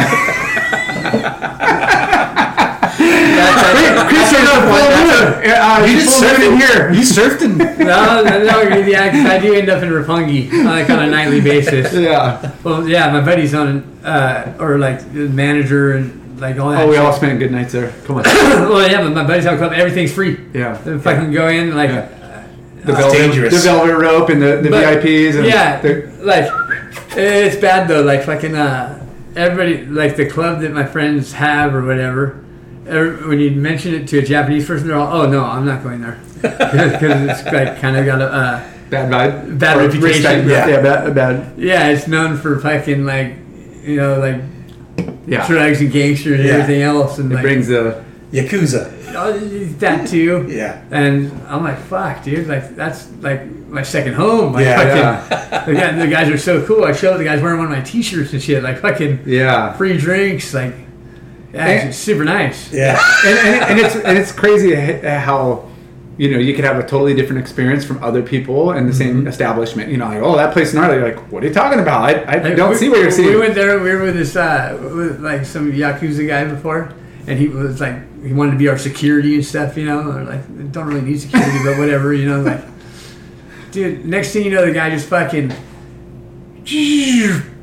Chris, you're not full moon. Uh, you just said it here. You surfed in. no, no, no, yeah, 'cause I do end up in Rapungi like on a nightly basis. Yeah. Well, yeah, my buddy's on, uh, or like the manager and like all that. Oh, we shit. all spent good nights there. Come on. well, yeah, but my buddies have a club. Everything's free. Yeah. If I can go in, like, Yeah. The velvet, dangerous. The velvet rope and the, the But- VIPs and yeah, the, like it's bad though. Like fucking uh, everybody, like the club that my friends have or whatever. every- When you mention it to a Japanese person, they're all, "Oh no, I'm not going there," because it's like kind of got a uh, bad vibe, Bad Or reputation. respect. Yeah. Yeah, bad, bad. yeah, it's known for fucking like you know like Yeah, drugs and gangsters and Yeah. everything else, and it like brings the Yakuza. oh, that too. Yeah. And I'm like, fuck, dude, like that's like my second home. Like, Yeah, fucking, the, guy, the guys are so cool. I showed the guys wearing one of my T-shirts and shit. Like fucking yeah. free drinks. Like, yeah, it's And- just super nice. Yeah. and, and, and it's and it's crazy h- how you know you could have a totally different experience from other people in the same Mm-hmm. establishment. You know, like oh that place gnarly. You're like what are you talking about? I, I Like, don't we- see what you're seeing. We went there. We were with this uh, with like some yakuza guy before, and he was like, he wanted to be our security and stuff. You know, or like don't really need security, but whatever. You know, like, dude. Next thing you know, the guy just fucking.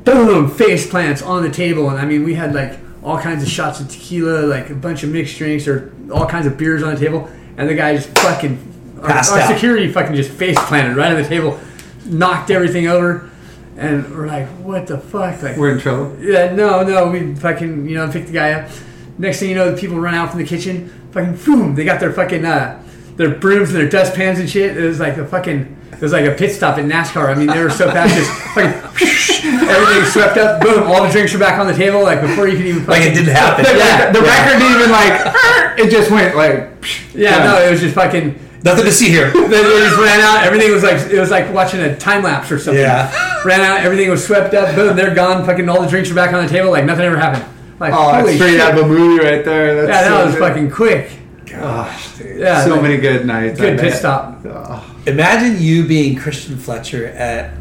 boom, face plants on the table. And I mean, we had like all kinds of shots of tequila, like a bunch of mixed drinks or all kinds of beers on the table. And the guy just fucking, our, Passed our out. security fucking just face planted right on the table, knocked everything over. And we're like, what the fuck? Like, We're in trouble. yeah, no, no, we fucking, you know, pick the guy up. Next thing you know, the people run out from the kitchen, fucking, boom, they got their fucking, uh, their brooms and their dustpans and shit. It was like a fucking, it was like a pit stop in NASCAR. I mean, they were so fast, just fucking, everything swept up, boom, all the drinks are back on the table, like before you can even Like fucking. it didn't happen. The, Yeah, the record didn't even like it just went like psh, Yeah, done. no, it was just fucking, Nothing to see here. they, they just ran out, everything was like, it was like watching a time lapse or something. Yeah. Ran out, everything was swept up, boom, they're gone, fucking all the drinks are back on the table, like nothing ever happened. Like, Oh, that's holy straight shit. out of a movie right there. That's Yeah, so that was good. fucking quick. Gosh, dude. Yeah, so like, many good nights. I good pit bet. stop. Oh, Imagine you being Christian Fletcher at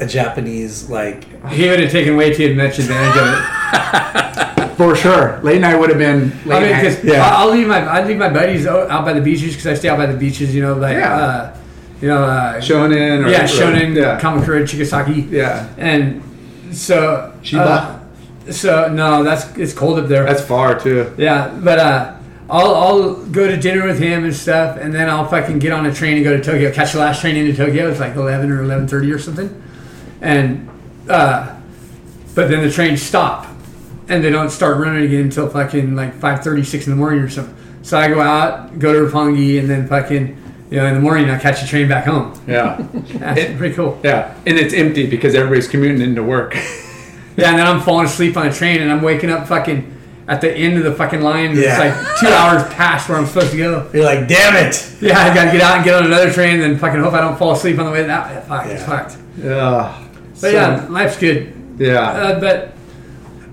a Japanese like He would have taken way too much advantage of it. for sure, late night would have been. I Late mean, night. because I'll leave my I leave my buddies o- out by the beaches because I stay out by the beaches. You know, like Yeah. uh, you know, uh, Shonen or yeah, Shonen, Yeah. Kamakura, Chigasaki, yeah. and so Chiba? uh, so no, that's it's cold up there. That's far too. Yeah, but uh, I'll I'll go to dinner with him and stuff, and then I'll fucking get on a train and go to Tokyo. Catch the last train into Tokyo. It's like eleven or eleven thirty or something, and uh, but then the trains stop, and they don't start running again until fucking like five thirty six in the morning or something. So I go out, go to Roppongi, and then fucking you know in the morning I catch a train back home. Yeah. That's pretty cool. Yeah, and it's empty because everybody's commuting into work. Yeah, and then I'm falling asleep on a train, and I'm waking up fucking. At the end of the fucking line, and Yeah. it's like two hours past where I'm supposed to go. you're like, damn it. Yeah, I gotta get out and get on another train, and then fucking hope I don't fall asleep on the way that. Fuck, it's Yeah. fucked. Yeah, But yeah, life's good. yeah, Uh, but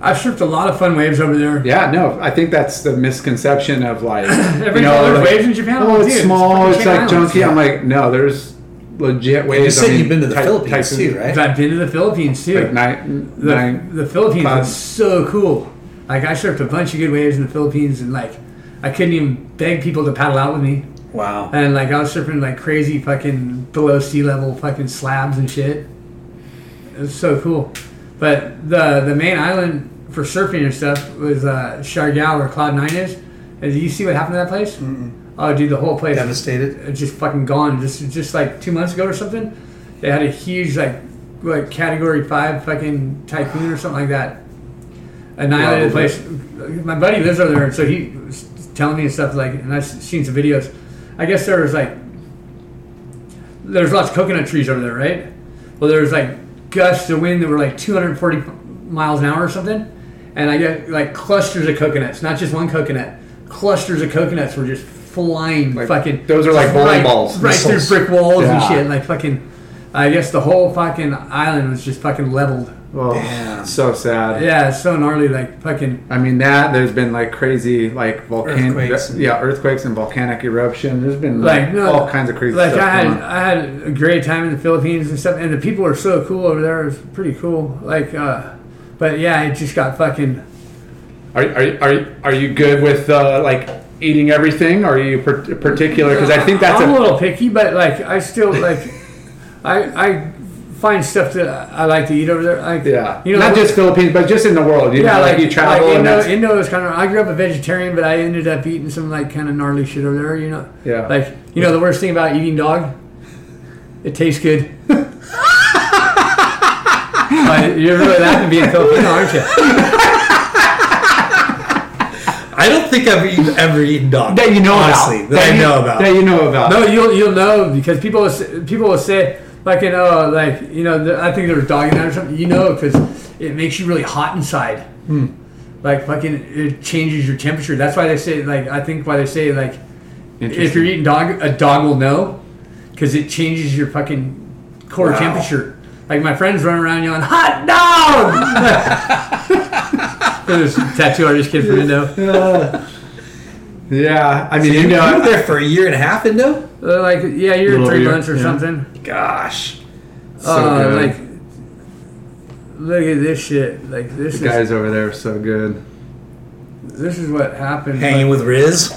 I've surfed a lot of fun waves over there. yeah. No, I think that's the misconception of like Every time there's like, waves in Japan, I'm Oh, like, it's dude, small. fucking It's, Cayman like Islands. junky. I'm like, no, there's legit waves. You said I mean, you've been to the ty- Philippines typhoon- too, right? I've been to the Philippines too. Like nine, the, nine. the Philippines Fun. was so cool. Like I surfed a bunch of good waves in the Philippines, and like I couldn't even beg people to paddle out with me. Wow. And like I was surfing like crazy fucking below sea level fucking slabs and shit. It was so cool. But the the main island for surfing and stuff was uh, Siargao where Cloud Nine is. And Did you see what happened to that place? mm Oh, dude, the whole place Devastated. uh, just fucking gone. Just just like two months ago or something, they had a huge like like Category Five fucking typhoon or something like that. Annihilated the place. My buddy lives over there, and so he was telling me and stuff like, and I've seen some videos. I guess there was like there's lots of coconut trees over there, right? Well, there was like gusts of wind that were like 240 miles an hour or something, and I get like clusters of coconuts, not just one coconut. Clusters of coconuts were just flying, Like, fucking. those are like bowling right- balls, right missiles. through brick walls and Yeah. shit. Like fucking, I guess the whole fucking island was just fucking leveled. Oh, Damn. so sad. Yeah, it's so gnarly, like fucking. I mean that there's been like crazy like volcanic Earthquakes. yeah earthquakes and volcanic eruption. There's been like, Like no, all kinds of crazy Like stuff. I had, going on. I had a great time in the Philippines and stuff, and the people are so cool over there. It's pretty cool. Like, uh, but yeah, it just got fucking. Are, are, are, are you good with uh, like eating everything? Or are you per- particular? Because I think that's I'm a little picky, but like I still like, I I find stuff that I like to eat over there. Like, yeah. you know, not just Philippines, but just in the world. You yeah, know, like you travel Like, and Indo, that's, Indo is kind of. I grew up a vegetarian, but I ended up eating some like kind of gnarly shit over there. You know. Yeah. Like you know the worst thing about eating dog, it tastes good. Like, you're really laughing at being Filipino, aren't you? I don't think I've eaten, ever eaten dog. that you know honestly, about. that, I you- know about. That you know about. No, you'll you'll know because people will say, people will say like you know like you know the, I think there was dog in there or something. You know because it makes you really hot inside. Hmm. Like fucking, it changes your temperature. That's why they say like I think why they say like if you're eating dog, a dog will know because it changes your fucking core temperature. Like my friends run around yelling hot dog. There's a tattoo artist kid from Indo. Yeah. I I mean, you mean, you know. were there for a year and a half, Indo. They're like yeah, you're in Little three beer, months or yeah. something. Gosh, So uh, good. like look at this shit like this the is guys over there are so good. this is what happened hanging with Riz.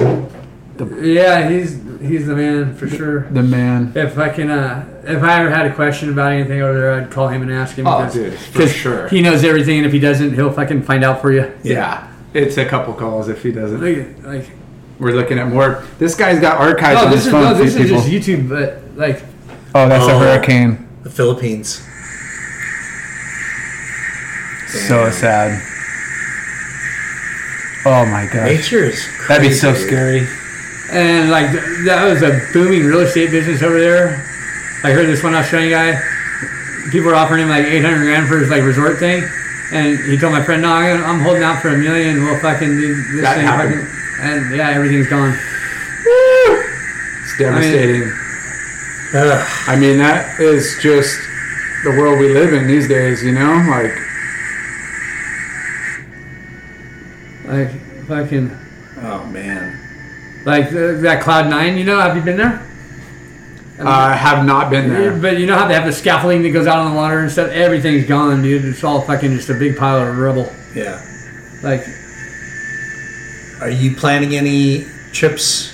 yeah he's he's the man for sure The man. if i can uh if i ever had a question about anything over there i'd call him and ask him Oh, because- dude, for 'cause sure. he knows everything and if he doesn't he'll fucking find out for you Yeah. It's a couple calls if he doesn't. look at like We're looking at more. This guy's got archives no on this his is phone. no for this these is people. just youtube but like oh, that's Oh. a hurricane. The Philippines. So sad. Oh my gosh. Nature is. That'd be so crazy. scary. and like th- that was a booming real estate business over there. I heard this one Australian guy, people were offering him like 800 grand for his like resort thing, and he told my friend, "No, I'm I'm holding out for a million. We'll fucking do this That thing." happened. fucking-" And yeah, everything's gone. It's devastating. I mean, Ugh. that is just the world we live in these days, you know? Like, Like fucking Oh man. like th- that Cloud Nine. You know, have you been there? I have not been there. But you know how they have the scaffolding that goes out on the water and stuff. Everything's gone, dude. It's all fucking just a big pile of rubble. Yeah. Like Are you planning any trips?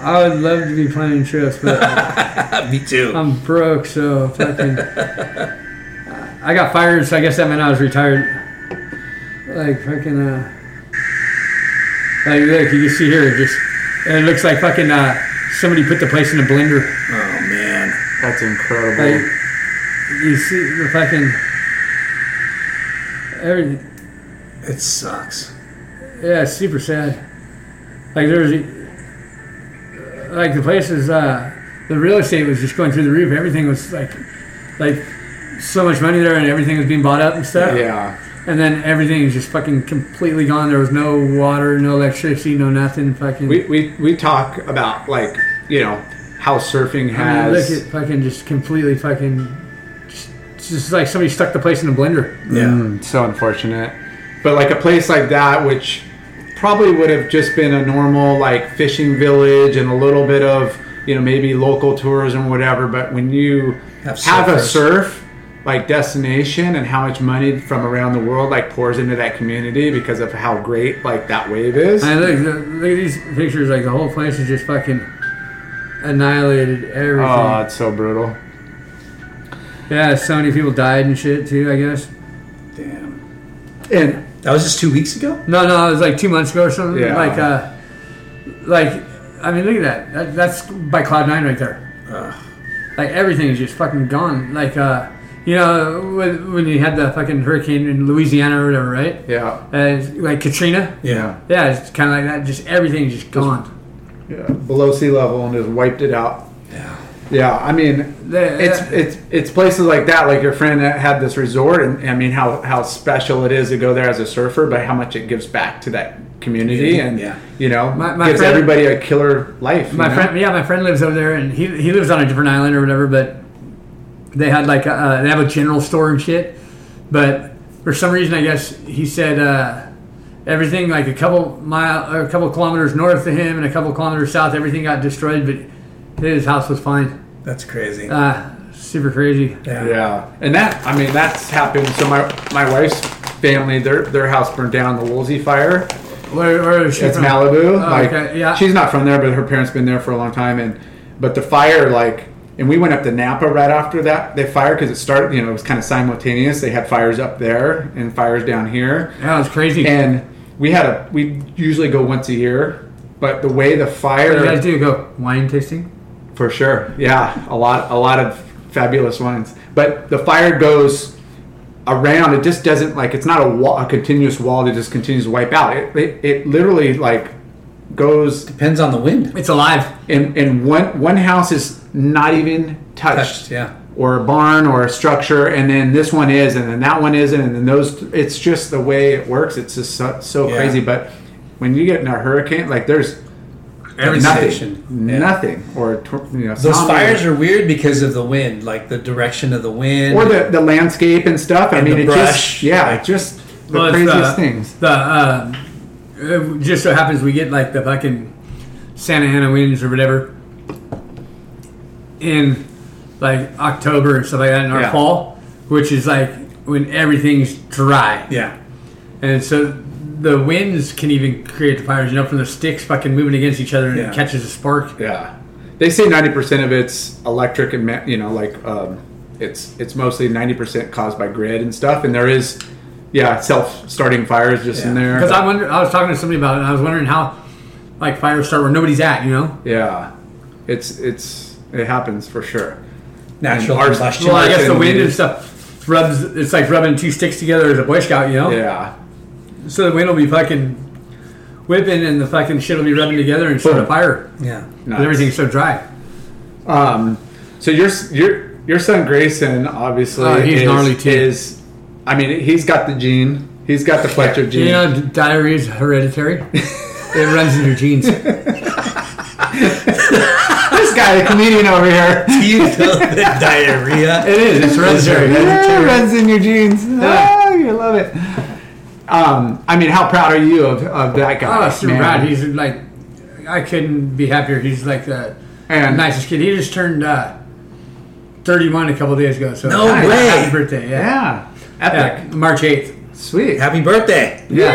I would love to be planning trips, but. Uh, Me too. Um, I'm broke, so fucking. I got fired, so I guess that meant I was retired. Like fucking. Uh, like look, you can see here, it just and it looks like fucking uh, somebody put the place in a blender. oh man. That's Like incredible. you see the fucking. Every, It sucks. yeah, it's super sad. Like there's, a- like the place is, uh, the real estate was just going through the roof. Everything was like, like, so much money there, and everything was being bought up and stuff. Yeah. And then everything is just fucking completely gone. There was no water, no electricity, no nothing. Fucking. We, we, we talk about, like, you know, how surfing I mean, has. look at fucking just completely fucking. just- It's just like somebody stuck the place in a blender. Yeah. Mm, so unfortunate. But like a place like that, which probably would have just been a normal like fishing village and a little bit of you know maybe local tourism, whatever. But when you Have have, a surfers. surf like destination and how much money from around the world like pours into that community because of how great like that wave is. I look, look at these pictures. Like the whole place is just fucking annihilated. Everything. Oh, it's so brutal. Yeah, so many people died and shit too. I guess. Damn. And That was just two weeks ago. No, no, it was like two months ago or something. Yeah. Like, uh, like, I mean, look at that. that that's by Cloud Nine right there. Like everything is just fucking gone. Like, uh, you know, when, when you had the fucking hurricane in Louisiana or whatever, right? yeah, Uh, like Katrina. yeah, Yeah, it's kind of like that. Just everything's just gone. yeah, below sea level and just wiped it out. Yeah, I mean, They- it's uh, it's it's places like that, like your friend that had this resort, and I mean how how special it is to go there as a surfer, but how much it gives back to that community, and Yeah. you know, My- my gives friend- everybody a killer life. you my know? friend, yeah, my friend lives over there, and he, he lives on a different island or whatever. But they had like a, uh, they have a general store and shit. But for some reason, I guess he said uh, everything like a couple mile, or a couple kilometers north of him and a couple kilometers south, everything got destroyed, but his house was fine. That's crazy. Uh, super crazy. Yeah, and that I mean that's happened. So my my wife's family, their their house burned down in the Woolsey fire. Where, where is she It's from? Malibu. Oh, like, okay, yeah. She's not from there, but her parents been there for a long time. And but the fire, like, and we went up to Napa right after that. The fire because it started. You know, it was kind of simultaneous. They had fires up there and fires down here. That was crazy. And we had a we usually go once a year, but the way the fire you guys do go wine tasting? for sure. Yeah, a lot, a lot of fabulous wines. But the fire goes around. It just doesn't like it's not a wall, a continuous wall that just continues to wipe out. It it, it literally like goes Depends on the wind. It's alive. and and one one house is not even touched. Touched, yeah. Or a barn or a structure, and then this one is, and then that one isn't, and then those. It's just the way it works. It's just so, so Yeah. crazy. But when you get in a hurricane, like there's nothing, Nothing. Yeah. nothing, or a tor- you know, Those tsunami. fires are weird because of the wind, like the direction of the wind. or the, the landscape and stuff. I And mean, the it just brush. yeah, Like- just the Well, it's craziest the- things. The uh, it just so happens we get like the fucking Santa Ana winds or whatever in like October and stuff like that in our Yeah. fall, which is like when everything's dry. yeah. And so the winds can even create the fires, you know, from the sticks fucking moving against each other and Yeah. it catches a spark. Yeah, they say ninety percent of it's electric and ma- you know like um, it's it's mostly ninety percent caused by grid and stuff. And there is yeah self starting fires just in Yeah. there. Because I wonder, I was talking to somebody about it, and I was wondering how like fires start where nobody's at, you know. yeah, it's it's it happens for sure. Natural And ours- combustion. Well, I guess the and- wind and stuff rubs. It's like rubbing two sticks together as a boy scout, you know. Yeah, So the wind will be fucking whipping, and the fucking shit will be rubbing together and start a Boom. fire. yeah. Because everything's so dry. Um, so your your your son Grayson obviously Oh, he's is, gnarly too. is I mean he's got the gene. He's got the Fletcher gene. You know, d- diarrhea is hereditary. it runs in your genes. This guy, a comedian over here. You know, the diarrhea. It is. It's hereditary. Yeah, runs in your jeans. Oh, you love it. Um, I mean, how proud are you of, of that guy? Oh, super man? rad. He's like, I couldn't be happier. He's like the and nicest kid. He just turned uh, 31 a couple days ago. So No Nice. way. Happy birthday. Yeah. Yeah, Yeah, epic, March 8th. sweet. Happy birthday. Yeah,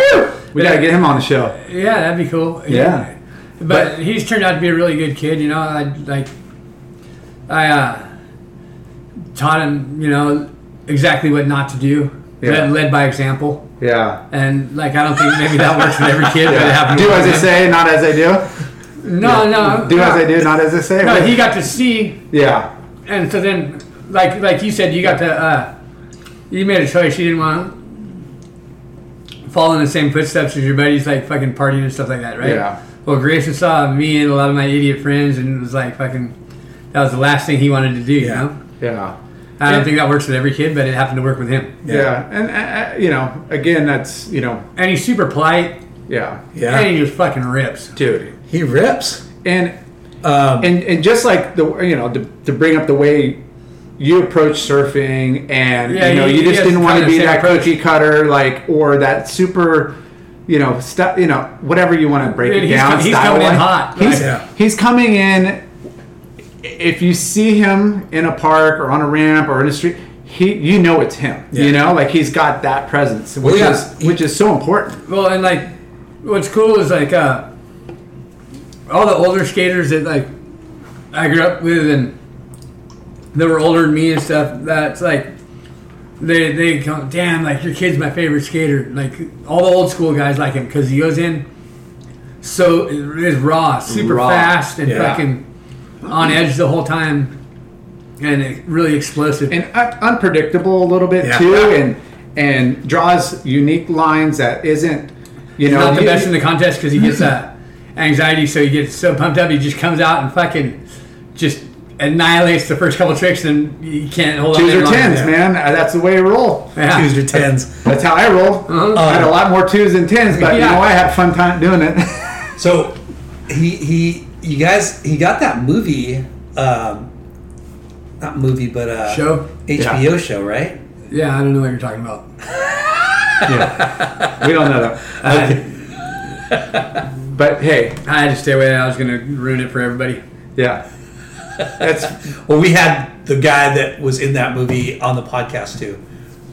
we gotta get him on the show. Yeah, that'd be cool. Yeah. but, he's turned out to be a really good kid. You know, I like I uh, taught him, you know, exactly what not to do. Yeah. Led, led by example, Yeah. and like I don't think maybe that works with every kid, but it happened. Do with as I him. say, not as I do. No, no. Do no. as I do, not as I say. No, he got to see, yeah, and so then, like like you said, you got to uh, you made a choice. You didn't want to fall in the same footsteps as your buddies, like fucking partying and stuff like that, right? yeah, Well, Grayson saw me and a lot of my idiot friends, and was like, "Fucking, that was the last thing he wanted to do." You know, yeah. I don't think that works with every kid, but it happened to work with him. Yeah, and uh, uh, you know, again, that's you know, And he's super polite, yeah, and Yeah. he just fucking rips. dude. He rips. And Um, and and just like the you know to, to bring up the way you approach surfing and Yeah, you know he- you he just has didn't want kind to of be same that approach. cookie cutter like or that super you know stuff you know whatever you want to break Dude, it he's down com- he's style coming in wise. hot. he's, Yeah. he's coming in if you see him in a park or on a ramp or in a street he you know it's him you Yeah. know like he's got that presence which yeah. is which is so important Well, and like, what's cool is like uh, all the older skaters that like I grew up with and that were older than me and stuff. That's like they they come, damn, like your kid's my favorite skater. Like all the old school guys like him because he goes in so is raw, super Raw. fast, and Yeah. fucking on edge the whole time, and it, really explosive. and un- unpredictable a little bit Yeah. too and and draws unique lines that isn't you know not the you- best in the contest because he gets uh, anxiety, so he gets so pumped up, he just comes out and fucking just annihilates the first couple tricks, and you can't hold Twos on. or any tens, longer. man. Uh, That's the way I roll. Yeah. Twos or tens. That's how I roll. I had a lot more twos than tens, but you Uh-huh. Yeah. know I had fun time doing it. So he he you guys he got that movie um not movie but uh Show? HBO show, right? Yeah, I don't know what you're talking about. Yeah. we don't know that. but hey, I had to stay away. I was gonna ruin it for everybody. yeah. That's Well, we had the guy that was in that movie on the podcast too,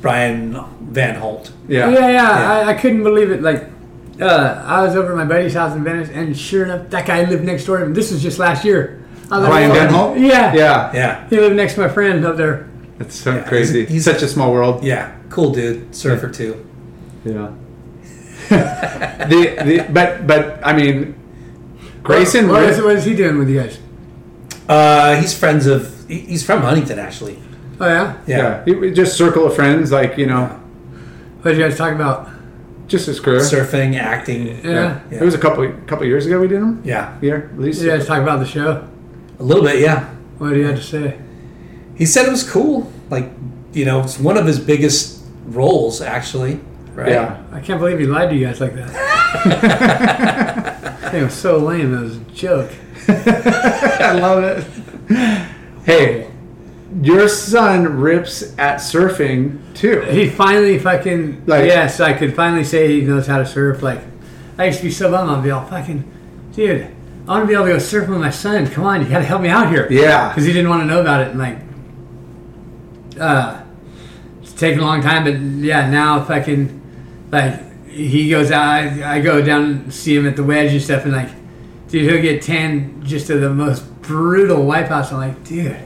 Brian Van Holt. yeah. Yeah, yeah. I, I couldn't believe it. Like, uh, I was over at my buddy's house in Venice, and sure enough, that guy lived next door to him. This was just last year. I was Brian "Oh, Van Holt? Yeah, Yeah. Yeah, He lived next to my friend up there. It's so Yeah, crazy. he's- he's- Such a small world. yeah, cool dude, surfer too. Yeah. the, the but but I mean Grayson what, what, is, Ritter- what is he doing with you guys? Uh, he's friends of. he- He's from Huntington actually. Oh yeah, Yeah, yeah, he- just circle of friends like, you know, what did you guys talk about? just his career. surfing, acting. Yeah, It was a couple couple years ago we did him. Yeah, Here, at least. did you guys talk about the show? a little bit. Yeah, What do you have to say? he said it was cool. Like you know, it's one of his biggest roles actually. Right. Yeah. I can't believe he lied to you guys like that. it was so lame. It was a joke. I love it. Hey, your son rips at surfing too. He finally fucking Like- yes, I could finally say he knows how to surf. Like I used to be so bummed. I'd be all fucking, dude. I want to be able to go surfing with my son. Come on, you gotta help me out here. Yeah. because he didn't want to know about it. And like, uh, it's taken a long time, but yeah, now fucking like he goes out. I, I go down and see him at the wedge and stuff, and like, dude, he'll get tan just to the most brutal wipeouts. I'm like, dude,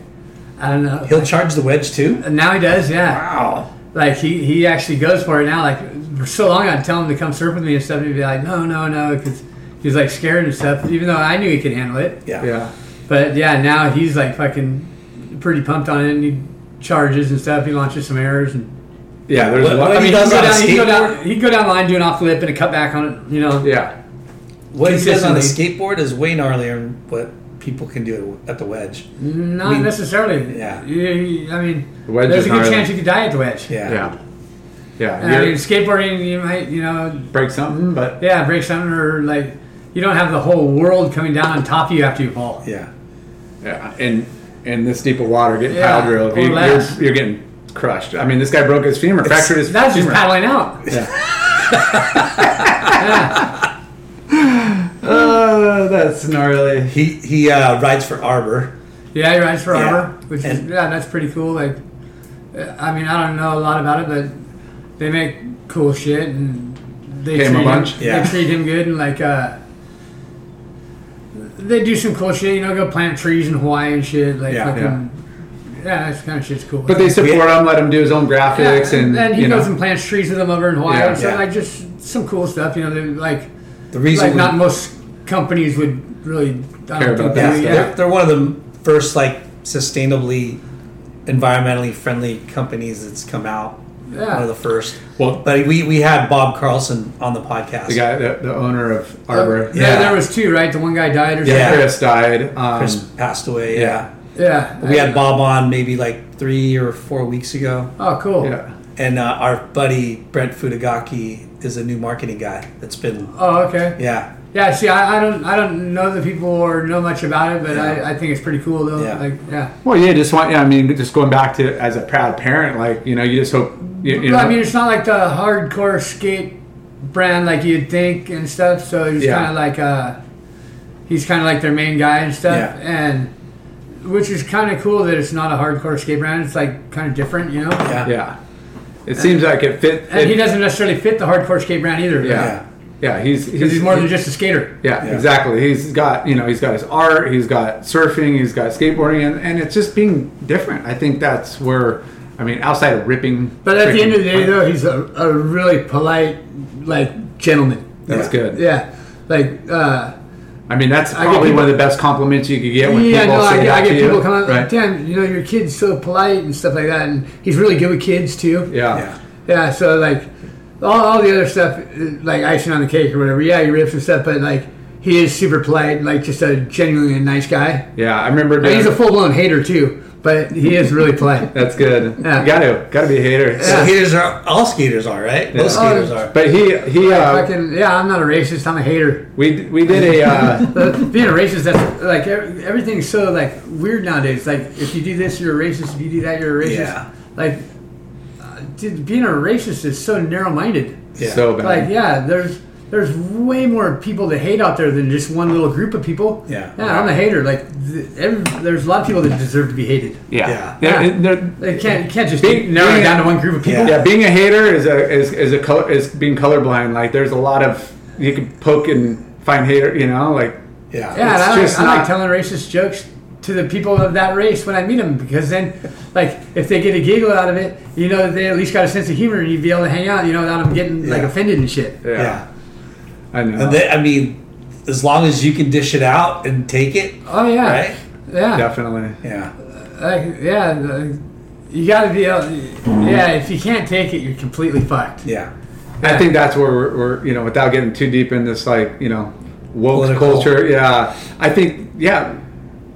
I don't know. He'll charge the wedge too. And now he does, yeah Wow. like he, he actually goes for it now. Like for so long, I'd tell him to come surf with me and stuff, and he'd be like, no, no, no, because he's like scared and stuff. Even though I knew he could handle it, Yeah. Yeah. but yeah, now he's like fucking pretty pumped on it, and he charges and stuff. He launches some errors and Yeah, there's What- a lot. what I he mean, he'd does go on a down, he'd go skateboard. down, he'd go down the line, do an off flip and a cut back on it. You know, Yeah. What he does on a skateboard is way gnarlier than what people can do at the wedge. not mean- necessarily. Yeah. You- you- I mean, The wedge is there's a good gnarly. chance you could die at the wedge. Yeah. Yeah. Yeah. And I you're- mean, skateboarding, you might, you know, break something, but Yeah, break something or like you don't have the whole world coming down on top of you after you fall. Yeah. yeah, and and this deep of water getting Yeah, pile drilled, or you, you're, less. you're getting crushed. I mean, this guy broke his femur, fractured his That's just femur. paddling out. Uh, oh, that's gnarly. He he uh, rides for Arbor. Yeah, he rides for Yeah. armor, which is And- yeah, that's pretty cool. Like, uh, I mean, I don't know a lot about it, but they make cool shit and they Pay him a treat bunch? Him, Yeah. They treat him good and like uh, they do some cool shit. You know, go plant trees in Hawaii and shit. Like, Yeah, fucking, yeah, that's kind of shit's cool. But they support him, let him do his own graphics, Yeah, and, he you know, goes and plants trees with them over in Hawaii. Yeah. so Yeah. like just some cool stuff, you know. They're like The reason like we- not most companies would really I Care don't about think yeah, they, They're, yeah. they're one of the first like sustainably environmentally friendly companies that's come out. One Yeah. of the first. Well- but we, we had Bob Carlson on the podcast. the guy, the, the owner of Arbor, Oh, Yeah, there was two, right? The one guy died or Yeah. Chris died. Um, Chris passed away. Yeah. something. Yeah. We had Bob on maybe like three or four weeks ago. Oh, cool. yeah, And uh, our buddy Brent Futagaki is a new marketing guy that's been, Oh, okay. yeah. Yeah. See, I, I don't, I don't know the people or know much about it, but I, I think it's pretty cool though. Yeah. Like, yeah. Well, yeah, just want. Yeah, I mean, just going back to as a proud parent, like you know, you just hope. You, you know, Well, I mean, it's not like the hardcore skate brand like you'd think and stuff. So he's Yeah. kind of like uh, he's kind of like their main guy and stuff, Yeah. and which is kind of cool that it's not a hardcore skate brand. It's like kind of different, you know. Yeah. yeah, it seems like it fit. And he it- doesn't necessarily fit the hardcore skate brand either. Yeah, yeah, he's Because he's more than just a skater. Yeah, Yeah. exactly. He's got you know he's got his art, he's got surfing, he's got skateboarding, and, and it's just being different. I think that's where, I mean, outside of ripping. But at the end of the day, freaking- though, he's a, a really polite, like gentleman. that's Yeah. good. Yeah. Like, uh, I mean, that's get probably people- one of the best compliments you could get when yeah, people no, say I, get- that I get to people you. coming up like, right? damn, you know, your kid's so polite and stuff like that, and he's really good with kids too. Yeah. Yeah. Yeah, so like, all, all the other stuff, uh, like icing on the cake or whatever. Yeah, he rips and stuff, but like, he is super polite, like just a genuinely a nice guy. Yeah, I remember. And Doing, he's a full blown hater too, but he is really polite. that's good. Yeah. You got to got to be a hater. So haters are, all skaters are, right? Most Yeah. skaters Oh, are. But he he uh, Fucking yeah, I'm not a racist. I'm a hater. we we did a uh, But being a racist, that's like ev- everything's so like weird nowadays. Like if you do this, you're a racist. If you do that, you're a racist. Yeah. Like dude, being a racist is so narrow-minded. Yeah. So bad. Like, yeah, there's there's way more people to hate out there than just one little group of people. Yeah. yeah, I'm a hater. Like, th- every, there's a lot of people that deserve to be hated. Yeah. yeah. They're- Yeah. they're- They can't you can't just Being- narrow it being- down to one group of people. Yeah. yeah, being a hater is a is, is a color is being colorblind. Like there's a lot of you can poke and find hater. You know, like Yeah, Yeah. and It's I, like- just I like not- telling racist jokes to the people of that race when I meet them because then, like, if they get a giggle out of it, you know that they at least got a sense of humor and you'd be able to hang out, you know, without them getting like Yeah. offended and shit. yeah, Yeah. I know. And they, I mean, as long as you can dish it out and take it, Oh yeah, right? yeah, Definitely. Yeah. like, yeah. the- You got to be able. Yeah, if you can't take it, you're completely fucked. Yeah. I think that's where we're, we're, you know, without getting too deep in this, like, you know, woke Political. culture. Yeah. I think, yeah,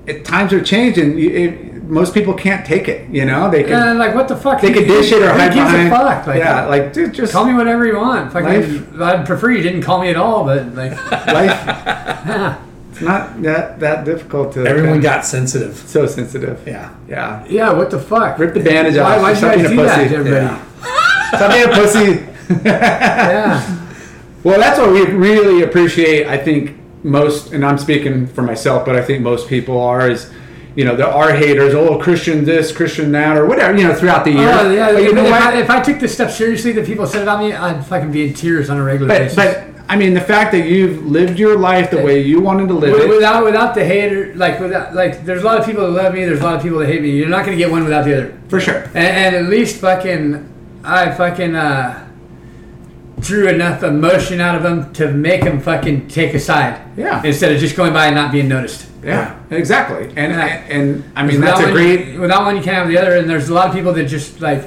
it, times are changing. You- It, most people can't take it, you know? They can, And like, what the fuck? they can dish it or Who hide Uh, gives behind. a fuck? Like, yeah. Like, dude, just call me whatever you want. Fuck, Life- I'd, I'd prefer you didn't call me at all, but like, life. it's not that, that difficult to. Everyone got sensitive. so sensitive. Yeah. Yeah. yeah, what the fuck? Rip the bandage Why, off. why should I Something do to that pussy. to everybody? Yeah. Stop being a pussy. yeah. Well, that's what we really appreciate. I think most, and I'm speaking for myself, but I think most people are is, you know, there are haters. Oh, Christian this, Christian that, or whatever. You know, throughout the year. Oh, yeah, But if, you know if what? I, if I took this stuff seriously that people said about me, I'd fucking be in tears on a regular but, basis. but I mean, the fact that you've lived your life the way you wanted to live Wi- it. without without the hater, like without like, there's a lot of people that love me. There's a lot of people that hate me. You're not gonna get one without the other. For sure. And, and at least fucking, I fucking uh, drew enough emotion out of them to make them fucking take a side. Yeah. Instead of just going by and not being noticed. Yeah, exactly. And Yeah. and, and I mean, Without that's a one- great. Without one, you can't have the other. And there's a lot of people that just like,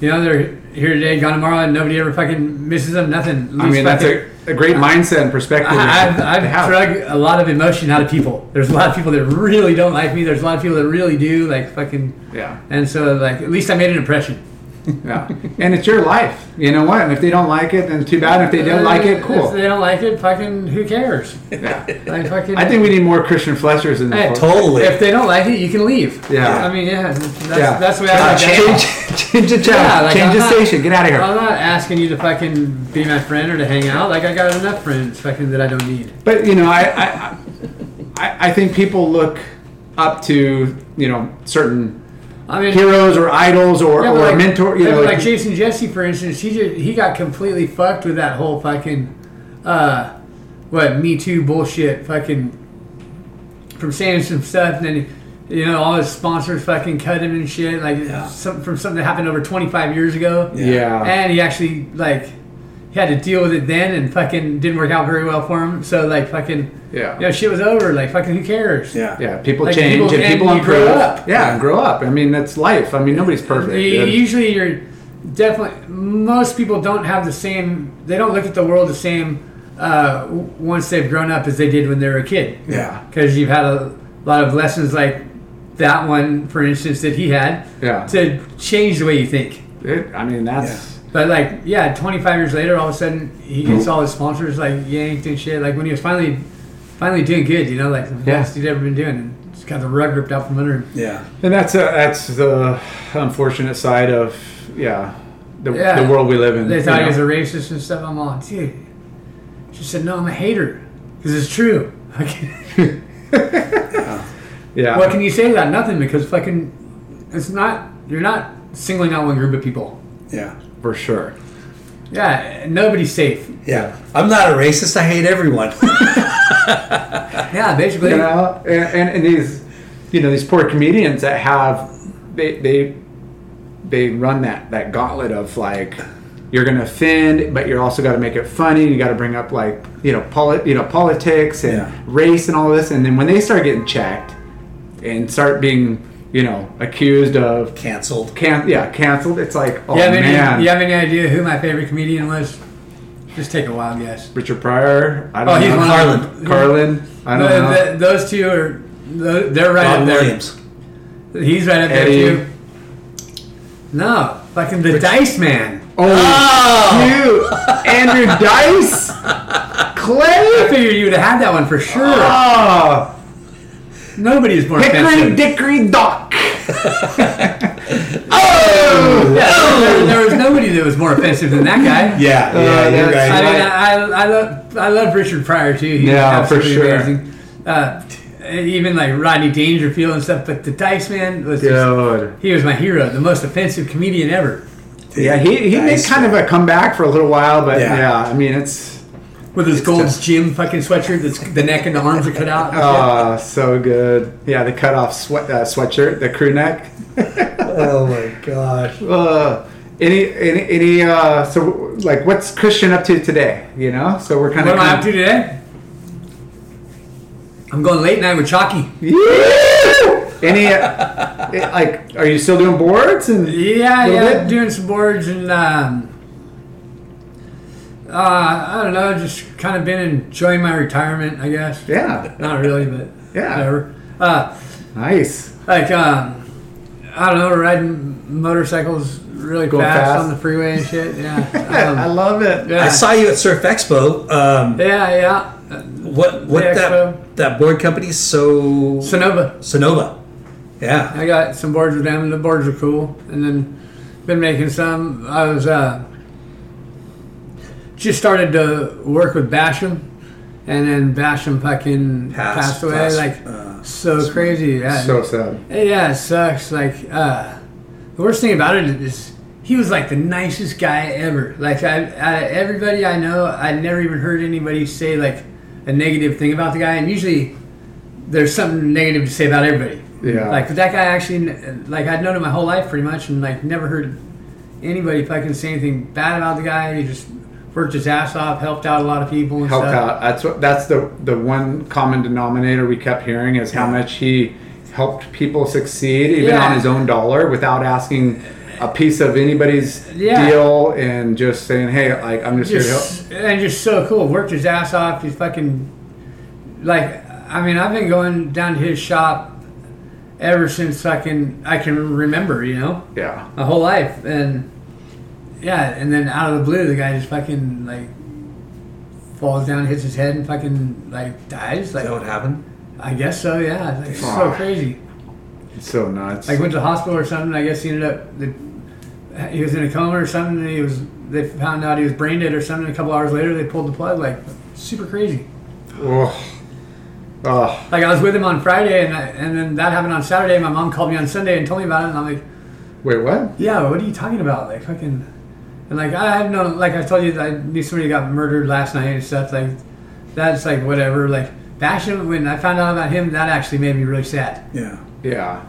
you know, they're here today, gone tomorrow, and nobody ever fucking misses them. Nothing. I mean, that's a, a great mindset and perspective. I've, to I've have. drug a lot of emotion out of people. There's a lot of people that really don't like me. There's a lot of people that really do like fucking. Yeah. And so like at least I made an impression. Yeah, and it's your life. You know what? And if they don't like it, then too bad. And if they don't like it, cool. If they don't like it, fucking who cares? Like fucking. I think we need more Christian Fletchers in the Hey, force. Totally. If they don't like it, you can leave. Yeah. I mean, yeah. That's, Yeah. that's the way I Uh, like that. change- Change the channel. Yeah, like, uh-huh. Change I'm the not- station. Get out of I'm here. not asking you to fucking be my friend or to hang out. Like I got enough friends fucking that I don't need. But you know, I I, I I think people look up to you know certain I mean, heroes or idols or, yeah, but or a mentor. You yeah, know, but like Jason Jesse, for instance, he just, he got completely fucked with that whole fucking uh, what Me Too bullshit. Fucking from saying some stuff, and then you know all his sponsors fucking cut him and shit. Like some, from something that happened over 25 years ago. yeah, and he actually like he had to deal with it then and fucking didn't work out very well for him so like fucking Yeah. you know shit was over like fucking who cares yeah. yeah. People Uh, Like, change people- and and people you grow improve. up. Yeah, and grow up. I mean, that's life. I mean, nobody's perfect. You- and- usually you're definitely most people don't have the same they don't look at the world the same uh, w- once they've grown up as they did when they were a kid Yeah. because you've had a lot of lessons like that one for instance that he had Yeah. to change the way you think It- I mean, that's But like, yeah, 25 years later, all of a sudden he gets all his sponsors like yanked and shit. Like when he was finally, finally doing good, you know, like the Yeah. best he'd ever been doing, and just got the rug ripped out from under him. Yeah. and that's uh that's the unfortunate side of yeah. The, Yeah. the world we live in. They you thought know? he was a racist and stuff. I'm all, dude. She said, no, I'm a hater, because it's true. yeah. what can you say to that? Nothing, because fucking, it's not. You're not singling out one group of people. Yeah. for sure. Yeah, nobody's safe. Yeah. I'm not a racist. I hate everyone. Yeah, basically. you know and, and, and these you know these poor comedians that have they they they run that that gauntlet of like you're gonna offend but you're also got to make it funny you got to bring up like you know poli- you know politics and Yeah. race and all this and then when they start getting checked and start being you know accused of Canceled. can yeah canceled it's like oh you, have man any, you have any idea who my favorite comedian was? Just take a wild guess. Richard Pryor I Oh, don't he's know one of Carlin Carlin I don't The- know Uh, the- those two are tho- they're right Bob up there. Williams. He's right up Eddie. there too. No, fucking the Dice Man. Oh, you, Andrew Dice, I Clay. figured you'd have had that one for sure. Oh, Nobody is more Hickory offensive. Dickory Dock. there, there was nobody that was more offensive than that guy. Yeah, yeah, you're I, right. mean, I, I, I love I love Richard Pryor too. He's Yeah, for absolutely sure. Amazing. Uh, even like Rodney Dangerfield and stuff, but the Dice Man was just, Dude. he was my hero, the most offensive comedian ever, Yeah, he, he made Nice. kind of a comeback for a little while, but Yeah. yeah, I mean, it's with his Gold's Gym fucking sweatshirt that's the neck and the arms are cut out. uh, so good. Yeah, the cut off sweat, uh, sweatshirt, the crew neck. Oh my gosh. Uh, any, any, any, uh, so like what's Christian up to today? You know, so we're kind what of. am I up to today? I'm going late night with Chalky. Any, uh, it- like, are you still doing boards? And Yeah, Little yeah, bit? doing some boards and um, uh, I don't know, just kind of been enjoying my retirement, I guess. yeah, Not really, but Yeah. whatever. Uh, nice. like um, I don't know, riding motorcycles really Going fast, fast. on the freeway and shit. I Yeah, um, love it. yeah, I saw you at Surf Expo. Um, yeah, yeah. Uh, what what The that Expo. that board company? So Sonova. Sonova. Yeah. I got some boards with them. The boards are cool, and then been making some. I was uh, just started to work with Basham, and then Basham fucking Passed- passed away. passed, like uh, so crazy. Yeah, So sad. yeah, it sucks. Like uh, the worst thing about it is he was like the nicest guy ever. Like I, I everybody I know, I never even heard anybody say like a negative thing about the guy. And usually there's something negative to say about everybody. Yeah. Like but that guy actually, like I'd known him my whole life pretty much, and like never heard anybody fucking say anything bad about the guy. He just worked his ass off, helped out a lot of people. And helped stuff. out. That's what that's the the one common denominator we kept hearing is how much he helped people succeed even Yeah. on his own dollar without asking a piece of anybody's Yeah. deal and just saying, "Hey, like I'm just, here to help." just and just so cool. Worked his ass off. He's fucking like I mean I've been going down to his shop ever since I can I can remember. You know, Yeah. my whole life and yeah, and then out of the blue the guy just fucking like falls down, hits his head, and fucking like dies. Is that Like what happened? I guess so. Yeah, like, it's so Aw. crazy. It's so nuts. Like went to the hospital or something. I guess he ended up the, he was in a coma or something. And he was they found out he was brain dead or something. A couple hours later, they pulled the plug. Like super crazy. oh. Oh, Like I was with him on Friday, and I, and then that happened on Saturday. My mom called me on Sunday and told me about it, and I'm like, wait, what? yeah, what are you talking about? Like fucking, and like I have no like I told you I knew somebody got murdered last night and stuff. Like that's like whatever. Like Basham when I found out about him, that actually made me really sad. Yeah. Yeah.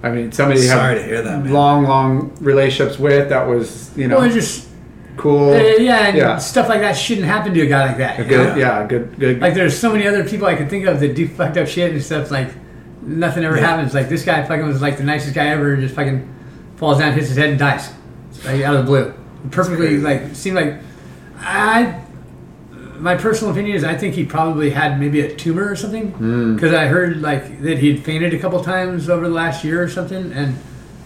I mean, somebody you Sorry have to hear that, man. long, long relationships with that was, you know, Well, it's just cool. uh, yeah, and yeah. stuff like that shouldn't happen to a guy like that. you know? Good, yeah, good, good. Like there's so many other people I could think of that do fucked up shit and stuff. Like nothing ever happens. Like this guy fucking was like the nicest guy ever. and Just fucking falls down, hits his head, and dies. Like out of the blue. Perfectly like seemed like I. My personal opinion is I think he probably had maybe a tumor or something because I heard like that he had fainted a couple times over the last year or something, and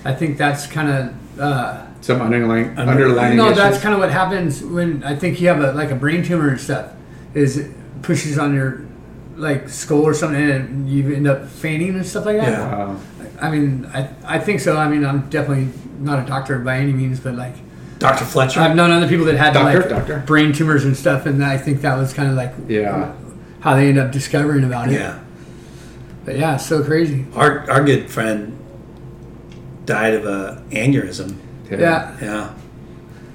I think that's kind of. Uh, Some underlying, Under- underlying no, issues. that's kind of what happens when I think you have a like a brain tumor and stuff. Is it pushes on your like skull or something, and you end up fainting and stuff like that. Yeah. Wow. I mean, I I think so. I mean, I'm definitely not a doctor by any means, but like Dr. Fletcher. I've known other people that had Doctor, like doctor. brain tumors and stuff, and I think that was kind of like yeah. how they end up discovering about it. yeah. But yeah, it's so crazy. Our our good friend died of a aneurysm. Yeah. Yeah.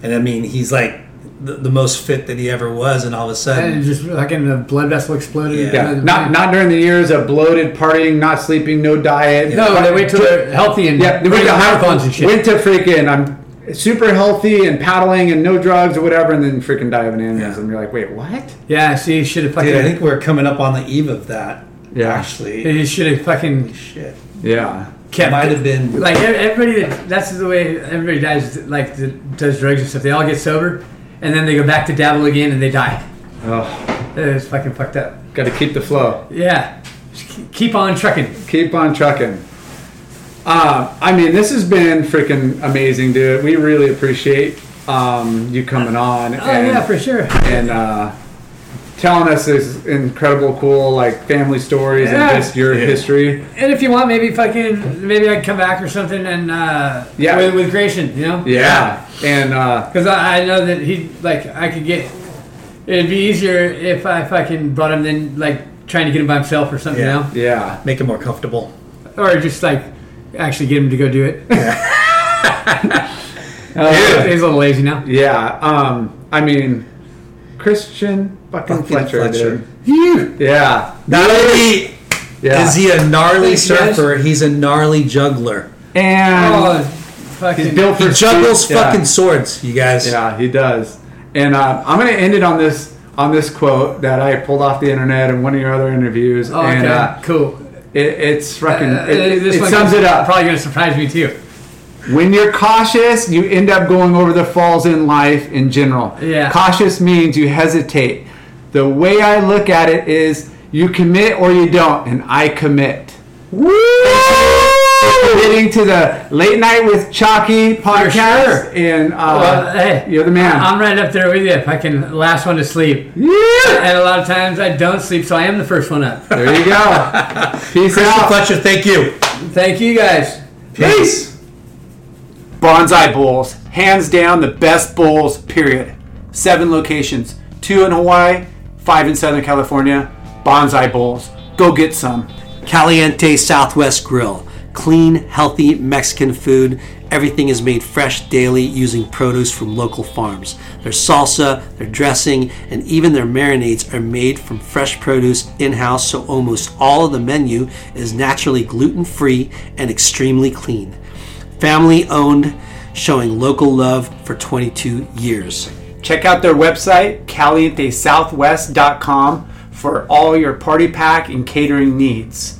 And I mean, he's like the, the most fit that he ever was, and all of a And it sudden, just like in the blood vessel exploded. Yeah. Yeah, not not during the years of bloated, partying, not sleeping, no diet. No, they wait till they're healthy and yeah, they went to marathons and shit. Went to freaking I'm super healthy and paddling and no drugs or whatever, and then freaking die of an aneurysm. Yeah. You're like, wait, what? Yeah, see, you should have fucking. dude, I think we're coming up on the eve of that. Yeah. Actually, you should have fucking shit. Yeah, kept Might have been. like ev- everybody that that's the way everybody dies like that does drugs and stuff they all get sober and then they go back to dabble again and they die oh, it's fucking fucked up got to keep the flow, yeah Just ke- keep on trucking keep on trucking. Uh, I mean, this has been freaking amazing, dude. We really appreciate um, you coming on. oh yeah for sure and uh, telling us these incredible, cool, like family stories Yeah. and just your history. And if you want, maybe fucking maybe I can come back or something and uh, Yeah. with, with Grayson, you know, Yeah, and uh, because I, I know that he like I could get it'd be easier if I fucking brought him than like trying to get him by himself or something, Yeah. yeah, Make it more comfortable. you know, or just like actually get him to go do it. Oh, yeah. He's a little lazy now. yeah. Um, I mean, Christian fucking, Fucking Fletcher. Fletcher. dude. Yeah, Not only yeah. is he a gnarly Thank you, guys. surfer, he's a gnarly juggler. and Oh, he's fucking built for He juggles speed. Yeah. fucking swords, you guys. Yeah, he does. And uh, I'm going to end it on this on this quote that I pulled off the internet in one of your other interviews. Oh, okay, and uh, cool. it, it's Uh, fucking. uh, it it one sums it up. Probably gonna surprise me too. When you're cautious, you end up going over the falls in life in general. Yeah. Cautious means you hesitate. The way I look at it is you commit or you don't, and I commit. Woo! Committing to the Late Night with Chalky podcast. sure. And uh, Well, uh, hey, you're the man. I'm right up there with you. Fucking last one to sleep. Yeah! And a lot of times I don't sleep, so I am the first one up. There you go. Peace Christian out. Fletcher, thank you. Thank you guys. Peace. Bonsai Bowls, hands down the best bowls, period. Seven locations, two in Hawaii, five in Southern California. Bonsai Bowls. Go get some. Caliente Southwest Grill. Clean, healthy Mexican food. Everything is made fresh daily using produce from local farms. Their salsa, their dressing, and even their marinades are made from fresh produce in house, so almost all of the menu is naturally gluten free and extremely clean. Family owned, showing local love for 22 years. Check out their website, calientesouthwest.com, for all your party pack and catering needs.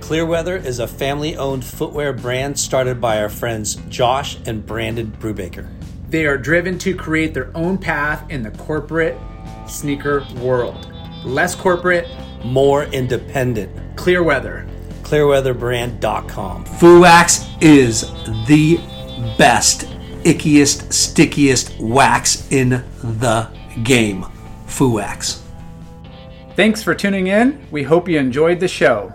Clearweather is a family owned footwear brand started by our friends Josh and Brandon Brubaker. They are driven to create their own path in the corporate sneaker world. Less corporate, More independent. clear weather. clearweatherbrand.com. Fuwax is the best, ickiest, stickiest wax in the game. Fuwax. Thanks for tuning in. We hope you enjoyed the show.